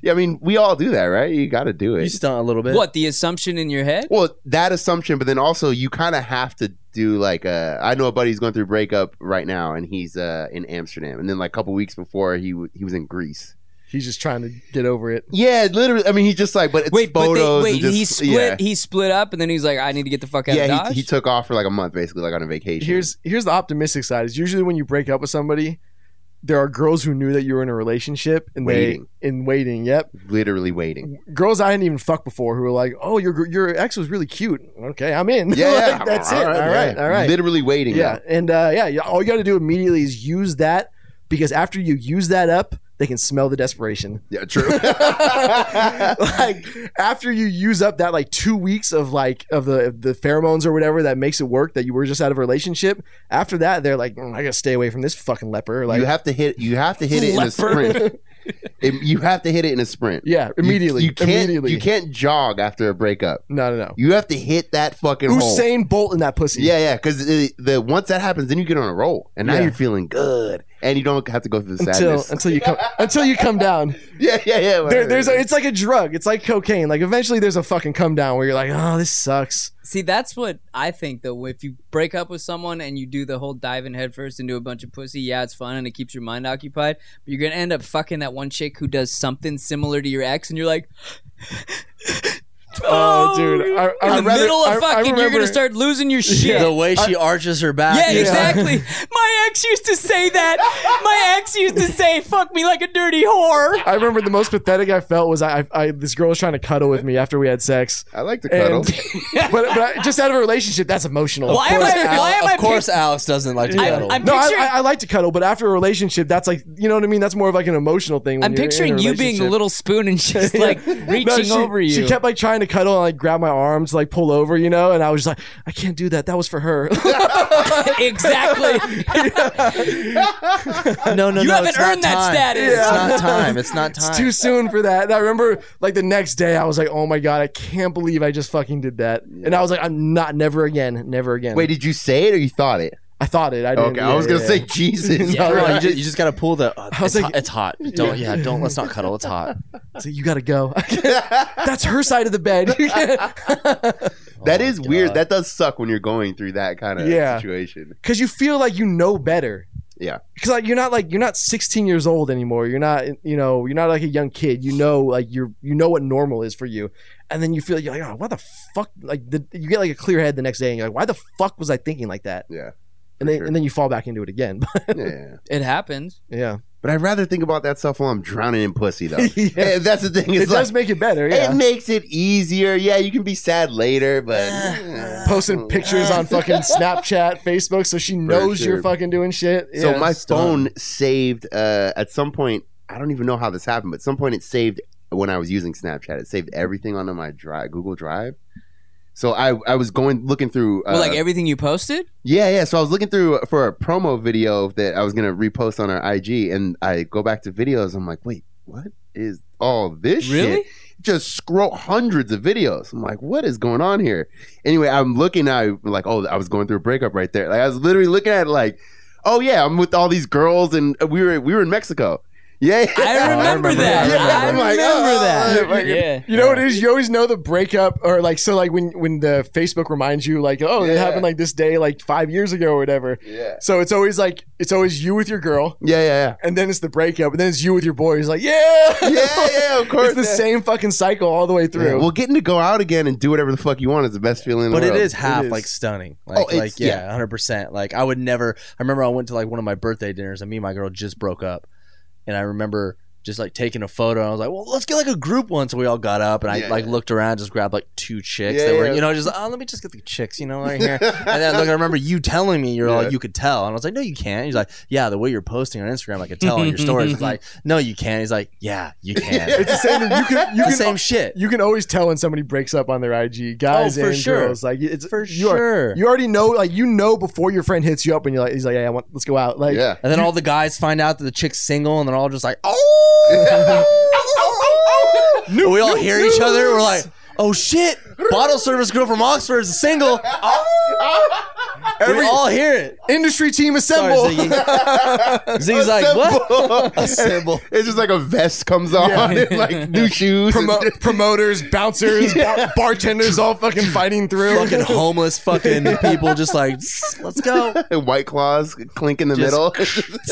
Speaker 1: Yeah, I mean, we all do that, right? You got to do
Speaker 2: You
Speaker 1: it.
Speaker 2: stunt a little bit.
Speaker 3: What the assumption in your head?
Speaker 1: Well, that assumption, but then also you kind of have to do like uh, I know a buddy's going through a breakup right now, and he's uh, in Amsterdam, and then like a couple weeks before he w- he was in Greece.
Speaker 4: He's just trying to get over it.
Speaker 1: Yeah, literally. I mean, he's just like, but it's
Speaker 3: Wait, but
Speaker 1: photos.
Speaker 3: they,
Speaker 1: and
Speaker 3: wait,
Speaker 1: just-
Speaker 3: he split.
Speaker 1: Yeah,
Speaker 3: He split up, and then he's like, "I need to get the fuck out of
Speaker 1: yeah
Speaker 3: Dodge."
Speaker 1: he, he took off for like a month, basically, like on a vacation.
Speaker 4: Here's here's the optimistic side. Is usually when you break up with somebody, there are girls who knew that you were in a relationship and
Speaker 1: Waiting.
Speaker 4: they in waiting. Yep,
Speaker 1: literally waiting.
Speaker 4: girls I hadn't even fucked before who were like, "Oh, your gr- your ex was really cute." Okay, I'm in.
Speaker 1: Yeah,
Speaker 4: Like, that's it.
Speaker 1: All right,
Speaker 4: all right,
Speaker 1: yeah.
Speaker 4: all right.
Speaker 1: Literally waiting.
Speaker 4: Yeah,
Speaker 1: Yeah,
Speaker 4: and uh, yeah, you- all you got to do immediately is use that because after you use that up, they can smell the desperation.
Speaker 1: yeah, true.
Speaker 4: like after you use up that like two weeks of like of the of the pheromones or whatever that makes it work that you were just out of a relationship. After that, they're like, "Mm, I gotta stay away from this fucking leper. Like,
Speaker 1: you have to hit. You have to hit it in a sprint. It- you have to hit it in a sprint.
Speaker 4: yeah,
Speaker 1: You-
Speaker 4: immediately,
Speaker 1: You, can't.
Speaker 4: immediately.
Speaker 1: You can't jog after a brecup.
Speaker 4: No, no, no.
Speaker 1: You have to hit that fucking hole.
Speaker 4: Usain Bolt in that pussy.
Speaker 1: Yeah, yeah. Because the, the once that happens, then you get on a roll, and now
Speaker 4: Yeah.
Speaker 1: you're feeling good, and you don't have to go through the
Speaker 4: Until
Speaker 1: sadness.
Speaker 4: until you come until you come down,
Speaker 1: yeah, yeah, yeah.
Speaker 4: there, there's a, it's like a drug. It's like cocaine. Like eventually, there's a fucking come down where you're like, oh, this sucks.
Speaker 3: See, that's what I think though. If you break up with someone and you do the whole dive in headfirst into a bunch of pussy, yeah, it's fun and it keeps your mind occupied. But you're gonna end up fucking that one chick who does something similar to your ex, and you're like,
Speaker 4: Oh, dude, I- I
Speaker 3: in the
Speaker 4: rather-
Speaker 3: middle
Speaker 4: I- I
Speaker 3: of fucking, you're
Speaker 4: remember-
Speaker 3: gonna start losing your shit.
Speaker 2: The way she arches her back.
Speaker 3: Yeah,
Speaker 2: you know?
Speaker 3: exactly. My ex used to say that. My ex used to say, "Fuck me like a dirty whore."
Speaker 4: I remember the most pathetic I felt was I, I, I this girl was trying to cuddle with me after we had sex.
Speaker 1: I like to cuddle.
Speaker 4: And, but but I, just out of a relationship, that's emotional.
Speaker 3: Why
Speaker 4: of
Speaker 3: am
Speaker 4: course,
Speaker 3: I-
Speaker 4: Al-
Speaker 3: why am I
Speaker 2: of course, Alex doesn't like to
Speaker 4: Yeah.
Speaker 2: cuddle.
Speaker 3: I'm
Speaker 4: no, I,
Speaker 3: picturing-
Speaker 4: I, I like to cuddle, but after a relationship, that's like you know what I mean. That's more of like an emotional thing. when
Speaker 3: I'm
Speaker 4: you're in a
Speaker 3: picturing you being the
Speaker 4: relationship.
Speaker 3: little spoon and she's
Speaker 4: Yeah.
Speaker 3: like reaching
Speaker 4: No, she-
Speaker 3: over you.
Speaker 4: She kept like trying to cuddle and like grab my arms, like pull over, you know. And I was just like, I can't do that. That was for her.
Speaker 3: exactly.
Speaker 2: no, no,
Speaker 3: You
Speaker 2: no,
Speaker 3: haven't
Speaker 2: it's not
Speaker 3: earned that
Speaker 2: time.
Speaker 3: status.
Speaker 2: It's
Speaker 4: Yeah.
Speaker 2: not time. It's not time.
Speaker 4: it's too soon for that. And I remember like the next day, I was like, oh my god, I can't believe I just fucking did that. And I was like, I'm not, never again, never again.
Speaker 1: Wait, did you say it or you thought it?
Speaker 4: I thought it. I didn't,
Speaker 1: Okay, I was
Speaker 4: yeah,
Speaker 1: gonna
Speaker 4: yeah,
Speaker 1: say
Speaker 4: yeah.
Speaker 1: Jesus.
Speaker 2: yeah, no, you,
Speaker 1: Christ.
Speaker 2: just, you just gotta pull the. Uh,
Speaker 4: was
Speaker 2: it's,
Speaker 4: like-
Speaker 2: hot, it's hot. Don't. Yeah. Don't. Let's not cuddle. It's hot.
Speaker 4: So you gotta go. That's her side of the bed.
Speaker 1: that
Speaker 2: Oh
Speaker 1: is
Speaker 2: my
Speaker 1: weird.
Speaker 2: God.
Speaker 1: That does suck when you're going through that kind of
Speaker 4: Yeah.
Speaker 1: situation.
Speaker 4: Cause you feel like you know better.
Speaker 1: Yeah.
Speaker 4: Cause like you're not like you're not 16 years old anymore. You're not you know you're not like a young kid. You know like you're you know what normal is for you, and then you feel you're like oh what the fuck like the, you get like a clear head the next day and you're like why the fuck was I thinking like that?
Speaker 1: Yeah,
Speaker 4: And then
Speaker 1: sure.
Speaker 4: and then you fall back into it again.
Speaker 1: Yeah,
Speaker 3: It happens.
Speaker 4: yeah.
Speaker 1: but I'd rather think about that stuff while I'm drowning in pussy, though.
Speaker 4: Yeah.
Speaker 1: Eh, That's the thing.
Speaker 4: It
Speaker 1: It's like,
Speaker 4: does make it better. Yeah.
Speaker 1: It makes it easier. Yeah, you can be sad later, but
Speaker 4: Posting pictures on fucking Snapchat, Facebook, so she knows
Speaker 1: sure.
Speaker 4: you're fucking doing shit.
Speaker 1: So
Speaker 4: Yeah.
Speaker 1: my
Speaker 2: it's done.
Speaker 1: phone saved uh, at some point. I don't even know how this happened, but at some point it saved when I was using Snapchat. It saved everything onto my drive, Google Drive. So I, I was going looking through. Uh,
Speaker 3: well, like everything you posted.
Speaker 1: yeah, yeah. So I was looking through for a promo video that I was gonna repost on our IG, and I go back to videos. I'm like, wait, what is all this? shit?
Speaker 3: Really?
Speaker 1: just scroll hundreds of videos. I'm like, what is going on here? Anyway, I'm looking I like, oh, I was going through a breakup right there. Like I was literally looking at it like, oh yeah, I'm with all these girls and we were we were in Mexico. Yeah,
Speaker 3: I remember, that.
Speaker 1: Yeah,
Speaker 3: I
Speaker 1: I'm
Speaker 3: remember
Speaker 1: like, oh,
Speaker 3: that.
Speaker 1: oh, oh,
Speaker 3: yeah.
Speaker 4: You know what it is? You always know the breakup, or like so, like when when the Facebook reminds you, like, oh, it
Speaker 1: Yeah.
Speaker 4: happened like this day, like five years ago or whatever.
Speaker 1: Yeah,
Speaker 4: So it's always like it's always you with your girl,
Speaker 1: yeah, yeah,
Speaker 4: and then it's the breakup, and then it's you with your boy. He's like, yeah,
Speaker 1: yeah, yeah, yeah. Of course,
Speaker 4: it's the
Speaker 1: yeah.
Speaker 4: same fucking cycle all the way through.
Speaker 1: Yeah, well, getting to go out again and do whatever the fuck you want is the best feeling. In
Speaker 2: but
Speaker 1: the
Speaker 2: it
Speaker 1: world.
Speaker 2: is half
Speaker 4: is.
Speaker 2: like stunning like
Speaker 1: it's-
Speaker 2: like yeah 100% like i would never i remember i went to like one of my birthday dinners and me and my girl just broke up and i remember just like taking a photo and i was like well let's get like a group one so we all got up and i
Speaker 1: Yeah,
Speaker 2: like
Speaker 1: yeah.
Speaker 2: looked around just grabbed like two chicks
Speaker 1: Yeah,
Speaker 2: that were
Speaker 1: yeah.
Speaker 2: you know just oh let me just get the chicks you know right here and then like i remember you telling me you're
Speaker 1: Yeah.
Speaker 2: like you could tell and i was like no you can't he's like yeah the way you're posting on instagram i could tell on your stories it's like no you can't he's like yeah you can
Speaker 1: Yeah.
Speaker 4: it's the same. You can you
Speaker 2: it's the
Speaker 4: can
Speaker 2: same shit
Speaker 4: you can always tell when somebody breaks up on their IG, guys
Speaker 2: Oh, for
Speaker 4: and
Speaker 2: sure.
Speaker 4: girls. Like it's
Speaker 2: for
Speaker 4: you are-
Speaker 2: sure
Speaker 4: you already know, like you know before your friend hits you up, and you're like, he's like, yeah, I want, let's go out. Like,
Speaker 1: yeah.
Speaker 2: And then all the guys find out that the chick's single, and they're all just like, oh! And we all hear each other. We're like, oh shit! Bottle service girl from Oxford is single. Oh! we
Speaker 1: Every
Speaker 2: all hear it.
Speaker 4: Industry team
Speaker 2: Sorry,
Speaker 4: assemble.
Speaker 2: Ziggy. Ziggy's like, what?
Speaker 1: Assemble. it's just like a vest comes on, and like new shoes. and-
Speaker 4: Promo- promoters, bouncers, ba- bartenders, all fucking fighting through.
Speaker 2: fucking homeless fucking people just like let's go.
Speaker 1: and white claws clink in the
Speaker 2: Just-
Speaker 1: middle.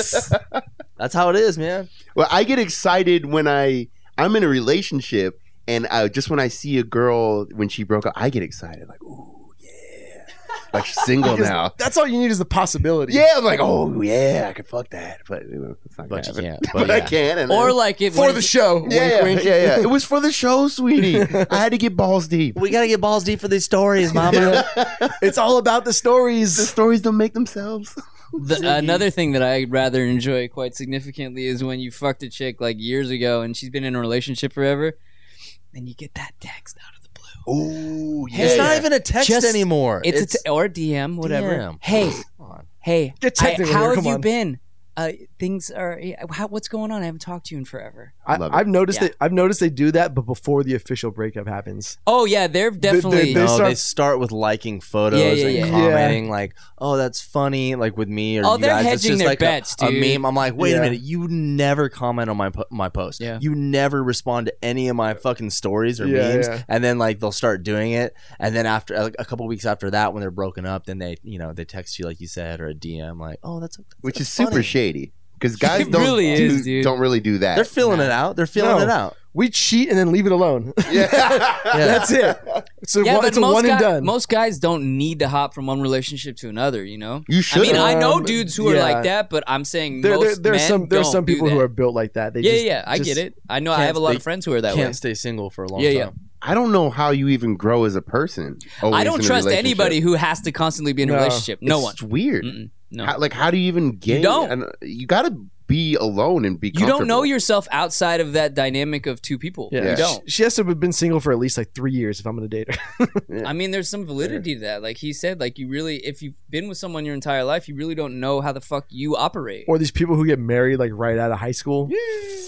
Speaker 2: That's how it is, man.
Speaker 1: well, I get excited when I I'm in a relationship, and I, just when I see a girl when she broke up, I get excited like, ooh yeah, like she's single
Speaker 4: Because
Speaker 1: now.
Speaker 4: That's all you need is the possibility.
Speaker 1: Yeah, I'm like, oh yeah, I could fuck that, but you know, it's not
Speaker 2: But you
Speaker 1: gonna happen.
Speaker 2: can't, but
Speaker 1: I
Speaker 2: yeah.
Speaker 1: can, and
Speaker 3: Or
Speaker 1: then-
Speaker 3: like if
Speaker 4: For the show.
Speaker 1: yeah,
Speaker 4: Wink,
Speaker 1: yeah,
Speaker 4: wink.
Speaker 1: yeah, yeah. It was for the show, sweetie. I had to get balls deep.
Speaker 2: We gotta get balls deep for these stories, mama.
Speaker 4: It's all about the
Speaker 1: The
Speaker 4: stories.
Speaker 1: stories don't make themselves.
Speaker 3: The, another thing that I rather enjoy quite significantly is when you fucked a chick like years ago and she's been in a relationship forever, and you get that text out of the blue.
Speaker 1: Ooh, yeah.
Speaker 2: it's not even a text
Speaker 3: Just-
Speaker 2: anymore.
Speaker 3: It's, a t- or DM, whatever.
Speaker 2: DM.
Speaker 3: Hey,
Speaker 2: Come on.
Speaker 3: hey,
Speaker 4: Get
Speaker 3: I-
Speaker 4: technical
Speaker 3: how
Speaker 4: here,
Speaker 3: have
Speaker 4: come
Speaker 3: you
Speaker 4: on.
Speaker 3: been? Uh, things are yeah, how, what's going on? I haven't talked to you in forever.
Speaker 4: I,
Speaker 1: Love it.
Speaker 4: I've noticed
Speaker 3: Yeah.
Speaker 4: that. I've noticed they do that, but before the official breakup happens.
Speaker 3: Oh yeah, they're definitely.
Speaker 4: They
Speaker 2: no,
Speaker 4: start-
Speaker 2: they start with liking photos
Speaker 3: Yeah, yeah,
Speaker 2: and
Speaker 4: yeah. Yeah.
Speaker 2: commenting like, "Oh, that's funny." Like with me or
Speaker 3: Oh,
Speaker 2: you
Speaker 3: they're
Speaker 2: guys, it's
Speaker 3: hedging
Speaker 2: just
Speaker 3: their
Speaker 2: like a-
Speaker 3: bets,
Speaker 2: a,
Speaker 3: dude.
Speaker 2: meme. I'm like, wait a
Speaker 4: Yeah.
Speaker 2: minute, you never comment on my po- my post.
Speaker 3: Yeah.
Speaker 2: you never respond to any of my fucking stories or
Speaker 4: Yeah,
Speaker 2: memes.
Speaker 4: yeah.
Speaker 2: And then like they'll start doing it, and then after like, a couple weeks after that, when they're broken up, then they you know they text you like you said or a DM like, "Oh, that's, that's
Speaker 1: which is
Speaker 2: funny.
Speaker 1: super shady because guys
Speaker 3: It
Speaker 1: don't
Speaker 3: really
Speaker 1: do,
Speaker 3: is, dude.
Speaker 1: don't really do that.
Speaker 2: They're feeling it out. They're feeling
Speaker 4: No.
Speaker 2: it out.
Speaker 4: We cheat and then leave it alone.
Speaker 1: yeah.
Speaker 4: That's it. It's a,
Speaker 3: yeah,
Speaker 4: one,
Speaker 3: but
Speaker 4: it's a
Speaker 3: most
Speaker 4: one
Speaker 3: guy-
Speaker 4: and done.
Speaker 3: Most guys don't need to hop from one relationship to another. You know.
Speaker 1: You
Speaker 3: I
Speaker 1: should.
Speaker 3: mean, I know
Speaker 4: Um,
Speaker 3: dudes who are
Speaker 4: yeah.
Speaker 3: like that, but I'm saying
Speaker 4: there, there,
Speaker 3: most
Speaker 4: there are
Speaker 3: men
Speaker 4: some there are
Speaker 3: don't
Speaker 4: some
Speaker 3: do
Speaker 4: people who
Speaker 3: that.
Speaker 4: are built like that. They
Speaker 3: yeah,
Speaker 4: just,
Speaker 3: yeah, I get it. I know. I
Speaker 2: can't-
Speaker 3: have a lot
Speaker 2: they
Speaker 3: of friends who are that
Speaker 2: Can't
Speaker 3: way.
Speaker 2: stay single for a long
Speaker 3: Yeah,
Speaker 2: time.
Speaker 3: yeah.
Speaker 1: I don't know how you even grow as a person. always
Speaker 3: I
Speaker 1: in
Speaker 3: don't
Speaker 1: a
Speaker 3: trust
Speaker 1: relationship.
Speaker 3: anybody who has to constantly be in a
Speaker 4: No.
Speaker 3: relationship. No
Speaker 1: it's
Speaker 3: one.
Speaker 1: It's weird.
Speaker 3: Mm-mm. No.
Speaker 1: How, like, how do you even get?
Speaker 3: don't.
Speaker 1: and, uh, you got to be alone and be.
Speaker 3: you don't know
Speaker 1: comfortable.
Speaker 3: yourself outside of that dynamic of two people.
Speaker 1: Yeah.
Speaker 3: You don't.
Speaker 4: She, she has to have been single for at least like three years if I'm going to date her.
Speaker 3: I mean, there's some validity to that. Like he said, like you really, if you've been with someone your entire life, you really don't know how the fuck you operate.
Speaker 4: or these people who get married like right out of high school.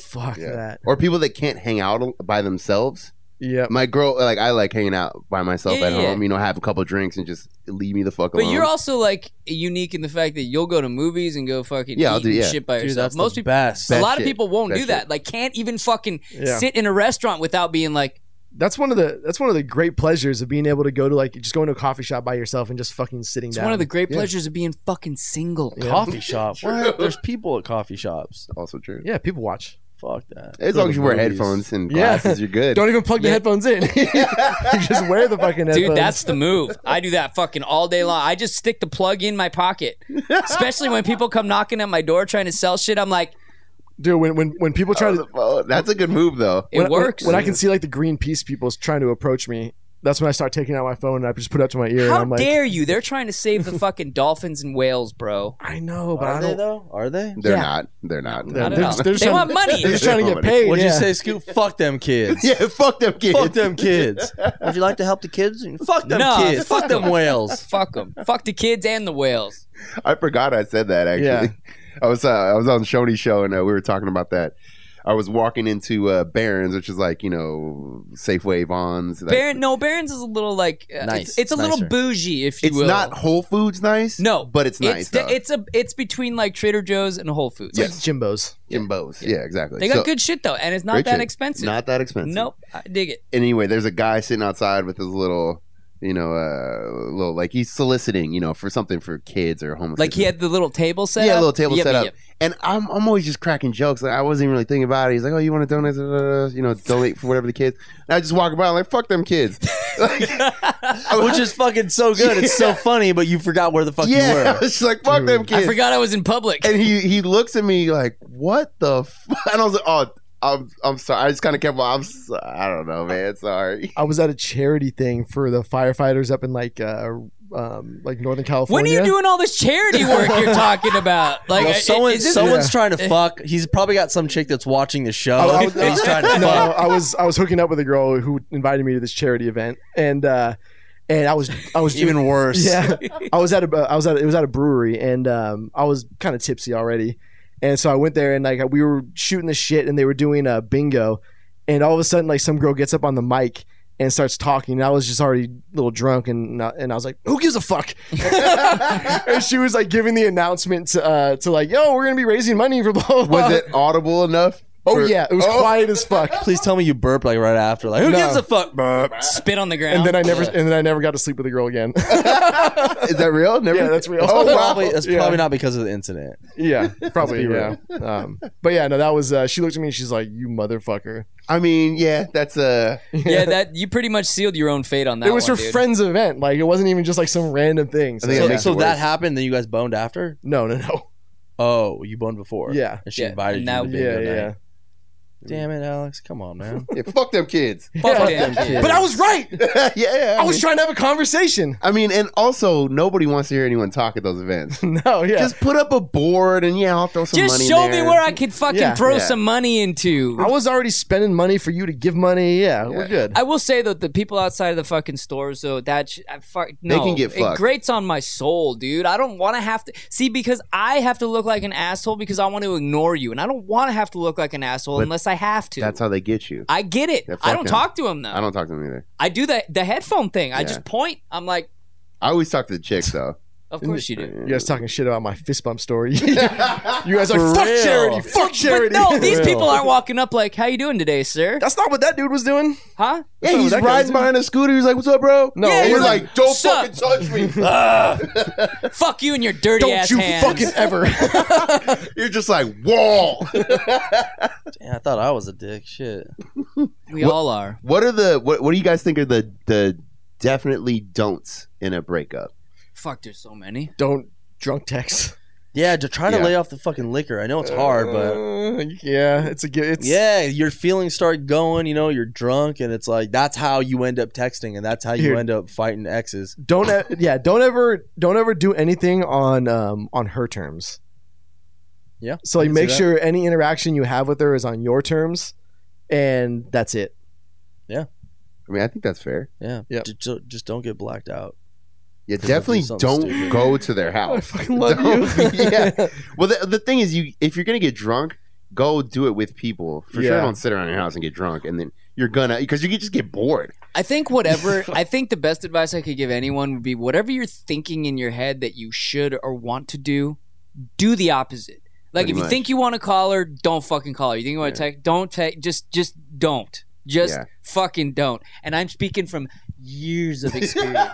Speaker 4: Fuck
Speaker 1: Yeah.
Speaker 4: that.
Speaker 1: Or people that can't hang out al- by themselves.
Speaker 4: Yeah.
Speaker 1: My girl, like I like hanging out by myself
Speaker 3: Yeah,
Speaker 1: at
Speaker 3: yeah, yeah.
Speaker 1: home. You know, have a couple drinks and just leave me the fuck
Speaker 3: but
Speaker 1: alone.
Speaker 3: you're also like unique in the fact that you'll go to movies and go fucking
Speaker 1: Yeah, I'll
Speaker 3: eat
Speaker 1: do-
Speaker 3: and
Speaker 1: yeah.
Speaker 3: shit by
Speaker 2: Dude,
Speaker 3: yourself.
Speaker 2: that's
Speaker 3: Most
Speaker 2: the
Speaker 3: people,
Speaker 2: best.
Speaker 3: a
Speaker 1: Best
Speaker 3: lot of
Speaker 1: shit.
Speaker 3: people won't
Speaker 1: Best
Speaker 3: do that.
Speaker 1: shit.
Speaker 3: Like can't even fucking
Speaker 4: Yeah.
Speaker 3: sit in a restaurant without being like,
Speaker 4: That's one of the that's one of the great pleasures of being able to go to like just going to a coffee shop by yourself and just fucking sitting
Speaker 3: it's
Speaker 4: down.
Speaker 3: one of the great
Speaker 1: Yeah.
Speaker 3: pleasures of being fucking single.
Speaker 4: Yeah.
Speaker 2: Coffee shop.
Speaker 1: True.
Speaker 2: What? There's people at coffee shops.
Speaker 1: also true.
Speaker 4: yeah, people watch.
Speaker 2: Fuck that.
Speaker 1: As
Speaker 2: Go
Speaker 1: long
Speaker 2: to
Speaker 1: as you wear
Speaker 2: movies.
Speaker 1: headphones and
Speaker 4: Yeah.
Speaker 1: glasses, you're good.
Speaker 4: Don't even plug the
Speaker 3: Yeah.
Speaker 4: headphones in. just wear the fucking headphones.
Speaker 3: Dude, that's the move. I do that fucking all day long. I just stick the plug in my pocket. Especially when people come knocking at my door trying to sell shit. I'm like,
Speaker 4: dude. When when when people try
Speaker 1: Oh,
Speaker 4: to
Speaker 1: well, that's a good move, though.
Speaker 3: it
Speaker 4: when, when-
Speaker 3: works.
Speaker 4: When, I can see like the Greenpeace people's trying to approach me, that's when I start taking out my phone and I just put it up to my ear and
Speaker 3: How
Speaker 4: I'm like,
Speaker 3: dare you? They're trying to save the fucking dolphins and whales, bro.
Speaker 4: I know, but I
Speaker 2: Are they
Speaker 4: don't.
Speaker 2: though? Are they?
Speaker 1: They're
Speaker 3: Yeah.
Speaker 1: not. They're not.
Speaker 4: They're-
Speaker 3: Not at
Speaker 4: they're
Speaker 3: all.
Speaker 4: just- they're just
Speaker 3: They
Speaker 4: trying-
Speaker 3: want money.
Speaker 4: They're just trying to get paid.
Speaker 2: What'd
Speaker 4: yeah.
Speaker 2: you say, Scoop? Fuck them kids.
Speaker 1: Yeah, fuck them kids.
Speaker 2: Fuck them kids. Would you like to help the kids? Fuck them
Speaker 3: No,
Speaker 2: kids.
Speaker 3: fuck
Speaker 2: Fuck them whales.
Speaker 3: Fuck them. Fuck the kids and the whales.
Speaker 1: I forgot I said that actually.
Speaker 4: Yeah.
Speaker 1: I was uh, I was on Shoney's show and uh, we were talking about that. I was walking into uh, Barons, which is like you know Safeway, Vons. Like,
Speaker 3: Baron, no, Barron's is a little like uh,
Speaker 2: Nice.
Speaker 3: It's, it's a little
Speaker 2: Nicer.
Speaker 3: bougie, if you
Speaker 1: It's
Speaker 3: will.
Speaker 1: not Whole Foods nice.
Speaker 3: No,
Speaker 1: but it's nice.
Speaker 3: It's the-
Speaker 1: though.
Speaker 3: it's a it's between like Trader Joe's and Whole Foods.
Speaker 4: It's like Jimbo's.
Speaker 1: Jimbo's. Yeah, exactly.
Speaker 3: They got
Speaker 1: So-
Speaker 3: good shit though, and it's not
Speaker 1: Great
Speaker 3: that
Speaker 1: shit.
Speaker 3: expensive.
Speaker 1: Not that expensive.
Speaker 3: nope, I dig it.
Speaker 1: Anyway, there's a guy sitting outside with his little, you know, uh, little like he's soliciting, you know, for something for kids or homeless.
Speaker 3: Like
Speaker 1: kids.
Speaker 3: he had the little table set
Speaker 1: yeah,
Speaker 3: up.
Speaker 1: a little table
Speaker 3: Yep,
Speaker 1: set up.
Speaker 3: yep.
Speaker 1: And I'm, I'm always just cracking jokes. Like I wasn't even really thinking about it. He's like, "Oh, you want to donate? uh, you know, donate for whatever the kids." And I just walk by, I'm like, "Fuck them kids." Like,
Speaker 2: Which is fucking so good. It's so funny, but you forgot where the fuck you
Speaker 1: yeah, I
Speaker 2: were.
Speaker 1: was just like, "Fuck them
Speaker 3: I
Speaker 1: kids."
Speaker 3: forgot I was in public.
Speaker 1: And he he looks at me like, "What the?" Fu-? And I was like, "Oh, I'm I'm sorry." I just kind of kept. on- I'm so- I don't know, man. Sorry.
Speaker 4: I was at a charity thing for the firefighters up in like uh, um, like
Speaker 3: when
Speaker 4: Northern
Speaker 3: are
Speaker 4: California.
Speaker 3: you doing all this charity work you're talking about? Like,
Speaker 2: Well,
Speaker 3: I-
Speaker 2: someone,
Speaker 3: is this-
Speaker 2: someone's
Speaker 4: Yeah.
Speaker 2: trying to fuck. He's probably got some chick that's watching the show.
Speaker 4: Oh,
Speaker 1: Oh,
Speaker 4: I- I was-
Speaker 2: and he's trying to
Speaker 4: no,
Speaker 2: fuck.
Speaker 4: I was I was hooking up with a girl who invited me to this charity event, and uh, and I was I was doing-
Speaker 2: Even worse.
Speaker 4: Yeah, I was at a I was at it was at a brewery, and um, I was kind of tipsy already, and so I went there and like we uh, were shooting the shit, and they were doing a bingo, and all of a sudden like some girl gets up on the mic. and starts talking. And I was just already a little drunk, and not- and I was like, "Who gives a fuck?" and she was like giving the announcement to, uh, to like, "Yo, we're gonna be raising money for blah blah." blah."
Speaker 1: Was it audible enough?
Speaker 4: Oh
Speaker 1: for-
Speaker 4: yeah, it was
Speaker 1: Oh.
Speaker 4: quiet as fuck.
Speaker 2: Please tell me you burped like right after. Like, who
Speaker 4: No.
Speaker 2: gives a fuck?
Speaker 3: Spit on the ground.
Speaker 4: And then I never, and then I never got to sleep with a girl again.
Speaker 1: Is that real? Never.
Speaker 4: Yeah, that's real.
Speaker 2: That's,
Speaker 1: Oh wow.
Speaker 2: probably, that's
Speaker 4: Yeah.
Speaker 2: probably not because of the incident.
Speaker 4: yeah, probably.
Speaker 2: Let's be
Speaker 4: Yeah. Um, but yeah, no, that was. Uh, she looked at me and she's like, "You motherfucker."
Speaker 1: I mean, yeah, that's uh,
Speaker 3: yeah, that you pretty much sealed your own fate on that.
Speaker 4: it was
Speaker 3: one,
Speaker 4: her
Speaker 3: dude.
Speaker 4: friend's event. Like it wasn't even just like some random thing. So,
Speaker 1: I think it
Speaker 2: so
Speaker 1: makes
Speaker 2: so
Speaker 1: it
Speaker 2: that
Speaker 1: worse.
Speaker 2: happened, then you guys boned after?
Speaker 4: no, no, no.
Speaker 2: Oh, you boned before.
Speaker 4: Yeah.
Speaker 2: And she
Speaker 3: Yeah,
Speaker 2: invited
Speaker 3: and
Speaker 2: you to
Speaker 3: that-
Speaker 2: the
Speaker 4: Yeah,
Speaker 2: bingo
Speaker 4: yeah.
Speaker 2: night. Damn it, Alex. Come on, man.
Speaker 1: yeah, fuck them kids.
Speaker 3: Fuck
Speaker 4: Yeah.
Speaker 3: them kids.
Speaker 4: But I was right.
Speaker 1: yeah,
Speaker 4: I was trying to have a conversation.
Speaker 1: I mean, and also nobody wants to hear anyone talk at those events.
Speaker 4: No, yeah.
Speaker 1: Just put up a board and yeah, I'll throw some
Speaker 3: Just
Speaker 1: money. in
Speaker 3: show me
Speaker 1: there.
Speaker 3: where I could fucking
Speaker 4: Yeah,
Speaker 3: throw
Speaker 1: yeah.
Speaker 3: some money into.
Speaker 4: I was already spending money for you to give money. Yeah, we're
Speaker 1: Yeah.
Speaker 4: good.
Speaker 3: I will say though, the people outside of the fucking stores, though, that sh- I fuck, no,
Speaker 1: can get
Speaker 3: It
Speaker 1: fucked.
Speaker 3: grates on my soul, dude. I don't want to have to see because I have to look like an asshole because I want to ignore you, and I don't want to have to look like an asshole
Speaker 1: But
Speaker 3: unless I have to.
Speaker 1: That's how they get you.
Speaker 3: I get it.
Speaker 1: Yeah, fuck
Speaker 3: I don't
Speaker 1: them.
Speaker 3: talk to him though.
Speaker 1: I don't talk to them either.
Speaker 3: I do the the headphone thing. I
Speaker 1: Yeah.
Speaker 3: just point. I'm like,
Speaker 1: I always talk to the chicks though.
Speaker 3: of course you do.
Speaker 4: you guys talking shit about my fist bump story. you guys are like, fuck
Speaker 2: real.
Speaker 4: charity, fuck
Speaker 3: But
Speaker 4: charity.
Speaker 3: no, these
Speaker 4: Real.
Speaker 3: people aren't walking up like, "How you doing today, sir?"
Speaker 4: That's not what that dude was doing.
Speaker 3: Huh?
Speaker 1: Yeah,
Speaker 4: So
Speaker 1: he's
Speaker 4: that guy's
Speaker 1: riding
Speaker 4: in-
Speaker 1: behind a scooter. He's like, "What's up, bro?"
Speaker 4: No,
Speaker 1: and
Speaker 3: he's
Speaker 1: we're
Speaker 3: like,
Speaker 1: like, "Don't
Speaker 3: "Sup?"
Speaker 1: fucking touch me."
Speaker 3: Fuck you and your dirty
Speaker 4: Don't
Speaker 3: ass
Speaker 4: you
Speaker 3: hands.
Speaker 4: fucking ever.
Speaker 1: You're just like, "Wall."
Speaker 2: Damn, I thought I was a dick. Shit.
Speaker 3: we all are.
Speaker 1: what are the what, what do you guys think are the the definitely don'ts in a breakup?
Speaker 3: Fuck, there's so many.
Speaker 4: Don't drunk text.
Speaker 2: Yeah, to try to
Speaker 1: Yeah.
Speaker 2: lay off the fucking liquor. I know it's hard, but
Speaker 4: Uh, yeah, it's a gi- it's
Speaker 2: yeah, your feelings start going. You know, you're drunk, and it's like that's how you end up texting, and that's how you
Speaker 4: Dude.
Speaker 2: end up fighting exes.
Speaker 4: don't e- yeah don't ever don't ever do anything on um on her terms
Speaker 2: Yeah,
Speaker 4: so
Speaker 2: I
Speaker 4: like
Speaker 2: can
Speaker 4: make
Speaker 2: see that.
Speaker 4: sure any interaction you have with her is on your terms and that's it
Speaker 1: I mean, I think that's fair.
Speaker 2: Yeah,
Speaker 4: Yep.
Speaker 2: J- j- just don't get blacked out.
Speaker 1: Yeah,
Speaker 2: Because they'll do
Speaker 1: definitely
Speaker 2: something
Speaker 1: don't
Speaker 2: stupid.
Speaker 1: go to their house.
Speaker 4: fucking
Speaker 1: Don't- yeah. Well, the, the thing is, you if you're gonna get drunk, go do it with people. For sure,
Speaker 4: Yeah.
Speaker 1: don't sit around your house and get drunk, and then you're gonna because you could just get bored.
Speaker 3: I think whatever I think the best advice I could give anyone would be whatever you're thinking in your head that you should or want to do, do the opposite. Like
Speaker 1: Pretty
Speaker 3: if you
Speaker 1: much.
Speaker 3: think you want to call her, don't fucking call her. You think you want to text, don't text. Just just don't. Just
Speaker 1: Yeah.
Speaker 3: fucking don't. And I'm speaking from years of experience.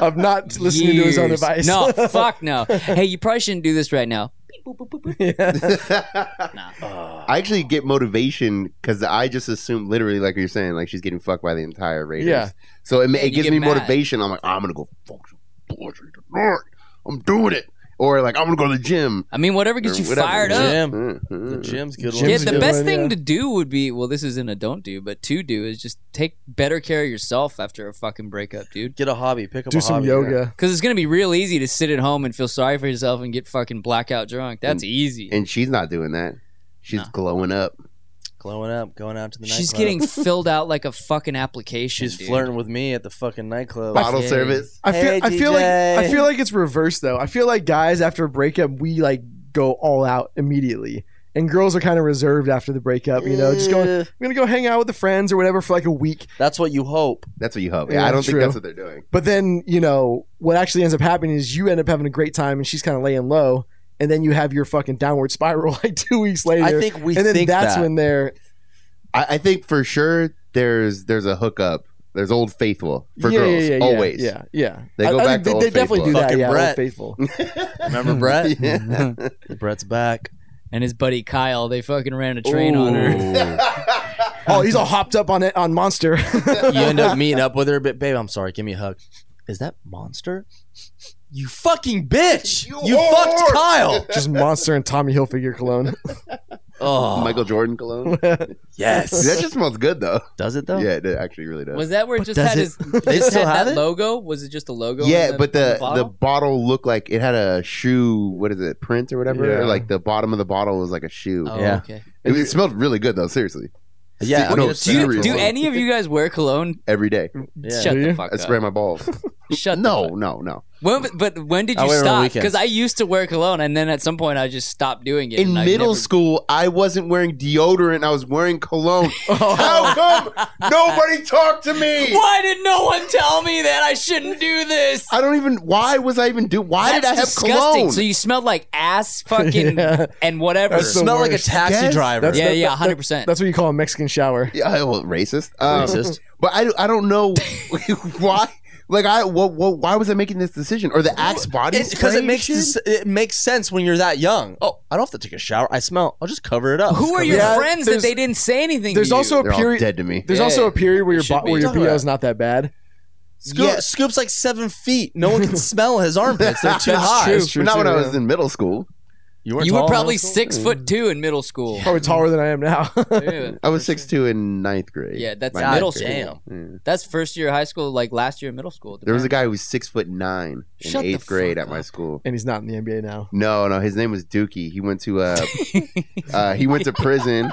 Speaker 4: of not listening to his own
Speaker 3: Years.
Speaker 4: advice
Speaker 3: No, fuck no. Hey, you probably shouldn't do this right now. Beep, boop, boop, boop, boop.
Speaker 4: yeah.
Speaker 1: I actually get motivation because I just assume literally, like you're saying, like she's getting fucked by the entire Raiders.
Speaker 4: Yeah.
Speaker 1: So it, ma- it
Speaker 3: you
Speaker 1: gives
Speaker 3: get
Speaker 1: me
Speaker 3: mad.
Speaker 1: motivation. I'm like, I'm gonna go fuck you, boys, you tonight. I'm doing it. Or like, I'm gonna go to the gym.
Speaker 3: I mean, whatever gets
Speaker 1: Or
Speaker 3: you
Speaker 1: whatever.
Speaker 3: fired up.
Speaker 4: Mm-hmm.
Speaker 2: Jim,
Speaker 1: Mm, mm.
Speaker 2: the gym's good.
Speaker 4: Jim's
Speaker 2: one.
Speaker 3: Yeah,
Speaker 4: a
Speaker 3: the
Speaker 4: good
Speaker 3: best
Speaker 4: one,
Speaker 3: thing
Speaker 4: yeah.
Speaker 3: to do would be well, this isn't a don't do, but to do is just take better care of yourself after a fucking breakup, dude.
Speaker 2: Get a hobby. Pick up
Speaker 4: do
Speaker 2: a
Speaker 4: some
Speaker 2: hobby.
Speaker 4: yoga
Speaker 3: Because it's gonna be real easy to sit at home and feel sorry for yourself and get fucking blackout drunk. That's
Speaker 2: Mm.
Speaker 3: easy.
Speaker 1: And she's not doing that. She's
Speaker 3: No.
Speaker 1: glowing up.
Speaker 2: Glowing up, going out to the
Speaker 3: She's
Speaker 2: nightclub.
Speaker 3: getting filled out like a fucking application.
Speaker 2: She's
Speaker 3: dude.
Speaker 2: flirting with me at the fucking nightclub.
Speaker 1: Bottle
Speaker 2: Yeah.
Speaker 1: service.
Speaker 4: I feel
Speaker 2: Hey,
Speaker 4: I feel like
Speaker 2: DJ.
Speaker 4: I feel like it's reversed though. I feel like guys after a breakup we like go all out immediately. And girls are kind of reserved after the breakup, you know, just going,
Speaker 2: Eh,
Speaker 4: I'm gonna go hang out with the friends or whatever for like a week.
Speaker 2: That's what you hope.
Speaker 1: That's what you hope.
Speaker 4: Yeah,
Speaker 1: I don't
Speaker 4: true.
Speaker 1: think that's what they're doing.
Speaker 4: But then, you know, what actually ends up happening is you end up having a great time and she's kind of laying low. And then you have your fucking downward spiral like two weeks later.
Speaker 2: I think we
Speaker 4: and then
Speaker 2: think
Speaker 4: that's
Speaker 2: that.
Speaker 4: when they're.
Speaker 1: I, I think for sure there's there's a hookup. There's old faithful for
Speaker 4: yeah,
Speaker 1: girls
Speaker 4: yeah, yeah,
Speaker 1: always.
Speaker 4: Yeah. Yeah.
Speaker 1: They go
Speaker 4: I,
Speaker 1: back
Speaker 4: I think
Speaker 1: to
Speaker 4: they,
Speaker 1: Old
Speaker 4: they definitely do
Speaker 1: Faithful.
Speaker 4: that.
Speaker 2: Fucking
Speaker 4: yeah. Old
Speaker 2: Brett.
Speaker 4: Faithful.
Speaker 2: remember Brett.
Speaker 4: Mm-hmm.
Speaker 1: Yeah.
Speaker 2: Brett's back.
Speaker 3: and his buddy Kyle. They fucking ran a train on her.
Speaker 2: her.
Speaker 4: Oh, he's all hopped up on it on Monster.
Speaker 2: you end up meeting up with her, but babe, I'm sorry. Give me a hug. Is that monster? You fucking bitch! You,
Speaker 1: You
Speaker 2: fucked
Speaker 1: whore!
Speaker 2: Kyle.
Speaker 4: Just Monster and Tommy Hilfiger cologne.
Speaker 2: Oh,
Speaker 1: Michael Jordan cologne. Dude,
Speaker 2: yes.
Speaker 1: that just smells good though.
Speaker 2: Does it though?
Speaker 1: Yeah, it actually really does.
Speaker 3: Was that where it just
Speaker 2: does
Speaker 3: had
Speaker 2: it-
Speaker 3: his?
Speaker 2: they
Speaker 3: just
Speaker 2: still
Speaker 3: had
Speaker 2: have
Speaker 3: that
Speaker 2: it?
Speaker 3: logo? Was it just a logo? on
Speaker 1: yeah, but the, the,
Speaker 3: bottle?
Speaker 1: bottle looked like it had a shoe. What is it? Print or whatever.
Speaker 4: Yeah.
Speaker 1: Or like the bottom of the bottle was like a shoe.
Speaker 3: oh,
Speaker 2: Yeah.
Speaker 3: okay.
Speaker 1: It, it smelled really good though. Seriously,
Speaker 2: Yeah. I
Speaker 1: No,
Speaker 2: mean, it's-
Speaker 3: Do, you,
Speaker 1: Serious.
Speaker 3: do any of you guys wear cologne?
Speaker 1: every day
Speaker 2: yeah.
Speaker 3: Shut
Speaker 4: Do
Speaker 3: the
Speaker 2: Mm-hmm.
Speaker 4: you?
Speaker 3: fuck
Speaker 1: I
Speaker 3: up.
Speaker 1: spray my balls.
Speaker 3: Shut the
Speaker 1: no,
Speaker 3: fuck-
Speaker 1: no, no.
Speaker 3: When, but when did
Speaker 2: I
Speaker 3: you
Speaker 2: went on
Speaker 3: stop?
Speaker 2: weekends.
Speaker 3: Because I used to work alone, and then at some point I just stopped doing it.
Speaker 1: In
Speaker 3: and I
Speaker 1: middle
Speaker 3: never-
Speaker 1: school, I wasn't wearing deodorant. I was wearing cologne.
Speaker 3: Oh.
Speaker 1: How come nobody talked to me?
Speaker 3: Why did no one tell me that I shouldn't do this?
Speaker 1: I don't even. Why was I even do? Why did I have
Speaker 3: disgusting.
Speaker 1: cologne?
Speaker 3: So you smelled like ass, fucking,
Speaker 4: Yeah.
Speaker 3: and whatever.
Speaker 4: That's the
Speaker 2: Smell like a
Speaker 4: worst.
Speaker 2: taxi
Speaker 1: Yes,
Speaker 2: driver.
Speaker 4: that's-
Speaker 3: yeah,
Speaker 4: that-
Speaker 3: yeah,
Speaker 4: that-
Speaker 3: hundred percent.
Speaker 4: That's what you call a Mexican shower.
Speaker 1: yeah, well, racist. Um,
Speaker 2: Racist.
Speaker 1: But I, I don't know why. Like I, what, what, why was I making this decision or the Axe body
Speaker 2: because
Speaker 1: spray
Speaker 2: it makes
Speaker 1: shit?
Speaker 2: this, it makes sense when you're that young. Oh, I don't have to take a shower. I smell. I'll just cover it up.
Speaker 3: Who are
Speaker 2: Cover
Speaker 3: your
Speaker 2: it up.
Speaker 4: Yeah,
Speaker 3: friends that
Speaker 4: there's-
Speaker 3: they didn't say anything?
Speaker 4: There's
Speaker 3: to you?
Speaker 4: also a
Speaker 1: They're all
Speaker 4: period.
Speaker 1: dead to me.
Speaker 4: There's
Speaker 3: Yeah,
Speaker 4: also a period where your
Speaker 3: should
Speaker 4: bo-
Speaker 3: be.
Speaker 4: where your
Speaker 2: Talking
Speaker 4: BO
Speaker 2: about-
Speaker 4: is not that bad.
Speaker 2: Scoop,
Speaker 1: Yeah.
Speaker 2: Scoop's like seven feet. No one can smell his armpits. They're too high.
Speaker 4: true.
Speaker 1: But not
Speaker 4: too,
Speaker 1: when I
Speaker 4: yeah.
Speaker 1: was in middle school.
Speaker 2: weren't
Speaker 3: you
Speaker 2: tall
Speaker 3: were
Speaker 2: in
Speaker 3: probably
Speaker 2: high school?
Speaker 3: six foot two in middle school.
Speaker 4: Probably taller than I am now.
Speaker 3: Yeah.
Speaker 1: I was six two in ninth grade.
Speaker 3: Yeah, that's
Speaker 1: My
Speaker 3: middle
Speaker 1: ninth grade.
Speaker 3: school.
Speaker 1: Yeah.
Speaker 3: That's first year of high school, like last year in middle school.
Speaker 1: There was a guy who was six foot nine in
Speaker 3: Shut the
Speaker 1: eighth grade
Speaker 3: fuck
Speaker 1: at my
Speaker 3: up.
Speaker 1: school.
Speaker 4: and he's not in the NBA now.
Speaker 1: No, no, his name was Dookie. He went to uh, uh he went to prison.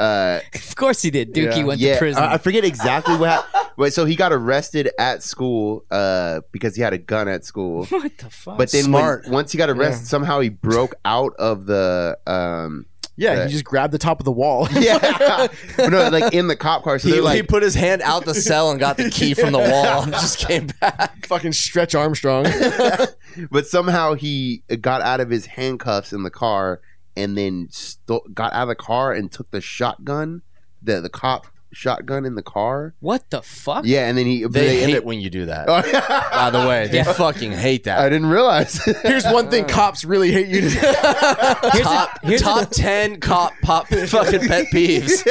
Speaker 1: Uh,
Speaker 3: Of course he did. Dookie
Speaker 4: Yeah.
Speaker 3: went
Speaker 1: yeah,
Speaker 3: to prison.
Speaker 1: I, I forget exactly what. happened. Wait, so he got arrested at school uh because he had a gun at school.
Speaker 3: what the fuck?
Speaker 1: But then when-
Speaker 2: Smart.
Speaker 1: once he got arrested,
Speaker 4: Yeah.
Speaker 1: somehow he broke out of the um
Speaker 4: Yeah,
Speaker 1: Right.
Speaker 4: he just grabbed the top of the wall.
Speaker 1: yeah no like in the cop car. So
Speaker 2: He,
Speaker 1: they're
Speaker 2: he
Speaker 1: like
Speaker 2: put his hand out the cell and got the key from the wall and just came back.
Speaker 4: Fucking Stretch Armstrong.
Speaker 1: but somehow he got out of his handcuffs in the car and then sto- got out of the car and took the shotgun, the the cop shotgun in the car.
Speaker 3: what the fuck?
Speaker 1: Yeah, and then he
Speaker 2: They, hate
Speaker 1: ended-
Speaker 2: when you do that.
Speaker 1: Oh,
Speaker 2: By the way, they
Speaker 3: Yeah.
Speaker 2: fucking hate
Speaker 1: I
Speaker 2: that.
Speaker 1: didn't realize.
Speaker 4: Here's one thing cops really hate you. to-
Speaker 3: Here's a-
Speaker 2: top
Speaker 3: here's a-
Speaker 2: top ten cop pop fucking pet peeves.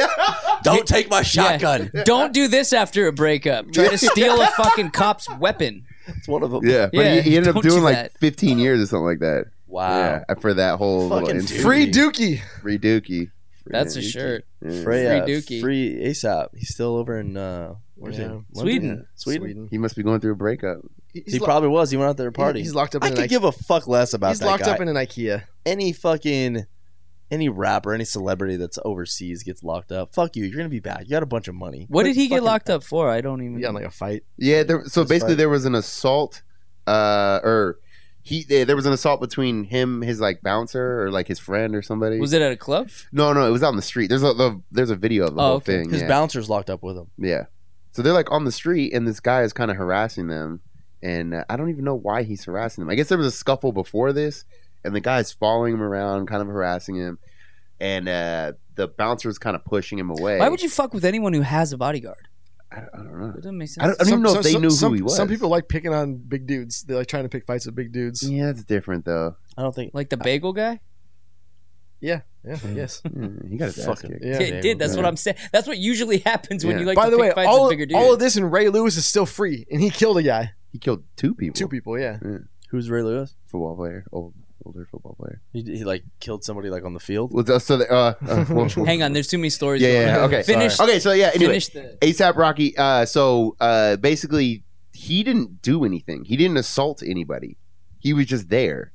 Speaker 2: Don't take my shotgun.
Speaker 3: Don't do this after a breakup. Try to steal a fucking cop's weapon.
Speaker 2: It's one of them.
Speaker 1: yeah, but
Speaker 3: Yeah,
Speaker 1: he, he ended up
Speaker 3: don't do
Speaker 1: doing like
Speaker 3: that.
Speaker 1: 15 years or something like that.
Speaker 2: Wow.
Speaker 1: Yeah, for that whole little
Speaker 2: Fucking
Speaker 1: incident.
Speaker 2: dude.
Speaker 4: Free Dookie.
Speaker 1: free Dookie.
Speaker 3: That's a
Speaker 1: Free Dookie.
Speaker 3: shirt.
Speaker 1: Yeah.
Speaker 2: Free,
Speaker 3: Free
Speaker 2: uh,
Speaker 3: Dookie.
Speaker 2: Free ASAP. He's still over in uh, where's
Speaker 4: Yeah.
Speaker 2: he?
Speaker 3: Sweden.
Speaker 2: Sweden.
Speaker 1: He must be going through a breakup.
Speaker 2: He probably was. He went out there to party.
Speaker 4: He's locked up.
Speaker 2: I
Speaker 4: In an
Speaker 2: could
Speaker 4: Ike-
Speaker 2: give a fuck less about
Speaker 4: He's
Speaker 2: that
Speaker 4: locked
Speaker 2: guy.
Speaker 4: up in an IKEA.
Speaker 2: any fucking any rapper, any celebrity that's overseas gets locked up. Fuck you. You're gonna be back. You got a bunch of money.
Speaker 3: What did he get
Speaker 2: Fucking-
Speaker 3: locked up for? I don't even.
Speaker 4: Yeah, like a fight.
Speaker 1: Yeah, there, so
Speaker 2: That's
Speaker 1: basically
Speaker 2: right.
Speaker 1: there was an assault uh or he there there was an assault between him his like bouncer or like his friend or somebody.
Speaker 3: was it at a club?
Speaker 1: no, no, it was out on the street. There's a the, there's a video of the
Speaker 3: Oh,
Speaker 1: whole
Speaker 3: okay.
Speaker 1: thing.
Speaker 2: His
Speaker 1: yeah.
Speaker 2: bouncer's locked up with him.
Speaker 1: yeah. So they're like on the street and this guy is kind of harassing them and uh, I don't even know why he's harassing them. I guess there was a scuffle before this and the guy's following him around, kind of harassing him and uh the bouncer's kind of pushing him away.
Speaker 3: Why would you fuck with anyone who has a bodyguard?
Speaker 1: I don't, I don't know.
Speaker 3: That doesn't make sense.
Speaker 1: I don't, I don't even know if they knew
Speaker 4: some,
Speaker 1: who he was.
Speaker 4: Some people like picking on big dudes. They like trying to pick fights with big dudes.
Speaker 1: Yeah, it's different though.
Speaker 2: I don't think
Speaker 3: like the bagel guy?
Speaker 4: Yeah. Yes.
Speaker 1: Mm, he got his ass
Speaker 2: Fucking-
Speaker 1: kicked.
Speaker 4: Hmm. Yeah.
Speaker 3: Yeah, it did. That's what I'm saying. That's what usually happens when
Speaker 1: Yeah.
Speaker 3: you like
Speaker 4: By
Speaker 3: to
Speaker 4: the
Speaker 3: pick
Speaker 4: way,
Speaker 3: fights
Speaker 4: all,
Speaker 3: with bigger dudes.
Speaker 4: all of this and Ray Lewis is still free, and he killed a guy.
Speaker 1: He killed two people.
Speaker 4: Two people. Yeah.
Speaker 2: who's Ray Lewis.
Speaker 1: Football player, old, older football player.
Speaker 2: He, he like killed somebody like on the field.
Speaker 1: Well, so the, uh, uh, well-
Speaker 3: Hang on, there's too many stories.
Speaker 1: yeah,
Speaker 3: going
Speaker 1: yeah,
Speaker 3: on.
Speaker 1: yeah, okay,
Speaker 3: Finish.
Speaker 1: sorry. Okay, so yeah, anyway,
Speaker 3: Finish the.
Speaker 1: ASAP Rocky. Uh, so uh, basically, he didn't do anything. He didn't assault anybody. He was just there,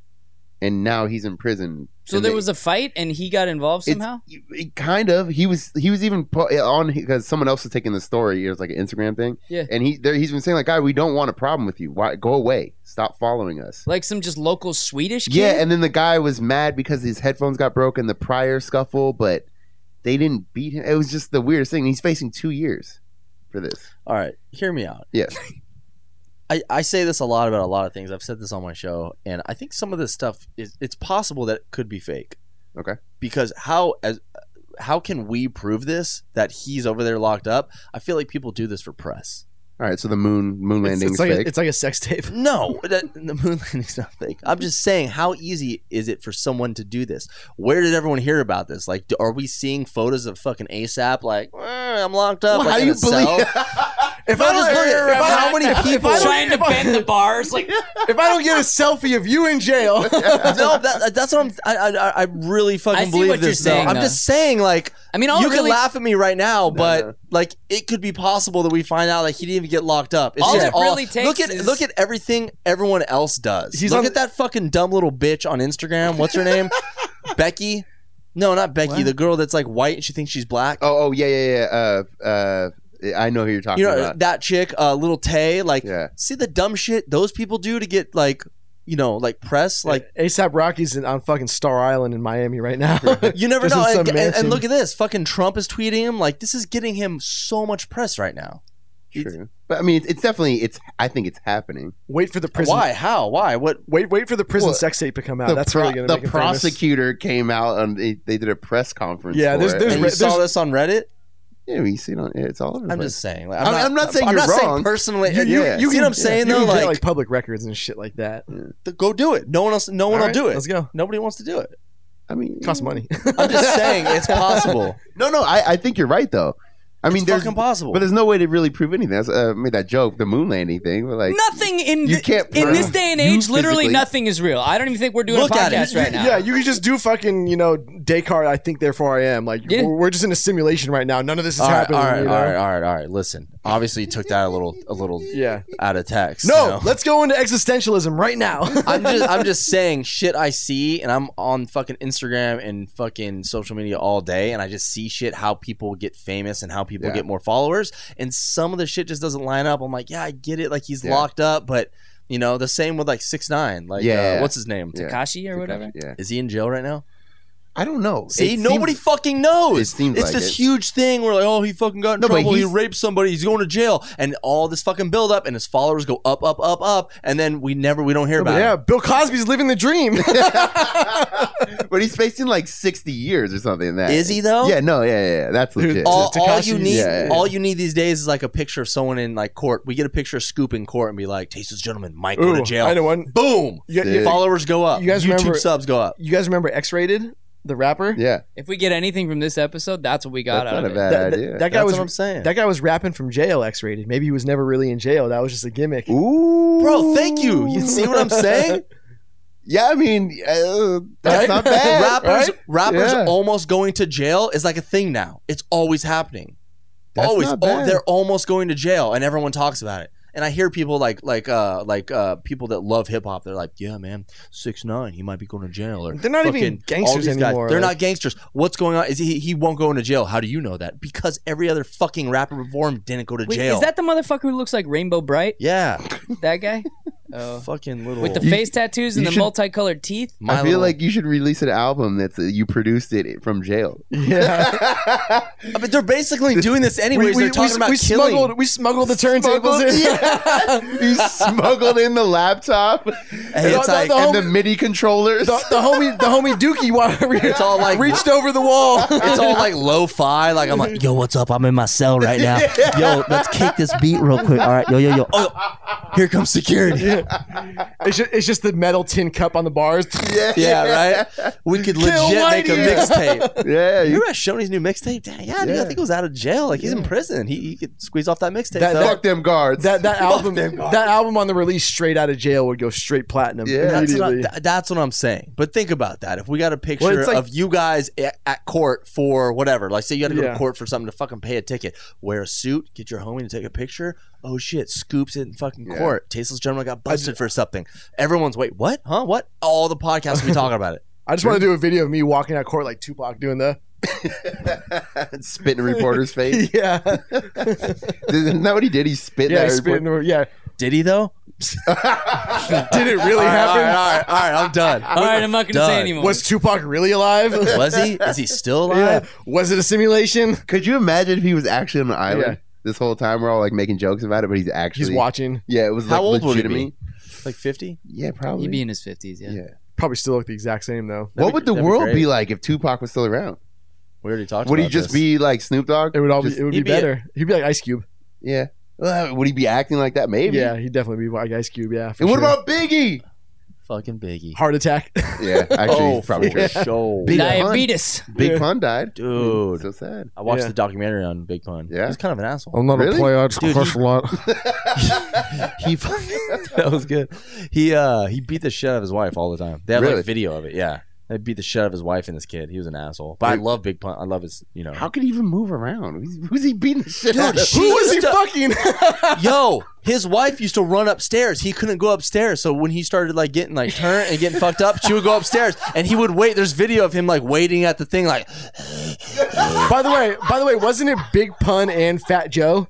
Speaker 1: and now he's in prison.
Speaker 3: So
Speaker 1: And
Speaker 3: there
Speaker 1: they-
Speaker 3: was a fight, and he got involved
Speaker 1: It's-
Speaker 3: somehow.
Speaker 1: it- kind of. He was he was even pu- uh, on because someone else was taking the story. It was like an Instagram thing.
Speaker 3: Yeah.
Speaker 1: and he there, he's been saying like, "Guy, we don't want a problem with you. Why go away? Stop following us."
Speaker 3: Like some just local Swedish kid.
Speaker 1: Yeah, and then the guy was mad because his headphones got broken the prior scuffle, but they didn't beat him. It was just the weirdest thing. He's facing two years for this.
Speaker 2: All right, hear me out.
Speaker 1: Yes.
Speaker 2: I, I say this a lot about a lot of things. I've said this on my show, and I think some of this stuff is it's possible that it could be fake.
Speaker 1: Okay.
Speaker 2: Because how as how can we prove this that he's over there locked up? I feel like people do this for press.
Speaker 1: All right, so the moon moon
Speaker 4: It's,
Speaker 1: landing
Speaker 4: it's like a,
Speaker 1: fake.
Speaker 4: it's like a sex tape.
Speaker 2: No, that, the moon landing's not fake. I'm just saying, how easy is it for someone to do this? Where did everyone hear about this? Like, do, are we seeing photos of fucking ASAP? Like, "Eh, I'm locked up.
Speaker 1: Well,
Speaker 2: like,
Speaker 1: how
Speaker 2: in
Speaker 1: do you
Speaker 2: a cell?"
Speaker 1: believe?
Speaker 4: If
Speaker 2: I just look at- if I-
Speaker 4: I
Speaker 2: how many people-
Speaker 3: trying to bend the bars? Like
Speaker 4: if I don't get a selfie of you in jail,
Speaker 2: no, that, that's what I'm. I, I, I really fucking
Speaker 3: see
Speaker 2: believe
Speaker 3: what you're
Speaker 2: this. though.
Speaker 3: saying,
Speaker 2: I'm
Speaker 3: though.
Speaker 2: just saying, like,
Speaker 3: I mean, all
Speaker 2: you
Speaker 3: it really,
Speaker 2: can laugh at me right now, but
Speaker 1: no.
Speaker 2: like it could be possible that we find out like he didn't even get locked up. It's
Speaker 3: All
Speaker 2: just
Speaker 3: it really takes
Speaker 2: look at
Speaker 3: is-
Speaker 2: look at everything everyone else does.
Speaker 4: He's
Speaker 2: look
Speaker 4: on-
Speaker 2: at that fucking dumb little bitch on Instagram. What's her name? Becky? No, not Becky.
Speaker 3: What?
Speaker 2: The girl that's like white and she thinks she's black.
Speaker 1: oh, oh yeah, yeah, yeah. Uh, uh, I know who you're talking
Speaker 2: you know
Speaker 1: about.
Speaker 2: that chick, uh, little Tay. Like,
Speaker 1: yeah,
Speaker 2: see the dumb shit those people do to get like, you know, like press. Like,
Speaker 4: Like ASAP Rocky's in, on fucking Star Island in Miami right now.
Speaker 2: you never
Speaker 4: Just
Speaker 2: know.
Speaker 4: in some
Speaker 2: And, and- and
Speaker 4: mansion.
Speaker 2: look at this, fucking Trump is tweeting him. Like, this is getting him so much press right now.
Speaker 1: true. But I mean, it's, it's definitely it's. I think it's happening.
Speaker 4: wait for the prison.
Speaker 2: Why? How? Why? What?
Speaker 4: Wait, wait for the prison
Speaker 1: Well,
Speaker 4: sex tape to come out.
Speaker 1: the
Speaker 4: That's
Speaker 1: pro-
Speaker 4: really gonna
Speaker 1: the
Speaker 4: make him famous.
Speaker 1: prosecutor came out and they, they did a press conference.
Speaker 4: Yeah,
Speaker 1: for
Speaker 4: there's-
Speaker 1: it.
Speaker 4: there's
Speaker 2: And
Speaker 1: And
Speaker 2: you
Speaker 4: re-
Speaker 1: you-
Speaker 2: saw this on Reddit.
Speaker 1: yeah, you see it on. yeah, It's all over. the
Speaker 2: I'm
Speaker 1: place.
Speaker 2: just saying. Like,
Speaker 1: I'm not- I'm not saying
Speaker 2: I'm
Speaker 1: you're
Speaker 2: not
Speaker 1: wrong.
Speaker 2: Saying personally,
Speaker 1: You-
Speaker 2: you,
Speaker 1: you-
Speaker 2: you see what I'm saying
Speaker 4: You
Speaker 2: though?
Speaker 4: can get,
Speaker 2: Like,
Speaker 4: like public records and shit like that.
Speaker 2: th- go do it. No one else. No one
Speaker 4: All
Speaker 2: will
Speaker 4: right,
Speaker 2: do
Speaker 4: Let's
Speaker 2: it.
Speaker 4: go.
Speaker 2: Nobody wants to do it.
Speaker 1: I mean,
Speaker 4: Costs money.
Speaker 2: I'm just saying it's possible.
Speaker 1: No, no, I, I think you're right though. I mean,
Speaker 2: it's
Speaker 1: there's
Speaker 2: fucking possible.
Speaker 1: but there's no way to really prove anything. That's, uh, I made that joke, the moon landing thing, but like
Speaker 3: nothing in
Speaker 1: you
Speaker 3: thi-
Speaker 1: can't
Speaker 3: in
Speaker 1: prove
Speaker 3: this day and
Speaker 1: you
Speaker 3: age. Literally
Speaker 1: physically-
Speaker 3: nothing is real. I don't even think we're doing
Speaker 2: Look
Speaker 3: a
Speaker 2: at it.
Speaker 3: podcast right now.
Speaker 4: Yeah, you could just do fucking, you know, Descartes, I think therefore I am. Like
Speaker 3: Yeah.
Speaker 4: we're, we're just in a simulation right now. None of this is
Speaker 2: all right,
Speaker 4: happening.
Speaker 2: all right,
Speaker 4: you know?
Speaker 2: all right, all right, all right. Listen, obviously you took that a little, a little
Speaker 4: Yeah.
Speaker 2: out of text.
Speaker 4: No,
Speaker 2: you know?
Speaker 4: let's go into existentialism right now.
Speaker 2: I'm just, I'm just saying shit I see, and I'm on fucking Instagram and fucking social media all day, and I just see shit how people get famous and how people
Speaker 1: Yeah.
Speaker 2: get more followers, and some of the shit just doesn't line up. I'm like, yeah, I get it, like he's
Speaker 1: Yeah.
Speaker 2: locked up, but you know, the same with like six nine, like
Speaker 1: Yeah, yeah,
Speaker 2: uh,
Speaker 1: yeah.
Speaker 2: what's his name?
Speaker 1: Yeah.
Speaker 3: Kashi or whatever.
Speaker 1: Yeah,
Speaker 2: Is he in jail right now?
Speaker 1: I don't know.
Speaker 2: See,
Speaker 1: It
Speaker 2: nobody
Speaker 1: seems-
Speaker 2: fucking knows.
Speaker 1: It seems
Speaker 2: it's
Speaker 1: like
Speaker 2: this
Speaker 1: it.
Speaker 2: huge thing where like, oh, he fucking got in
Speaker 1: No, but
Speaker 2: trouble. He
Speaker 1: he's-
Speaker 2: raped somebody. He's going to jail, and all this fucking build up, and his followers go up, up, up, up, and then we never, we don't hear about
Speaker 4: yeah,
Speaker 2: it.
Speaker 4: Bill Cosby's living the dream.
Speaker 1: but he's facing like 60 years or something. in That
Speaker 2: Is he, though?
Speaker 1: Yeah, no, yeah, yeah, yeah. That's
Speaker 4: Dude,
Speaker 1: legit.
Speaker 2: All,
Speaker 4: To
Speaker 2: all
Speaker 4: Takashi's-
Speaker 2: you need,
Speaker 1: Yeah, yeah.
Speaker 2: all you need these days is like a picture of someone in like court. We get a picture of Scoop in court and be like, "Tasteless gentleman, Mike go to
Speaker 4: Ooh,
Speaker 2: jail."
Speaker 4: I know one.
Speaker 2: Boom,
Speaker 4: You, you-
Speaker 1: Sick.
Speaker 2: followers go up.
Speaker 4: You guys
Speaker 2: YouTube
Speaker 4: remember-
Speaker 2: subs go up.
Speaker 4: you guys remember X-rated, the rapper?
Speaker 1: yeah,
Speaker 3: If we get anything from this episode, that's what we got
Speaker 1: that's
Speaker 3: out
Speaker 1: not
Speaker 3: of
Speaker 1: a
Speaker 3: it.
Speaker 1: bad
Speaker 4: That, that-
Speaker 1: idea.
Speaker 4: that guy
Speaker 2: That's
Speaker 4: was
Speaker 2: what I'm saying,
Speaker 4: that guy was rapping from jail, X-rated. Maybe he was never really in jail. That was just a gimmick.
Speaker 1: Ooh,
Speaker 2: bro. Thank you. You see what I'm saying?
Speaker 1: Yeah, I mean, uh, that's
Speaker 4: Right?
Speaker 1: not bad.
Speaker 2: rappers,
Speaker 1: right?
Speaker 2: rappers
Speaker 1: Yeah.
Speaker 2: almost going to jail is like a thing now. It's always happening.
Speaker 1: That's
Speaker 2: always,
Speaker 1: not
Speaker 2: oh,
Speaker 1: bad.
Speaker 2: they're almost going to jail, and everyone talks about it. And I hear people like like uh like uh people that love hip hop. They're like, yeah, man, six nine, he might be going to jail. Or
Speaker 4: They're not even
Speaker 2: fucking
Speaker 4: gangsters
Speaker 2: all these guys.
Speaker 4: anymore,
Speaker 2: They're
Speaker 4: like-
Speaker 2: not gangsters. What's going on? Is he he won't go into jail? How do you know that? Because every other fucking rapper before him didn't go to
Speaker 3: Wait,
Speaker 2: jail.
Speaker 3: is that the motherfucker who looks like Rainbow Bright?
Speaker 2: yeah,
Speaker 3: That guy? oh.
Speaker 2: fucking little
Speaker 3: With the
Speaker 1: You-
Speaker 3: face tattoos and
Speaker 1: you
Speaker 3: the
Speaker 1: should-
Speaker 3: multicolored teeth?
Speaker 2: My
Speaker 1: I feel
Speaker 2: Little-
Speaker 1: like you should release an album that's uh, you produced it from jail.
Speaker 4: Yeah.
Speaker 2: I mean, they're basically doing this anyways. they're talking about
Speaker 4: we
Speaker 2: killing.
Speaker 4: smuggled we smuggled the turntables
Speaker 1: Smuggled-
Speaker 4: in.
Speaker 1: yeah. you smuggled in the laptop
Speaker 2: And it's
Speaker 4: The- the-
Speaker 2: like-
Speaker 4: the
Speaker 1: and the
Speaker 4: homie-
Speaker 1: MIDI controllers.
Speaker 4: the, the homie the homie Dookie wa- re-
Speaker 2: It's all like-
Speaker 4: reached over the wall.
Speaker 2: It's all like lo-fi. Like I'm like, yo, what's up? I'm in my cell right now. Yo, let's kick this beat real quick. All right, yo, yo, yo. Oh, here comes security. Yeah,
Speaker 4: it's, just, it's just the metal tin cup on the bars.
Speaker 1: yeah,
Speaker 2: right. We could
Speaker 4: Kill
Speaker 2: legit make a
Speaker 4: Whitey.
Speaker 2: mixtape.
Speaker 1: Yeah, you-
Speaker 2: You remember Shoney's new mixtape? Damn, yeah, dude, I
Speaker 1: Yeah.
Speaker 2: think it was out of jail. Like he's in prison. He, he could squeeze off that mixtape.
Speaker 4: That-
Speaker 2: though.
Speaker 4: that-
Speaker 1: fuck them guards.
Speaker 4: That that album
Speaker 2: them guys.
Speaker 4: that album on the release straight out of jail would go straight platinum
Speaker 1: Yeah. That's
Speaker 2: that's, what I,
Speaker 4: immediately.
Speaker 2: th- that's what I'm saying. But think about that. If we got a picture
Speaker 4: Well, it's like-
Speaker 2: of you guys at, at court for whatever, like say you got to go
Speaker 4: Yeah.
Speaker 2: to court for something to fucking pay a ticket, wear a suit, get your homie to take a picture. Oh shit, scoops it in fucking
Speaker 1: Yeah.
Speaker 2: court. Tasteless gentleman got busted for something. Everyone's wait, what? Huh? What? All the podcasts we talking about it.
Speaker 4: I just want to do a video of me walking out court like Tupac doing the
Speaker 1: spit in a reporter's face.
Speaker 4: yeah
Speaker 1: Isn't that what he did? He spit. in
Speaker 4: yeah
Speaker 1: that
Speaker 4: spitting
Speaker 1: report-
Speaker 4: the- yeah.
Speaker 2: Did he though?
Speaker 4: Did it really
Speaker 2: all, right, all
Speaker 4: happen?
Speaker 2: right, all right, all right, I'm done.
Speaker 3: All right, I'm not going to
Speaker 2: Done.
Speaker 3: say anymore.
Speaker 4: Was Tupac really alive?
Speaker 2: Was he? Is he still
Speaker 4: Yeah.
Speaker 2: alive?
Speaker 4: Was it a simulation?
Speaker 1: Could you imagine if he was actually on an island
Speaker 4: Yeah.
Speaker 1: this whole time? We're all like making jokes about it, but he's actually
Speaker 4: He's watching.
Speaker 1: Yeah, it was like
Speaker 2: How old would he
Speaker 1: legitimate.
Speaker 2: Like 50?
Speaker 1: Yeah, probably.
Speaker 3: He'd be in his 50s, yeah.
Speaker 1: yeah.
Speaker 4: Probably still look the exact same though.
Speaker 1: What
Speaker 2: That'd be-
Speaker 1: would the
Speaker 2: that'd be
Speaker 1: world
Speaker 2: great.
Speaker 1: be like if Tupac was still around?
Speaker 2: We already talked.
Speaker 1: Would he
Speaker 2: about
Speaker 1: just
Speaker 2: this.
Speaker 1: be like Snoop Dogg?
Speaker 4: It would all be,
Speaker 1: Just-
Speaker 4: it would be
Speaker 2: he'd be a-
Speaker 4: better. he'd be like Ice Cube.
Speaker 1: Yeah. Uh, would he be acting like that? Maybe.
Speaker 4: Yeah, he'd definitely be like Ice Cube. Yeah. for
Speaker 1: And what
Speaker 4: sure.
Speaker 1: about Biggie?
Speaker 2: fucking Biggie?
Speaker 4: heart attack?
Speaker 1: Yeah, actually,
Speaker 2: oh,
Speaker 1: probably.
Speaker 2: for
Speaker 1: true.
Speaker 2: sure.
Speaker 1: Big pun.
Speaker 3: Diabetes.
Speaker 1: Big
Speaker 4: Yeah.
Speaker 1: pun died.
Speaker 2: Dude.
Speaker 1: so sad.
Speaker 2: I watched
Speaker 4: Yeah.
Speaker 2: the documentary on Big Pun.
Speaker 1: Yeah?
Speaker 2: he's kind of an asshole.
Speaker 4: I'm not
Speaker 1: Really?
Speaker 4: I just
Speaker 2: Dude, he-
Speaker 4: a lot.
Speaker 2: He fucking- that was good. He uh he beat the shit out of his wife all the time. They have
Speaker 1: Really?
Speaker 2: like video of it. Yeah, they beat the shit out of his wife and this kid. He was an asshole. But I
Speaker 1: Wait.
Speaker 2: love Big Pun. I love his you know.
Speaker 1: How could he even move around? Who's, who's he beating the shit
Speaker 2: Dude,
Speaker 1: out of?
Speaker 2: she-
Speaker 4: Who was he
Speaker 2: Stop.
Speaker 4: fucking?
Speaker 2: Yo, His wife used to run upstairs. He couldn't go upstairs. So when he started like getting like turned and getting fucked up, she would go upstairs and he would wait. There's video of him like waiting at the thing like
Speaker 4: by the way, by the way, wasn't it Big Pun and Fat Joe?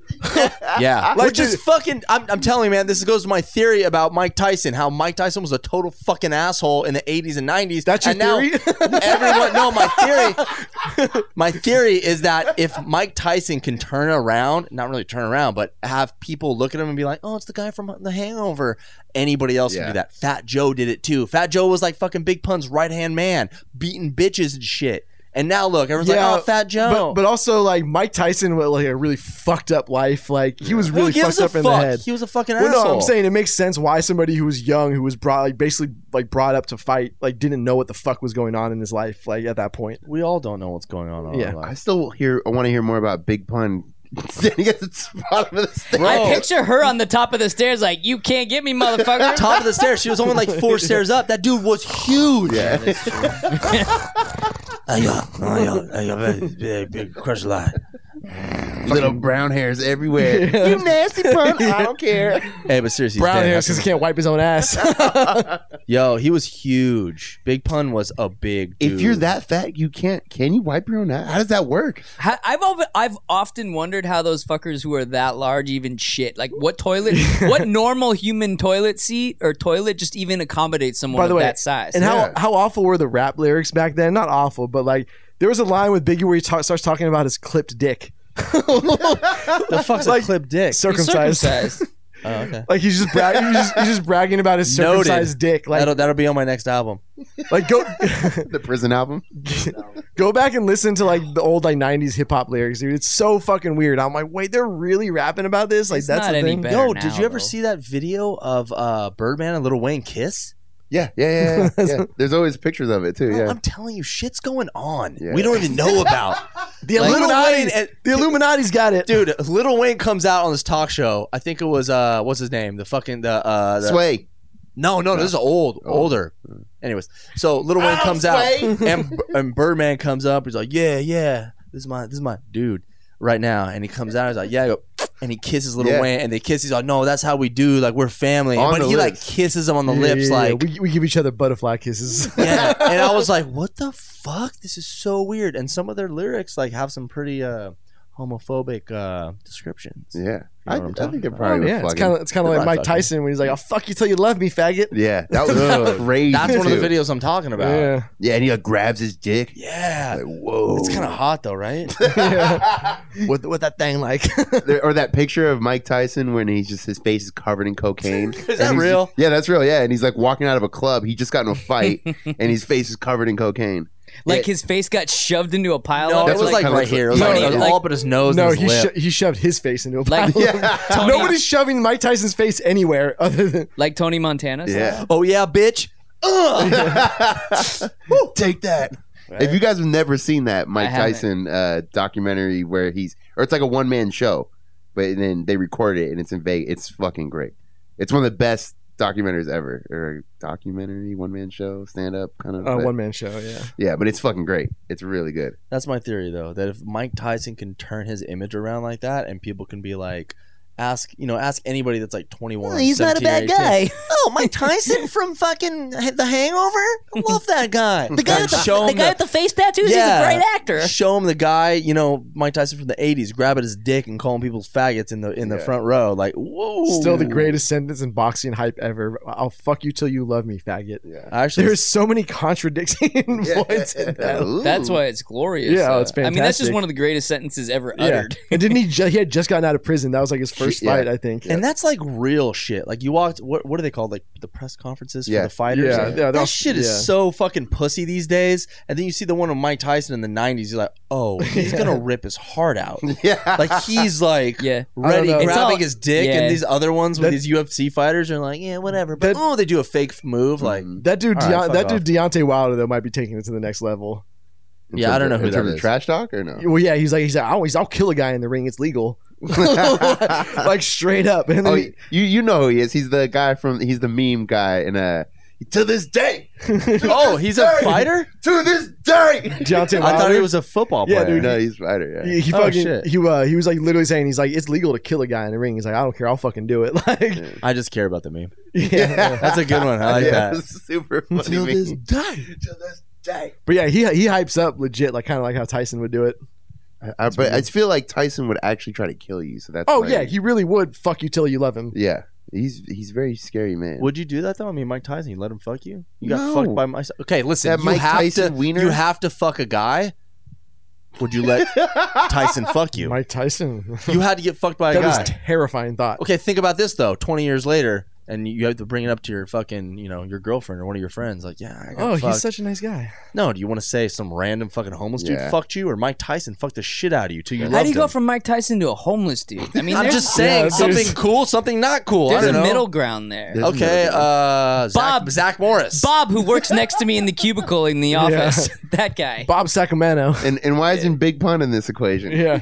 Speaker 2: Yeah, like
Speaker 4: Like,
Speaker 2: just
Speaker 4: dude-
Speaker 2: fucking. I'm, I'm telling you, man. This goes to my theory about Mike Tyson. How Mike Tyson was a total fucking asshole in the 80s and 90s.
Speaker 4: That's your
Speaker 2: and now
Speaker 4: theory?
Speaker 2: everyone. No, my theory. My theory is that if Mike Tyson can turn around, not really turn around, but have people look at him and be like, "Oh, it's the guy from The Hangover." Anybody else can
Speaker 1: Yeah.
Speaker 2: do that. Fat Joe did it too. Fat Joe was like fucking Big Pun's right hand man, beating bitches and shit. And now look, everyone's
Speaker 4: Yeah,
Speaker 2: like, "Oh, Fat Joe."
Speaker 4: But, but also like Mike Tyson with like a really fucked up life. Like he was
Speaker 2: Who
Speaker 4: really
Speaker 2: gives
Speaker 4: fucked
Speaker 2: a
Speaker 4: up in the
Speaker 2: fuck?
Speaker 4: head.
Speaker 2: He was a fucking
Speaker 4: Well,
Speaker 2: asshole.
Speaker 4: no, I'm saying it makes sense why somebody who was young, who was brought like basically like brought up to fight, like didn't know what the fuck was going on in his life, like at that point.
Speaker 2: We all don't know what's going on. In
Speaker 4: Yeah.
Speaker 2: our
Speaker 1: I
Speaker 2: life.
Speaker 1: still hear. I want to hear more about Big Pun standing at the bottom of the stairs.
Speaker 2: Bro.
Speaker 3: I picture her on the top of the stairs, like, you can't get me, motherfucker.
Speaker 2: Top of the stairs. She was only like four stairs up. That dude was huge. Yeah. I got, I got, I got big, big, big crush a lot.
Speaker 1: Little brown hairs everywhere. you nasty pun. I don't care.
Speaker 2: Hey, but seriously,
Speaker 4: Brown
Speaker 2: Stan,
Speaker 4: hairs because he can't wipe his own ass.
Speaker 2: yo, he was huge. Big pun was a big. Dude.
Speaker 1: If you're that fat, you can't. Can you wipe your own ass? How does that work?
Speaker 3: Ha- I've alv- I've often wondered how those fuckers who are that large even shit. Like, what toilet, what normal human toilet seat or toilet just even accommodates someone
Speaker 4: By the
Speaker 3: of
Speaker 4: way,
Speaker 3: that size?
Speaker 4: and
Speaker 1: Yeah.
Speaker 4: how how awful were the rap lyrics back then? Not awful, but like there was a line with Biggie where he ta- starts talking about his clipped dick,
Speaker 2: the fuck's
Speaker 4: like-
Speaker 2: a clip dick.
Speaker 4: circumcised.
Speaker 3: Circumcised.
Speaker 2: Oh, okay.
Speaker 4: like he's just, brag- he's just he's just bragging about his
Speaker 2: Noted.
Speaker 4: circumcised dick. Like
Speaker 2: that'll that'll be on my next album.
Speaker 4: like go
Speaker 1: The prison album.
Speaker 4: go back and listen to like the old like '90s hip hop lyrics, dude. It's so fucking weird. I'm like, wait, they're really rapping about this? Like
Speaker 3: It's
Speaker 4: that's
Speaker 3: not
Speaker 4: the
Speaker 3: any
Speaker 4: thing.
Speaker 3: better.
Speaker 2: Yo,
Speaker 3: now,
Speaker 2: did you ever
Speaker 3: though.
Speaker 2: see that video of uh, Birdman and Lil Wayne kiss?
Speaker 1: Yeah, yeah, yeah, yeah, yeah. There's always pictures of it too.
Speaker 2: Bro,
Speaker 1: Yeah.
Speaker 2: I'm telling you, shit's going on.
Speaker 1: Yeah.
Speaker 2: We don't even know about.
Speaker 4: The
Speaker 2: Like,
Speaker 4: Illuminati.
Speaker 2: Lil Wayne and-
Speaker 4: the Illuminati's got it.
Speaker 2: dude little wayne comes out on this talk show i think it was uh what's his name the fucking the uh the,
Speaker 1: Sway.
Speaker 2: no no this is old
Speaker 1: Oh.
Speaker 2: older anyways so little wayne comes out and, and birdman comes up he's like yeah yeah this is my this is my dude right now and he comes out he's like yeah I go, and he kisses little
Speaker 1: Yeah.
Speaker 2: wayne and they kiss he's like no that's how we do like we're family
Speaker 1: On
Speaker 2: but
Speaker 1: the
Speaker 2: he like
Speaker 1: lips.
Speaker 2: kisses him on the
Speaker 4: Yeah,
Speaker 2: lips
Speaker 4: yeah, yeah.
Speaker 2: like
Speaker 4: we, we give each other butterfly kisses.
Speaker 2: yeah and i was like what the fuck this is so weird and some of their lyrics like have some pretty uh homophobic uh descriptions
Speaker 1: Yeah.
Speaker 2: what
Speaker 1: I,
Speaker 2: I'm
Speaker 1: I
Speaker 2: talking
Speaker 1: think they're
Speaker 2: about.
Speaker 1: probably
Speaker 4: yeah, it's
Speaker 1: fucking-
Speaker 4: kind of it's kind of
Speaker 2: They're
Speaker 4: like
Speaker 2: not
Speaker 4: Mike
Speaker 2: fucking.
Speaker 4: Tyson when he's like, "I'll fuck you till you love me, faggot."
Speaker 1: Yeah, that was
Speaker 2: Dude,
Speaker 1: crazy.
Speaker 2: That's one of the
Speaker 1: too.
Speaker 2: videos I'm talking about. Yeah.
Speaker 4: Yeah,
Speaker 1: Yeah, and he like grabs his dick. Like, whoa.
Speaker 2: It's kind of hot though, right?
Speaker 4: with with that thing like,
Speaker 1: There- or that picture of Mike Tyson when he's just his face is covered in cocaine.
Speaker 2: Is
Speaker 1: And
Speaker 2: that
Speaker 1: he's-
Speaker 2: real?
Speaker 1: yeah, that's real. Yeah, and he's like walking out of a club. He just got in a fight, and his face is covered in cocaine.
Speaker 3: Like
Speaker 1: It-
Speaker 3: his face got shoved into a pile.
Speaker 2: no,
Speaker 3: of
Speaker 2: it was
Speaker 1: like
Speaker 2: like,
Speaker 1: kinda
Speaker 2: right
Speaker 1: looks
Speaker 2: here. It was
Speaker 1: like-
Speaker 2: like,
Speaker 3: No,
Speaker 2: it was
Speaker 3: like-
Speaker 2: all but his nose
Speaker 4: no,
Speaker 2: and
Speaker 4: he
Speaker 2: his
Speaker 4: sho-
Speaker 2: lip.
Speaker 4: he shoved his face into a pile.
Speaker 3: Like-
Speaker 1: Yeah,
Speaker 3: Tony,
Speaker 4: Nobody's shoving Mike Tyson's face anywhere other than
Speaker 3: like Tony Montana.
Speaker 1: yeah.
Speaker 2: oh yeah, bitch. Ugh.
Speaker 1: Take that. If you guys have never seen that Mike
Speaker 3: haven't.
Speaker 1: Tyson uh, documentary where he's, or it's like a one man show, but then they record it and it's in Vegas. It's fucking great. It's one of the best documentaries ever, or documentary one man show, stand up kind of.
Speaker 4: a
Speaker 1: but-
Speaker 4: Uh, one man show. Yeah,
Speaker 1: Yeah, but it's fucking great. It's really good.
Speaker 2: That's my theory though, that if Mike Tyson can turn his image around like that, and people can be like, ask you know, ask anybody that's like 21. 17 or 18. Oh, Mike Tyson from fucking The Hangover. I love that guy. The guy, that show him the-
Speaker 3: the face tattoos,
Speaker 2: he's a Yeah. great
Speaker 3: actor.
Speaker 2: Show him the guy, you know, Mike Tyson from the '80s, grabbing his dick and calling people faggots in the in the
Speaker 1: Yeah.
Speaker 2: front row, like whoa.
Speaker 4: still the greatest sentence in boxing hype ever. I'll fuck you till you love me, faggot.
Speaker 1: Yeah.
Speaker 2: I actually
Speaker 4: There's so many contradicting points in that.
Speaker 3: That's why it's glorious.
Speaker 4: Yeah,
Speaker 3: though.
Speaker 4: it's
Speaker 3: I mean, that's just
Speaker 4: fantastic.
Speaker 3: one of the greatest sentences ever
Speaker 4: Yeah.
Speaker 3: uttered.
Speaker 4: And didn't he? Ju- he had just gotten out of prison. That was like his first
Speaker 1: Yeah.
Speaker 4: fight, I think.
Speaker 2: And that's like real shit. Like you walked. What what are they called? Like the press conferences
Speaker 1: Yeah.
Speaker 2: for the fighters.
Speaker 4: Yeah, yeah, they're all-
Speaker 2: that shit is
Speaker 4: yeah.
Speaker 2: so fucking pussy these days. And then you see the one with Mike Tyson in the '90s. You're like, oh, he's gonna rip his heart out.
Speaker 1: Yeah.
Speaker 2: Like he's like
Speaker 3: Yeah.
Speaker 2: ready,
Speaker 4: know. It's
Speaker 2: grabbing
Speaker 3: all-
Speaker 2: his dick.
Speaker 3: yeah.
Speaker 2: And these other ones
Speaker 4: That-
Speaker 2: with these UFC fighters are like, yeah, whatever. But
Speaker 4: That- Mm.
Speaker 2: oh, they do a fake move. Like
Speaker 4: That dude,
Speaker 2: All right,
Speaker 4: Deon-
Speaker 2: fuck
Speaker 4: that
Speaker 2: off.
Speaker 4: dude Deontay Wilder though might be taking it to the next level.
Speaker 1: In
Speaker 2: Yeah, I
Speaker 1: terms
Speaker 2: don't know
Speaker 1: of-
Speaker 2: who
Speaker 1: in
Speaker 2: that
Speaker 1: terms of
Speaker 2: is.
Speaker 1: Trash talk or no?
Speaker 4: Well, yeah, he's like he's like, always I'll kill a guy in the ring. It's legal, like straight up. And then
Speaker 1: oh,
Speaker 4: he-
Speaker 1: you you know who he is. He's the guy from he's the meme guy in uh to this day
Speaker 2: Oh, he's a fighter?
Speaker 1: to this day.
Speaker 4: Deontay
Speaker 2: I thought he
Speaker 4: Wilder?
Speaker 2: was a football player.
Speaker 4: Yeah, dude.
Speaker 1: no, he's fighter. Yeah.
Speaker 4: He, he
Speaker 2: Oh,
Speaker 4: fucking
Speaker 2: shit.
Speaker 4: he uh, he was like literally saying he's like it's legal to kill a guy in the ring. He's like I don't care, I'll fucking do it. Like
Speaker 2: I just care about the meme.
Speaker 4: yeah.
Speaker 2: That's a good one. I like
Speaker 1: Yeah,
Speaker 2: that.
Speaker 1: it's super funny.
Speaker 4: Till
Speaker 1: man.
Speaker 4: this day.
Speaker 1: Till this day.
Speaker 4: But yeah, he he hypes up legit like kind of like how Tyson would do it.
Speaker 1: I, Uh, but I feel like Tyson would actually try to kill you. So that's
Speaker 4: Oh
Speaker 1: like-
Speaker 4: yeah, he really would fuck you till you love him.
Speaker 1: yeah. He's he's a very scary man.
Speaker 2: Would you do that though? I mean, Mike Tyson, you let him fuck you? You got
Speaker 1: No.
Speaker 2: fucked by myself. Okay, listen,
Speaker 1: That
Speaker 2: you
Speaker 1: Mike
Speaker 2: have
Speaker 1: Tyson
Speaker 2: to
Speaker 1: wiener?
Speaker 2: you have to fuck a guy. Would you let Tyson fuck you?
Speaker 4: Mike Tyson.
Speaker 2: You had to get fucked by a
Speaker 4: that
Speaker 2: guy.
Speaker 4: was a terrifying thought.
Speaker 2: okay, think about this though. Twenty years later, and you have to bring it up to your fucking, you know, your girlfriend or one of your friends. Like, yeah, I got
Speaker 4: Oh,
Speaker 2: fucked.
Speaker 4: he's such a nice guy.
Speaker 2: no, do you want to say some random fucking homeless
Speaker 1: Yeah.
Speaker 2: dude fucked you or Mike Tyson fucked the shit out of you till you
Speaker 3: How
Speaker 2: loved
Speaker 3: do you go
Speaker 2: him?
Speaker 3: from Mike Tyson to a homeless dude? I mean,
Speaker 2: I'm
Speaker 3: there's-
Speaker 2: just saying
Speaker 4: Yeah,
Speaker 2: something
Speaker 4: there's-
Speaker 2: cool, something not cool. I
Speaker 3: there's
Speaker 2: don't
Speaker 3: a
Speaker 2: know.
Speaker 3: middle ground there.
Speaker 1: There's a
Speaker 2: Okay,
Speaker 1: middle
Speaker 2: uh,
Speaker 3: Bob-
Speaker 2: Zach, Zach Morris.
Speaker 3: Bob, who works next to me in the cubicle in the office, that guy.
Speaker 4: Bob Sacramento.
Speaker 1: And and why isn't Big Pun in this equation?
Speaker 4: yeah.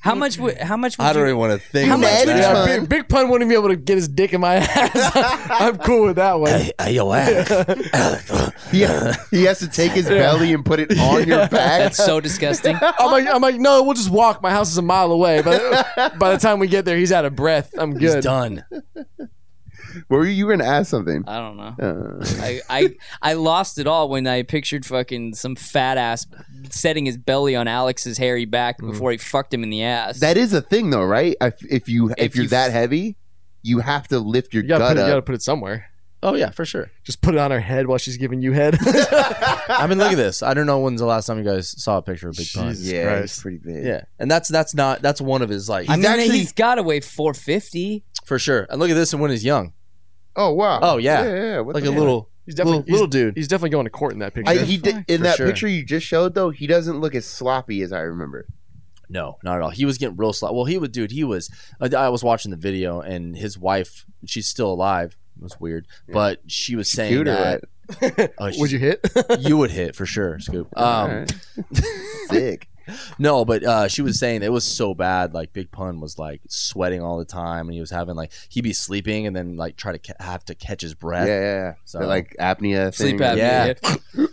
Speaker 3: How much? Would, how much? Would
Speaker 2: I don't
Speaker 3: you,
Speaker 2: even want to think.
Speaker 3: How
Speaker 2: about
Speaker 3: much-
Speaker 2: that.
Speaker 1: Yeah.
Speaker 4: Yeah, big, big Pun wouldn't be able to get his dick in my ass. I'm cool with that one.
Speaker 2: Hey, hey, yo, Alex. Alex.
Speaker 1: Yeah. He has to take his belly and put it on your back.
Speaker 3: That's so disgusting.
Speaker 4: I'm like, I'm like, no, we'll just walk. My house is a mile away. But by the time we get there, he's out of breath. I'm
Speaker 2: He's
Speaker 4: good.
Speaker 2: done.
Speaker 1: Were you, you were gonna ask something?
Speaker 3: I don't know.
Speaker 1: Uh,
Speaker 3: I, I I lost it all when I pictured fucking some fat ass setting his belly on Alex's hairy back before he fucked him in the ass.
Speaker 1: that is a thing though, right? If, if you if,
Speaker 3: If
Speaker 1: you're
Speaker 3: you-
Speaker 1: that heavy, you have to lift your
Speaker 4: You gotta,
Speaker 1: gut
Speaker 4: put it, you gotta
Speaker 1: up.
Speaker 4: put it somewhere.
Speaker 2: Oh yeah, for sure.
Speaker 4: Just put it on her head while she's giving you head.
Speaker 2: I mean, look at this. I don't know when's the last time you guys saw a picture of Big Pun.
Speaker 4: Jesus
Speaker 1: yeah,
Speaker 4: Christ.
Speaker 1: it's pretty big.
Speaker 2: Yeah, and that's that's not that's one of his like
Speaker 3: I mean,
Speaker 1: actually-
Speaker 3: he's got to weigh 450.
Speaker 2: for sure. And look at this, and when he's young,
Speaker 1: Oh wow.
Speaker 2: Oh, yeah.
Speaker 1: Yeah. yeah. What
Speaker 2: like a
Speaker 1: the fuck?
Speaker 2: little
Speaker 4: He's
Speaker 2: little,
Speaker 4: definitely
Speaker 2: little
Speaker 4: he's,
Speaker 2: dude.
Speaker 4: he's definitely going to court in that picture.
Speaker 1: I, he did in
Speaker 2: For
Speaker 1: that
Speaker 2: sure.
Speaker 1: picture you just showed though. He doesn't look as sloppy as I remember.
Speaker 2: No, not at all. He was getting real slow. Well, he would, dude. He was. I I was watching the video, and his wife, she's still alive. It was weird,
Speaker 1: Yeah.
Speaker 2: but she was saying
Speaker 1: Cuter,
Speaker 2: that
Speaker 1: right?
Speaker 2: oh, she's-
Speaker 4: Would you hit?
Speaker 2: you would hit for sure, Scoop. Um,
Speaker 1: All right. Sick.
Speaker 2: No, but uh, she was saying that it was so bad. Like Big Pun was like sweating all the time, and he was having like he'd be sleeping and then like try to ca- have to catch his
Speaker 1: Yeah,
Speaker 2: breath.
Speaker 1: yeah, yeah.
Speaker 2: So
Speaker 1: That, like apnea thing.
Speaker 3: Sleep apnea.
Speaker 2: Yeah.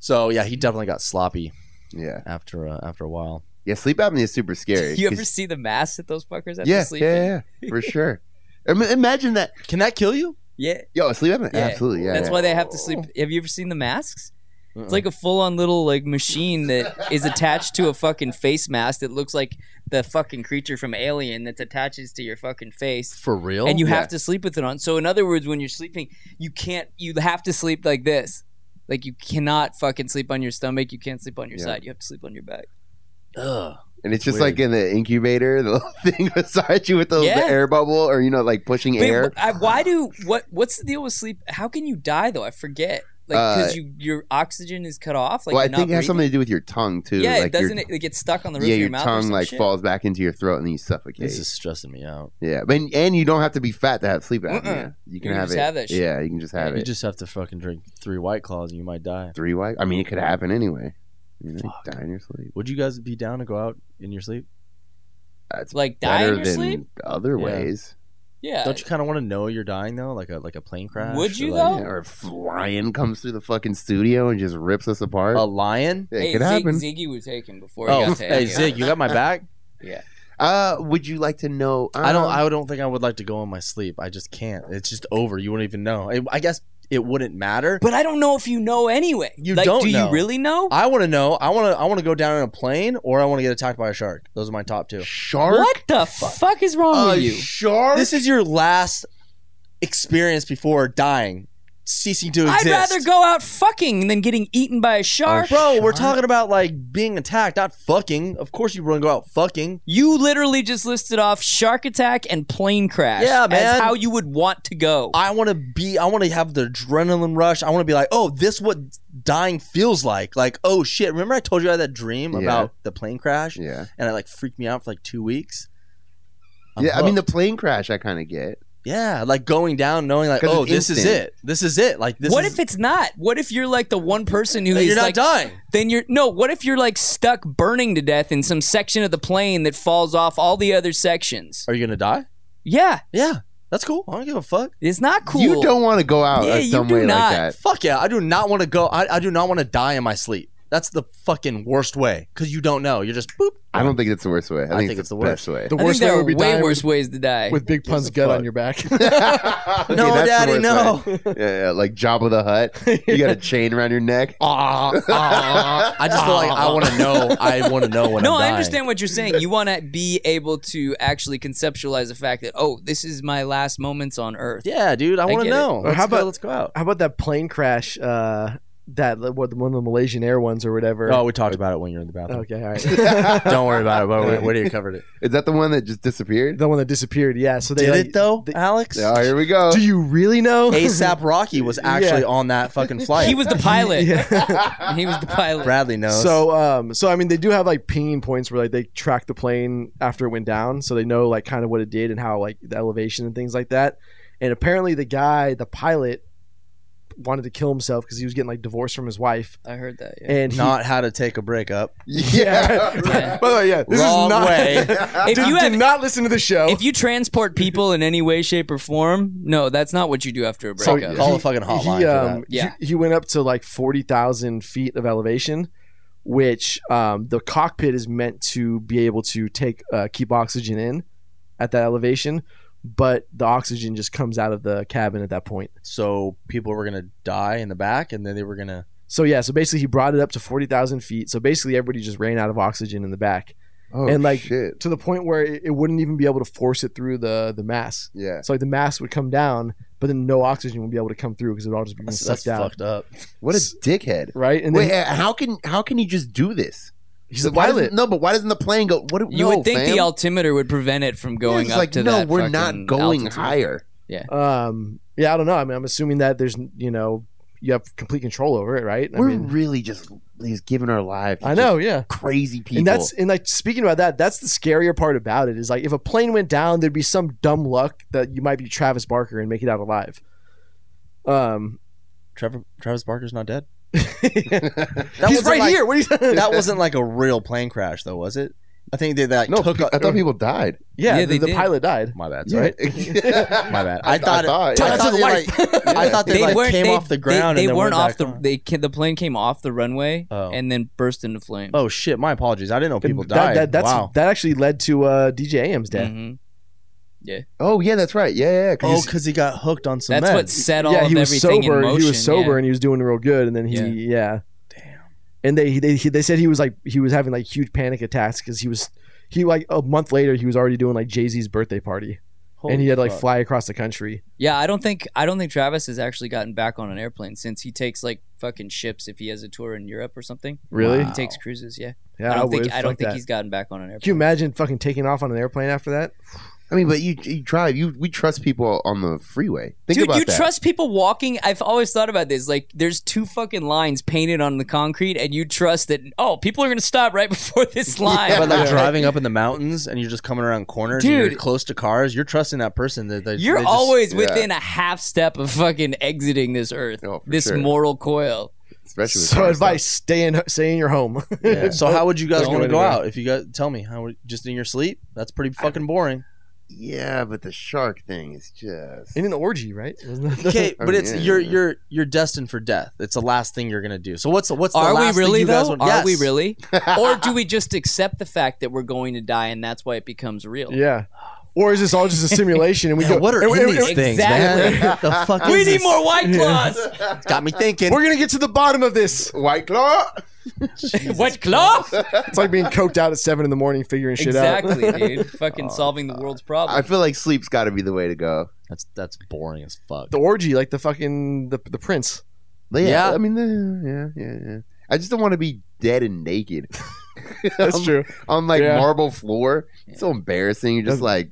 Speaker 2: so yeah, he definitely got sloppy
Speaker 1: Yeah.
Speaker 2: after uh, after a while.
Speaker 1: Yeah, sleep apnea is super scary.
Speaker 3: You ever
Speaker 1: 'cause-
Speaker 3: see the masks that those fuckers have
Speaker 1: yeah,
Speaker 3: to sleep
Speaker 1: yeah, yeah, yeah, for sure. I mean, imagine that.
Speaker 2: Can that kill you?
Speaker 3: in? Yeah.
Speaker 1: Yo, sleep apnea.
Speaker 3: Yeah.
Speaker 1: Absolutely. Yeah. Oh. Uh-uh.
Speaker 3: That's
Speaker 1: yeah.
Speaker 3: why they have to sleep. Have you ever seen the masks? It's like a full-on little like machine that is attached to a fucking face mask that looks like the fucking creature from Alien that attaches to your fucking face,
Speaker 2: For real?
Speaker 3: and you
Speaker 1: Oh, Yeah.
Speaker 3: have to sleep with it on. So in other words, when you're sleeping, you can't. You have to sleep like this. Like you cannot fucking sleep on your stomach. You can't sleep on your
Speaker 1: Yeah.
Speaker 3: side. You have to sleep on your back.
Speaker 2: Ugh.
Speaker 1: And it's just
Speaker 2: Weird.
Speaker 1: like in the incubator, the little thing beside you with the,
Speaker 3: Yeah.
Speaker 1: the air bubble, or you know, like pushing
Speaker 3: Wait,
Speaker 1: air.
Speaker 3: wh- I, why do what? What's the deal with sleep? How can you die though? I forget. Like because you your oxygen is cut off. Like
Speaker 1: Uh, well, I
Speaker 3: you're not
Speaker 1: think it has
Speaker 3: breathing.
Speaker 1: something to do with your tongue too.
Speaker 3: Yeah,
Speaker 1: like
Speaker 3: it doesn't
Speaker 1: your,
Speaker 3: it, it gets stuck on the roof
Speaker 1: yeah,
Speaker 3: of your,
Speaker 1: your,
Speaker 3: mouth? or
Speaker 1: tongue
Speaker 3: some
Speaker 1: like
Speaker 3: shit?
Speaker 1: falls back into your throat and then you suffocate.
Speaker 2: This is stressing me out.
Speaker 1: yeah, but and you don't have to be fat to have sleep apnea.
Speaker 3: Mm-mm.
Speaker 1: You can
Speaker 3: Uh-uh. You
Speaker 1: have
Speaker 3: just
Speaker 1: it.
Speaker 3: have that shit.
Speaker 1: Yeah, you can just have
Speaker 2: you
Speaker 1: it.
Speaker 2: just have to fucking drink three White Claws and you might die.
Speaker 1: Three white. I mean, it could happen anyway. You, know, you
Speaker 2: Fuck.
Speaker 1: die in your sleep.
Speaker 2: Would you guys be down to go out in your sleep?
Speaker 1: That's
Speaker 3: like die in
Speaker 1: better
Speaker 3: your
Speaker 1: than
Speaker 3: sleep.
Speaker 1: other
Speaker 2: Yeah.
Speaker 1: ways.
Speaker 3: Yeah.
Speaker 2: Don't you kind of want to know you're dying though, like a like a plane crash?
Speaker 3: Would
Speaker 2: or,
Speaker 3: you,
Speaker 2: like,
Speaker 3: though?
Speaker 1: Yeah, or if lion comes through the fucking studio and just rips us apart.
Speaker 2: A lion?
Speaker 1: Yeah, it
Speaker 3: hey,
Speaker 1: could
Speaker 3: Zig-
Speaker 1: happen.
Speaker 3: Ziggy was taken before he
Speaker 2: Oh,
Speaker 3: got taken.
Speaker 2: hey Zig, you got my back.
Speaker 1: Uh, would you like to know?
Speaker 2: I don't.
Speaker 1: um,
Speaker 2: I don't think I would like to go in my sleep. I just can't. It's just over. You wouldn't even know. I, I guess it wouldn't matter.
Speaker 3: But I don't know if you know anyway.
Speaker 2: You
Speaker 3: like,
Speaker 2: don't
Speaker 3: Do
Speaker 2: know.
Speaker 3: you really know?
Speaker 2: I want to know. I want to. I want to go down in a plane, or I want to get attacked by a shark. Those are my top two.
Speaker 1: shark.
Speaker 3: What the fuck is
Speaker 2: Oh,
Speaker 3: wrong
Speaker 1: A
Speaker 3: with you?
Speaker 1: shark.
Speaker 2: This is your last experience before dying, ceasing to
Speaker 3: I'd
Speaker 2: exist.
Speaker 3: rather go out fucking than getting eaten by a shark.
Speaker 2: Oh, Bro, we're talking about like being attacked, not fucking. Of course, you want to go out fucking.
Speaker 3: you literally just listed off shark attack and plane crash.
Speaker 2: Yeah,
Speaker 3: As
Speaker 2: man.
Speaker 3: how you would want to go.
Speaker 2: I want to be. I want to have the adrenaline rush. I want to be like, oh, this what dying feels like. Like, oh shit. Remember I told you I had that dream
Speaker 1: Yeah.
Speaker 2: about the plane crash?
Speaker 1: Yeah.
Speaker 2: and it like freaked me out for like two weeks. I'm
Speaker 1: Yeah. I mean, the
Speaker 2: hooked.
Speaker 1: plane crash. I kind of get.
Speaker 2: yeah, like going down, knowing like,
Speaker 1: 'Cause
Speaker 2: oh,
Speaker 1: it's
Speaker 2: this is
Speaker 1: instant.
Speaker 2: it, this is it. Like this.
Speaker 3: what
Speaker 2: is,
Speaker 3: if it's not? What if you're like the one person who
Speaker 2: that
Speaker 3: is
Speaker 2: you're not
Speaker 3: like
Speaker 2: dying?
Speaker 3: then you're no what if you're like stuck burning to death in some section of the plane that falls off all the other sections
Speaker 2: Are you gonna die?
Speaker 3: yeah
Speaker 2: Yeah, That's cool. I don't give a fuck.
Speaker 3: It's not cool.
Speaker 1: You don't want to go out
Speaker 3: Yeah,
Speaker 1: a
Speaker 3: you
Speaker 1: some
Speaker 3: do
Speaker 1: way
Speaker 3: not.
Speaker 1: like that.
Speaker 2: Fuck yeah. I do not want to go. I, I do not want to die in my sleep. That's the fucking worst way because you don't know. You're just boop.
Speaker 1: I don't think it's the worst way. I, think,
Speaker 2: think
Speaker 1: it's,
Speaker 2: it's
Speaker 1: the
Speaker 2: the
Speaker 1: best way.
Speaker 4: The
Speaker 3: I think
Speaker 4: worst way
Speaker 3: there are
Speaker 4: would be
Speaker 3: way
Speaker 4: dying
Speaker 3: worse
Speaker 4: with,
Speaker 3: ways to die.
Speaker 4: with Big Pun's
Speaker 2: the
Speaker 4: gut
Speaker 2: fuck?
Speaker 4: on your back.
Speaker 1: Okay,
Speaker 2: no,
Speaker 1: that's the
Speaker 2: daddy,
Speaker 1: worst
Speaker 2: no.
Speaker 1: way. Yeah, yeah, like Jabba the Hutt. You got a chain around your neck.
Speaker 2: Ah, ah. I just feel like I want to know. I want to know when
Speaker 3: no,
Speaker 2: I'm
Speaker 3: I
Speaker 2: dying.
Speaker 3: understand what you're saying. You want to be able to actually conceptualize the fact that oh, this is my last moments on Earth.
Speaker 2: Yeah, dude, I want
Speaker 3: get
Speaker 2: to
Speaker 3: it.
Speaker 2: know.
Speaker 4: Or how
Speaker 2: Let's go,
Speaker 4: about-
Speaker 2: let's go out.
Speaker 4: How about that plane crash? Uh, that what one of the Malaysian Air ones or whatever.
Speaker 2: Oh, we talked about it when you're in the bathroom.
Speaker 4: okay, all right.
Speaker 1: Is
Speaker 2: Don't worry about it. But we, we covered it.
Speaker 1: that the one that just disappeared?
Speaker 4: the one that disappeared. Yeah. So they
Speaker 2: Did
Speaker 4: like-
Speaker 2: it though,
Speaker 4: they-
Speaker 2: Alex?
Speaker 1: Oh, here we go.
Speaker 4: Do you really know?
Speaker 2: ASAP Rocky was actually on that fucking flight.
Speaker 3: He was the pilot.
Speaker 4: Yeah.
Speaker 3: He was the pilot.
Speaker 2: Bradley knows.
Speaker 4: So, um, so I mean, they do have like pinging points where like they track the plane after it went down, so they know like kind of what it did and how like the elevation and things like that. And apparently, the guy, the pilot, wanted to kill himself because he was getting like divorced from his wife,
Speaker 3: I heard that. Yeah.
Speaker 4: and he,
Speaker 2: not how to take a breakup.
Speaker 1: yeah.
Speaker 3: Yeah.
Speaker 4: By the way, yeah, this
Speaker 2: Wrong
Speaker 4: is not.
Speaker 2: way.
Speaker 3: If
Speaker 4: Do,
Speaker 3: you
Speaker 4: do
Speaker 3: have-
Speaker 4: not listen to the show.
Speaker 3: If you transport people in any way, shape, or form, no, that's not what you do after a
Speaker 4: So
Speaker 3: breakup.
Speaker 2: Call the fucking hotline
Speaker 4: he,
Speaker 2: Oh, for
Speaker 4: um,
Speaker 2: that.
Speaker 3: Yeah.
Speaker 4: he, he went up to like 40,000 feet of elevation, which um, the cockpit is meant to be able to take uh, keep oxygen in at that elevation, but the oxygen just comes out of the cabin at that point.
Speaker 2: So people were gonna die in the back, and then they were gonna.
Speaker 4: So yeah, so basically he brought it up to 40,000 feet. So basically everybody just ran out of oxygen in the back
Speaker 1: Oh,
Speaker 4: And, like-
Speaker 1: shit.
Speaker 4: to the point where it, it wouldn't even be able to force it through the the mass.
Speaker 1: Yeah.
Speaker 4: So like the mass would come down, but then no oxygen would be able to come through because it would all just be
Speaker 2: That's,
Speaker 4: sucked
Speaker 2: that's
Speaker 4: out.
Speaker 2: fucked up.
Speaker 1: What a
Speaker 4: S-
Speaker 1: dickhead.
Speaker 4: Right? And then
Speaker 1: Wait, uh, how can how can he just do this?
Speaker 4: he's a
Speaker 1: Why doesn't-
Speaker 4: pilot.
Speaker 1: No, but why doesn't the plane go? What?
Speaker 3: you
Speaker 1: no,
Speaker 3: would think
Speaker 1: fam.
Speaker 3: the altimeter would prevent it from
Speaker 1: Yeah,
Speaker 3: going
Speaker 1: it's
Speaker 3: up
Speaker 1: like,
Speaker 3: to
Speaker 1: no,
Speaker 3: that.
Speaker 1: we're not
Speaker 3: fucking
Speaker 1: going
Speaker 3: altitude.
Speaker 1: higher.
Speaker 4: Um, yeah, I don't know. I mean, I'm assuming that there's, you know, you have complete control over it, right? I
Speaker 1: we're
Speaker 4: mean,
Speaker 1: really just he's giving our lives. to
Speaker 4: I know, yeah.
Speaker 1: just crazy people.
Speaker 4: And that's and like speaking about that, that's the scarier part about it is like if a plane went down, there'd be some dumb luck that you might be Travis Barker and make it out alive. Um,
Speaker 2: Trevor Travis Barker's not dead. That
Speaker 4: he's
Speaker 2: wasn't
Speaker 4: right
Speaker 2: like-
Speaker 4: here. What are you?
Speaker 2: That wasn't like a real plane crash, though, was it? I think they like
Speaker 1: no.
Speaker 2: took.
Speaker 1: pe-
Speaker 2: a-
Speaker 1: I thought people died.
Speaker 4: yeah,
Speaker 3: Yeah,
Speaker 4: the,
Speaker 3: they
Speaker 4: the
Speaker 3: did.
Speaker 4: pilot died.
Speaker 2: my bad.
Speaker 4: Yeah.
Speaker 2: Sorry.
Speaker 1: My
Speaker 2: bad. I thought it-
Speaker 1: yeah.
Speaker 2: I thought they, like, I thought they,
Speaker 3: They
Speaker 2: like
Speaker 3: weren't.
Speaker 2: came
Speaker 3: they,
Speaker 2: off the
Speaker 3: They,
Speaker 2: ground. and
Speaker 3: they
Speaker 2: then
Speaker 3: weren't
Speaker 2: went
Speaker 3: off
Speaker 2: back
Speaker 3: the.
Speaker 2: on.
Speaker 3: They ca- the plane came off the runway
Speaker 2: Oh.
Speaker 3: and then burst into flames.
Speaker 2: Oh shit! My apologies. I didn't know people
Speaker 4: And
Speaker 2: died.
Speaker 4: That, that, that's,
Speaker 2: wow.
Speaker 4: that actually led to uh, DJ Am's death.
Speaker 3: Mhm.
Speaker 1: Oh yeah, that's right. Yeah, yeah. yeah, 'cause
Speaker 2: Oh,
Speaker 1: he's-
Speaker 2: because he got hooked on some
Speaker 3: That's
Speaker 2: meds.
Speaker 3: what set all
Speaker 4: yeah,
Speaker 3: of
Speaker 4: he was
Speaker 3: everything
Speaker 4: sober.
Speaker 3: in motion.
Speaker 4: he was sober
Speaker 3: yeah.
Speaker 4: and he was doing real good. And then he,
Speaker 3: Yeah.
Speaker 4: yeah.
Speaker 2: Damn.
Speaker 4: And they, they they said he was like he was having like huge panic attacks because he was he like a month later he was already doing like Jay Z's birthday party and he had to, like fly across the country.
Speaker 3: Yeah, I don't think I don't think Travis has actually gotten back on an airplane since he takes like fucking ships if he has a tour in Europe or something.
Speaker 4: Really?
Speaker 3: He takes cruises. Yeah,
Speaker 4: Yeah,
Speaker 3: I don't
Speaker 4: would.
Speaker 3: think I don't
Speaker 4: Fuck
Speaker 3: think
Speaker 4: that.
Speaker 3: he's gotten back on an airplane.
Speaker 4: Can you imagine fucking taking off on an airplane after that?
Speaker 1: I mean, but you you drive. You we trust people on the freeway. Think
Speaker 3: Dude,
Speaker 1: about
Speaker 3: you
Speaker 1: that.
Speaker 3: trust people walking? I've always thought about this. Like, there's two fucking lines painted on the concrete, and you trust that. Oh, people are gonna stop right before this line.
Speaker 2: But like
Speaker 4: Yeah.
Speaker 2: driving up in the mountains and you're just coming around corners, and
Speaker 3: Dude.
Speaker 2: you're close to cars. You're trusting that person that they,
Speaker 3: You're
Speaker 2: they just-
Speaker 3: always
Speaker 1: yeah.
Speaker 3: within a half step of fucking exiting this earth,
Speaker 1: Oh, for
Speaker 3: this
Speaker 1: sure.
Speaker 3: moral coil.
Speaker 1: Especially with
Speaker 4: So
Speaker 1: car
Speaker 4: advice: stay in stay in your home.
Speaker 2: Yeah. So how would you guys
Speaker 4: Don't
Speaker 2: want to
Speaker 4: go
Speaker 2: go
Speaker 4: anywhere.
Speaker 2: out? If you guys tell me how would- just in your sleep, that's pretty fucking boring.
Speaker 1: stuff. Yeah, but the shark thing is just.
Speaker 4: in an orgy, right? Wasn't that-
Speaker 2: Okay,
Speaker 1: I
Speaker 2: but
Speaker 1: mean,
Speaker 2: it's
Speaker 3: Oh,
Speaker 1: yeah,
Speaker 2: you're
Speaker 1: yeah.
Speaker 2: you're you're destined for death. It's the last thing you're gonna do. So what's what's the
Speaker 3: Are
Speaker 2: last
Speaker 3: we
Speaker 2: thing
Speaker 3: really
Speaker 2: you guys
Speaker 3: though?
Speaker 2: want-
Speaker 3: Are
Speaker 2: Yes.
Speaker 3: we really? or do we just accept the fact that we're going to die, and that's why it becomes real?
Speaker 4: yeah. Or is this all just a simulation? And we
Speaker 2: Man,
Speaker 4: go.
Speaker 2: what are
Speaker 4: and we-
Speaker 2: in
Speaker 4: and we-
Speaker 2: these things,
Speaker 3: Exactly.
Speaker 2: man? the fuck
Speaker 3: We
Speaker 2: is
Speaker 3: need
Speaker 2: this?
Speaker 3: more white claws.
Speaker 2: Got me thinking.
Speaker 4: We're gonna get to the bottom of this.
Speaker 1: White claw.
Speaker 3: White claws?
Speaker 4: It's like being coked out at seven in the morning, figuring shit out.
Speaker 3: Exactly, dude.
Speaker 1: Oh,
Speaker 3: Fucking solving the world's
Speaker 1: I
Speaker 3: problem.
Speaker 1: feel like sleep's got to be the way to go.
Speaker 2: That's that's boring as fuck.
Speaker 4: The orgy, like the fucking the, the prince.
Speaker 1: But yeah,
Speaker 2: Yeah.
Speaker 1: I mean, uh, yeah, yeah, yeah. I just don't want to be dead and naked.
Speaker 4: That's
Speaker 3: Um,
Speaker 1: on,
Speaker 4: true.
Speaker 1: On like
Speaker 4: Um, Yeah.
Speaker 1: marble floor, it's so embarrassing. You're just like,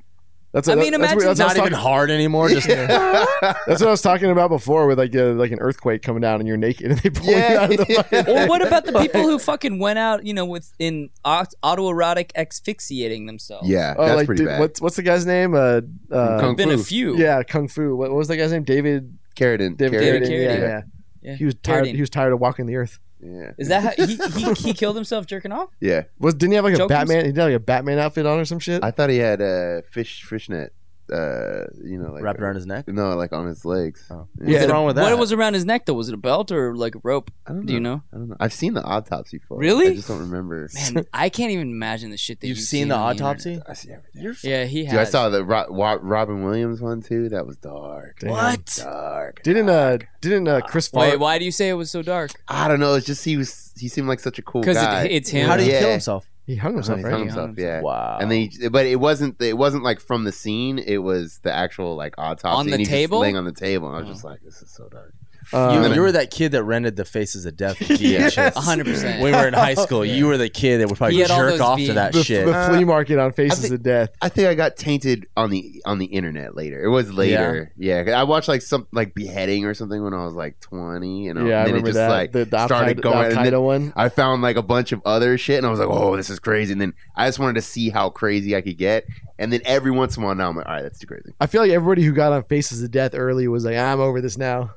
Speaker 4: That's
Speaker 3: I
Speaker 4: that-
Speaker 3: mean,
Speaker 4: that's
Speaker 3: imagine
Speaker 4: what- that's what I was
Speaker 2: not even
Speaker 4: talking-
Speaker 2: hard anymore. Just
Speaker 4: That's what I was talking about before with like a, like an earthquake coming down and you're naked and they pull you
Speaker 1: yeah.
Speaker 4: out of the fucking.
Speaker 3: Or what about the people who fucking went out, you know, with in aut- autoerotic asphyxiating themselves?
Speaker 1: yeah,
Speaker 4: Oh,
Speaker 1: that's
Speaker 4: like
Speaker 1: pretty
Speaker 4: dude,
Speaker 1: bad.
Speaker 4: what's what's the guy's name? Uh, uh,
Speaker 1: Kung
Speaker 3: Been a
Speaker 1: Fu.
Speaker 3: few.
Speaker 4: yeah, Kung Fu. What, what was that guy's name? David
Speaker 1: Keratin.
Speaker 4: David
Speaker 3: David
Speaker 4: Carradine. Yeah,
Speaker 3: Carradine.
Speaker 4: yeah.
Speaker 3: Yeah.
Speaker 4: He was tired.
Speaker 3: Carradine.
Speaker 4: He was tired of walking the earth.
Speaker 1: Yeah.
Speaker 3: Is that how he, he, he killed himself jerking off?
Speaker 1: Yeah.
Speaker 4: Was didn't he have like a
Speaker 3: Jokers?
Speaker 4: Batman? He did like a Batman outfit on or some shit.
Speaker 1: I thought he had a uh, fish fishnet. uh, you know, like
Speaker 2: wrapped around his neck.
Speaker 1: No, like on his legs.
Speaker 2: Oh.
Speaker 4: Yeah.
Speaker 2: What's wrong with that? Hmm.
Speaker 3: What was around his neck though? Was it a belt or like a rope?
Speaker 1: I don't know.
Speaker 3: Do you know?
Speaker 1: I don't know. I've seen the autopsy before.
Speaker 3: Really?
Speaker 1: I just don't remember.
Speaker 3: Man, I can't even imagine the shit that
Speaker 2: You've
Speaker 3: you've
Speaker 2: seen the
Speaker 3: on internet.
Speaker 2: autopsy?
Speaker 1: I see everything.
Speaker 2: You're
Speaker 3: Yeah, he has.
Speaker 1: Dude, I saw the Ro- Wa- Robin Williams one too. That was dark.
Speaker 4: Damn.
Speaker 3: What?
Speaker 1: Dark.
Speaker 4: Didn't uh didn't uh Chris
Speaker 3: Wait,
Speaker 4: Farley?
Speaker 3: why do you say it was so dark?
Speaker 1: I don't know. It's just he was. He seemed like such a cool
Speaker 3: Because
Speaker 1: guy.
Speaker 3: it, it's him.
Speaker 2: How did he
Speaker 1: Yeah.
Speaker 2: kill himself?
Speaker 4: He hung
Speaker 1: He hung
Speaker 4: himself, right?
Speaker 3: He hung
Speaker 1: himself, Yeah.
Speaker 2: Wow.
Speaker 1: And then, he, but it wasn't. It wasn't like from the scene. It was the actual like autopsy
Speaker 3: On the
Speaker 1: and he was just
Speaker 3: table?
Speaker 1: laying on the table. And I was
Speaker 3: Oh.
Speaker 1: just like, this is so dark.
Speaker 3: Uh,
Speaker 2: you,
Speaker 4: Um,
Speaker 2: you were that kid that rented the Faces of Death VHS.
Speaker 4: Yes.
Speaker 3: 100%.
Speaker 2: When we were in high school, you were the kid that would probably
Speaker 3: He had all
Speaker 2: jerk
Speaker 3: those
Speaker 2: off
Speaker 3: V-
Speaker 2: to that
Speaker 4: the,
Speaker 2: shit.
Speaker 4: the
Speaker 1: Uh,
Speaker 4: flea market on Faces
Speaker 1: think-
Speaker 4: of Death.
Speaker 1: I think I got tainted on the on the internet later. It was later. Yeah, 'cause I watched like some like beheading or something when I was like twenty, and
Speaker 4: yeah, I
Speaker 1: then
Speaker 4: remember
Speaker 1: it just
Speaker 4: that.
Speaker 1: like
Speaker 4: the the
Speaker 1: started
Speaker 4: Al-Qaeda,
Speaker 1: going, and
Speaker 4: the
Speaker 1: then-
Speaker 4: Al-Qaeda one.
Speaker 1: I found like a bunch of other shit, and I was like, "Oh, this is crazy!" And then I just wanted to see how crazy I could get. And then every once in a while, now I'm like, "All right, that's too crazy."
Speaker 4: I feel like everybody who got on Faces of Death early was like, "Ah, I'm over this now.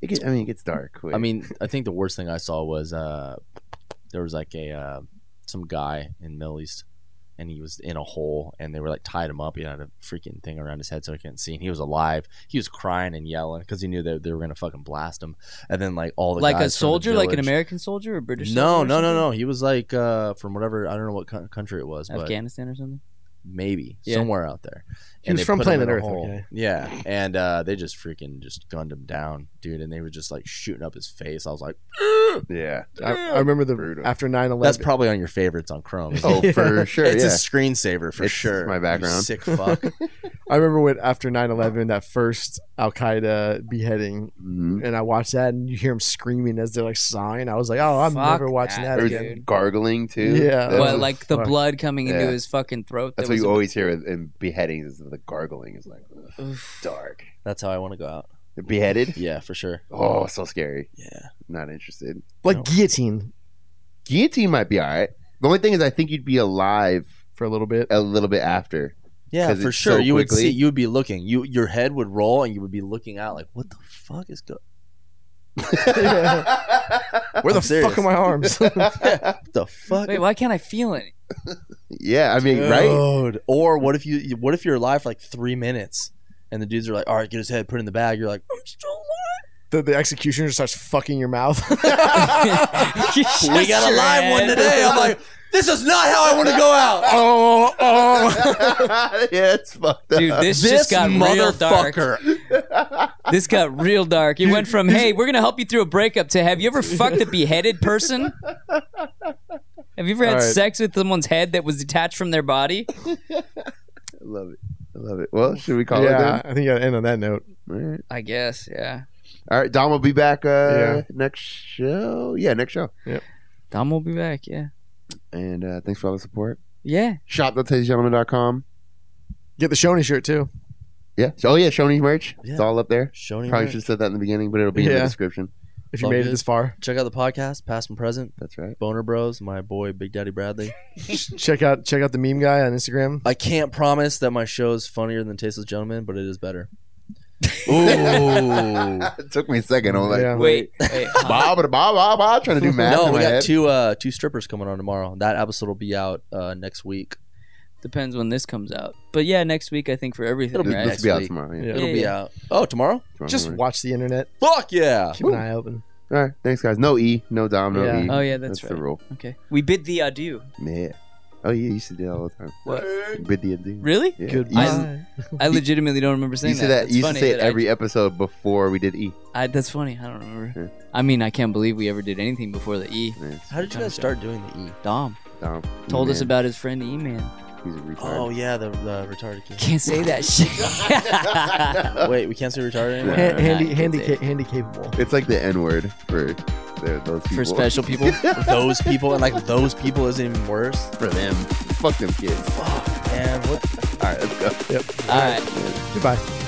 Speaker 1: It gets, I mean, it gets dark. Quick.
Speaker 2: I mean, I think the worst thing I saw was uh, there was like a uh, some guy in Middle East, and he was in a hole, and they were like tied him up. He had a freaking thing around his head so he couldn't see, and he was alive. He was crying and yelling because he knew that they were gonna fucking blast him. And then like all the
Speaker 3: like a
Speaker 2: guys from the
Speaker 3: soldier, like an
Speaker 2: village-
Speaker 3: American soldier or British?
Speaker 2: No,
Speaker 3: soldier
Speaker 2: no,
Speaker 3: or
Speaker 2: no,
Speaker 3: something?
Speaker 2: no. He was like uh, from whatever I don't know what co- country it was, but
Speaker 3: Afghanistan or something.
Speaker 2: maybe
Speaker 3: Yeah.
Speaker 2: somewhere out there.
Speaker 4: He was
Speaker 2: they
Speaker 4: from
Speaker 2: put him
Speaker 4: planet
Speaker 2: in a
Speaker 4: Earth,
Speaker 2: hole.
Speaker 4: okay.
Speaker 2: Yeah, and uh, they just freaking just gunned him down, dude. And they were just like shooting up his face. I was like,
Speaker 1: yeah.
Speaker 4: I, I remember the
Speaker 1: Brutal.
Speaker 4: after 9 11.
Speaker 2: that's probably on your favorites on Chrome. isn't it?
Speaker 1: Oh, for sure.
Speaker 2: it's
Speaker 1: yeah.
Speaker 2: a screensaver for
Speaker 1: It's
Speaker 2: sure.
Speaker 1: my
Speaker 2: you
Speaker 1: background.
Speaker 2: sick fuck.
Speaker 4: I remember when after 9 11, that first Al Qaeda beheading,
Speaker 1: Mhm.
Speaker 4: and I watched that, and you hear him screaming as they're like sawing. I was like, oh, I'm
Speaker 3: Fuck
Speaker 4: never watching
Speaker 3: that,
Speaker 4: that,
Speaker 1: There was
Speaker 4: again.
Speaker 3: dude.
Speaker 1: gargling too.
Speaker 4: Yeah.
Speaker 1: That
Speaker 4: Well,
Speaker 3: What,
Speaker 1: was-
Speaker 3: like the
Speaker 4: fuck.
Speaker 3: blood coming into
Speaker 1: Yeah.
Speaker 3: his fucking throat?
Speaker 1: that's
Speaker 3: that
Speaker 1: what you
Speaker 3: was-
Speaker 1: always hear in- in beheadings is the gargling is like ugh, dark.
Speaker 2: That's how I want to go out.
Speaker 1: Beheaded.
Speaker 2: Yeah, for sure.
Speaker 1: Oh, so scary.
Speaker 2: Yeah.
Speaker 1: Not interested.
Speaker 4: Like
Speaker 2: No.
Speaker 4: guillotine
Speaker 1: Guillotine might be all right. The only thing is, I think you'd be alive
Speaker 4: for a little bit.
Speaker 1: a little bit after.
Speaker 2: Yeah,
Speaker 1: 'Cause
Speaker 2: for
Speaker 1: it's
Speaker 2: sure.
Speaker 1: so
Speaker 2: you would
Speaker 1: quickly.
Speaker 2: see. You would be looking. You your head would roll, and you would be looking out like, what the fuck is go?
Speaker 4: Where the
Speaker 2: I'm serious.
Speaker 4: fuck are my arms?
Speaker 2: What the fuck?
Speaker 3: Wait, why can't I feel it?
Speaker 1: yeah, I mean, right?
Speaker 2: Dude. Or what if you? you- What if you're alive for like three minutes, and the dudes are like, all right, get his head, put it in the bag. You're like, I'm still alive.
Speaker 4: the, the executioner starts fucking your mouth.
Speaker 2: we got a live one today. I'm like, this is not how I want to go out.
Speaker 4: oh, oh.
Speaker 1: yeah, it's fucked up.
Speaker 3: Dude, this, just got real dark. This got real dark. It went from "Hey, we're gonna help you through a breakup" to "Have you ever fucked a beheaded person? Have you ever had
Speaker 4: All right.
Speaker 3: sex with someone's head that was detached from their body?"
Speaker 1: I love it. I love it. Well, should we call
Speaker 4: Yeah,
Speaker 1: it
Speaker 4: I think I end on that note.
Speaker 1: then? All right.
Speaker 3: I guess, yeah.
Speaker 1: All right, Dom will be back uh,
Speaker 4: Yeah.
Speaker 1: next show. Yeah, next show.
Speaker 3: Dom will be back. Yeah,
Speaker 1: And uh, thanks for all the support.
Speaker 3: yeah.
Speaker 1: Shop.tastygentleman.com.
Speaker 4: Get the Shoney shirt too.
Speaker 1: Yeah. So, oh, yeah, Shoney's merch. It's
Speaker 2: Yeah.
Speaker 1: all up there.
Speaker 2: Showing
Speaker 1: Probably should have said that in the beginning, but it'll be in the
Speaker 4: Yeah.
Speaker 1: description.
Speaker 4: If you
Speaker 2: All
Speaker 4: made
Speaker 2: good.
Speaker 4: it this far,
Speaker 2: Check out the podcast, past and present.
Speaker 1: That's right.
Speaker 2: Boner Bros, my boy Big Daddy Bradley.
Speaker 4: check out check out the meme guy on Instagram.
Speaker 2: I can't promise that my show is funnier than Tasteless Gentleman, but it is better.
Speaker 1: it took me a second. I'm like,
Speaker 4: Yeah.
Speaker 3: Wait, wait, huh?
Speaker 1: Bob, ba, ba, ba, trying to do math.
Speaker 2: no,
Speaker 1: in
Speaker 2: we
Speaker 1: my
Speaker 2: got
Speaker 1: head.
Speaker 2: two uh, two strippers coming on tomorrow. That episode will be out uh, next week.
Speaker 3: depends when this comes out. But yeah, next week I think for everything.
Speaker 2: It'll be
Speaker 1: This,
Speaker 3: right?
Speaker 1: this
Speaker 2: next
Speaker 1: will be out
Speaker 2: week.
Speaker 1: tomorrow. Yeah.
Speaker 4: Yeah.
Speaker 2: It'll be out. Oh, tomorrow?
Speaker 1: Tomorrow
Speaker 4: Just
Speaker 1: morning.
Speaker 4: watch the internet.
Speaker 2: Fuck yeah!
Speaker 4: Keep an eye open.
Speaker 1: All right. Thanks, guys. No E, no Dom, no
Speaker 4: Yeah.
Speaker 1: E.
Speaker 3: Oh yeah, that's,
Speaker 1: the
Speaker 3: right.
Speaker 1: rule.
Speaker 3: Okay, we bid thee adieu.
Speaker 1: Yeah. Oh, yeah, you used to do that all the time.
Speaker 3: What?
Speaker 1: Bid the adieu.
Speaker 3: Really?
Speaker 1: Yeah.
Speaker 4: Goodbye.
Speaker 3: I legitimately don't remember
Speaker 1: You
Speaker 3: saying
Speaker 1: used to that.
Speaker 3: It's
Speaker 1: You used to
Speaker 3: funny
Speaker 1: say it
Speaker 3: that I-
Speaker 1: every episode before we did E.
Speaker 3: I, that's funny. I don't remember. I mean, I can't believe we ever did anything before the E.
Speaker 1: Man,
Speaker 2: How did you guys start doing the E?
Speaker 3: Dom
Speaker 1: Dom,
Speaker 3: told us
Speaker 1: man,
Speaker 3: about his friend E Man.
Speaker 1: He's a retard.
Speaker 2: Oh, yeah, the, the retarded kid.
Speaker 3: Can't say that shit.
Speaker 2: Wait, we can't say retarded anymore?
Speaker 4: Ha- handy,
Speaker 3: Yeah.
Speaker 4: handy, ca- handy capable.
Speaker 1: It's like the N word for for those people.
Speaker 3: For special people.
Speaker 2: those people, and like those people is even worse.
Speaker 1: for them. Fuck them kids.
Speaker 2: And what
Speaker 1: All right, let's go.
Speaker 4: Yep.
Speaker 3: All right.
Speaker 4: Goodbye.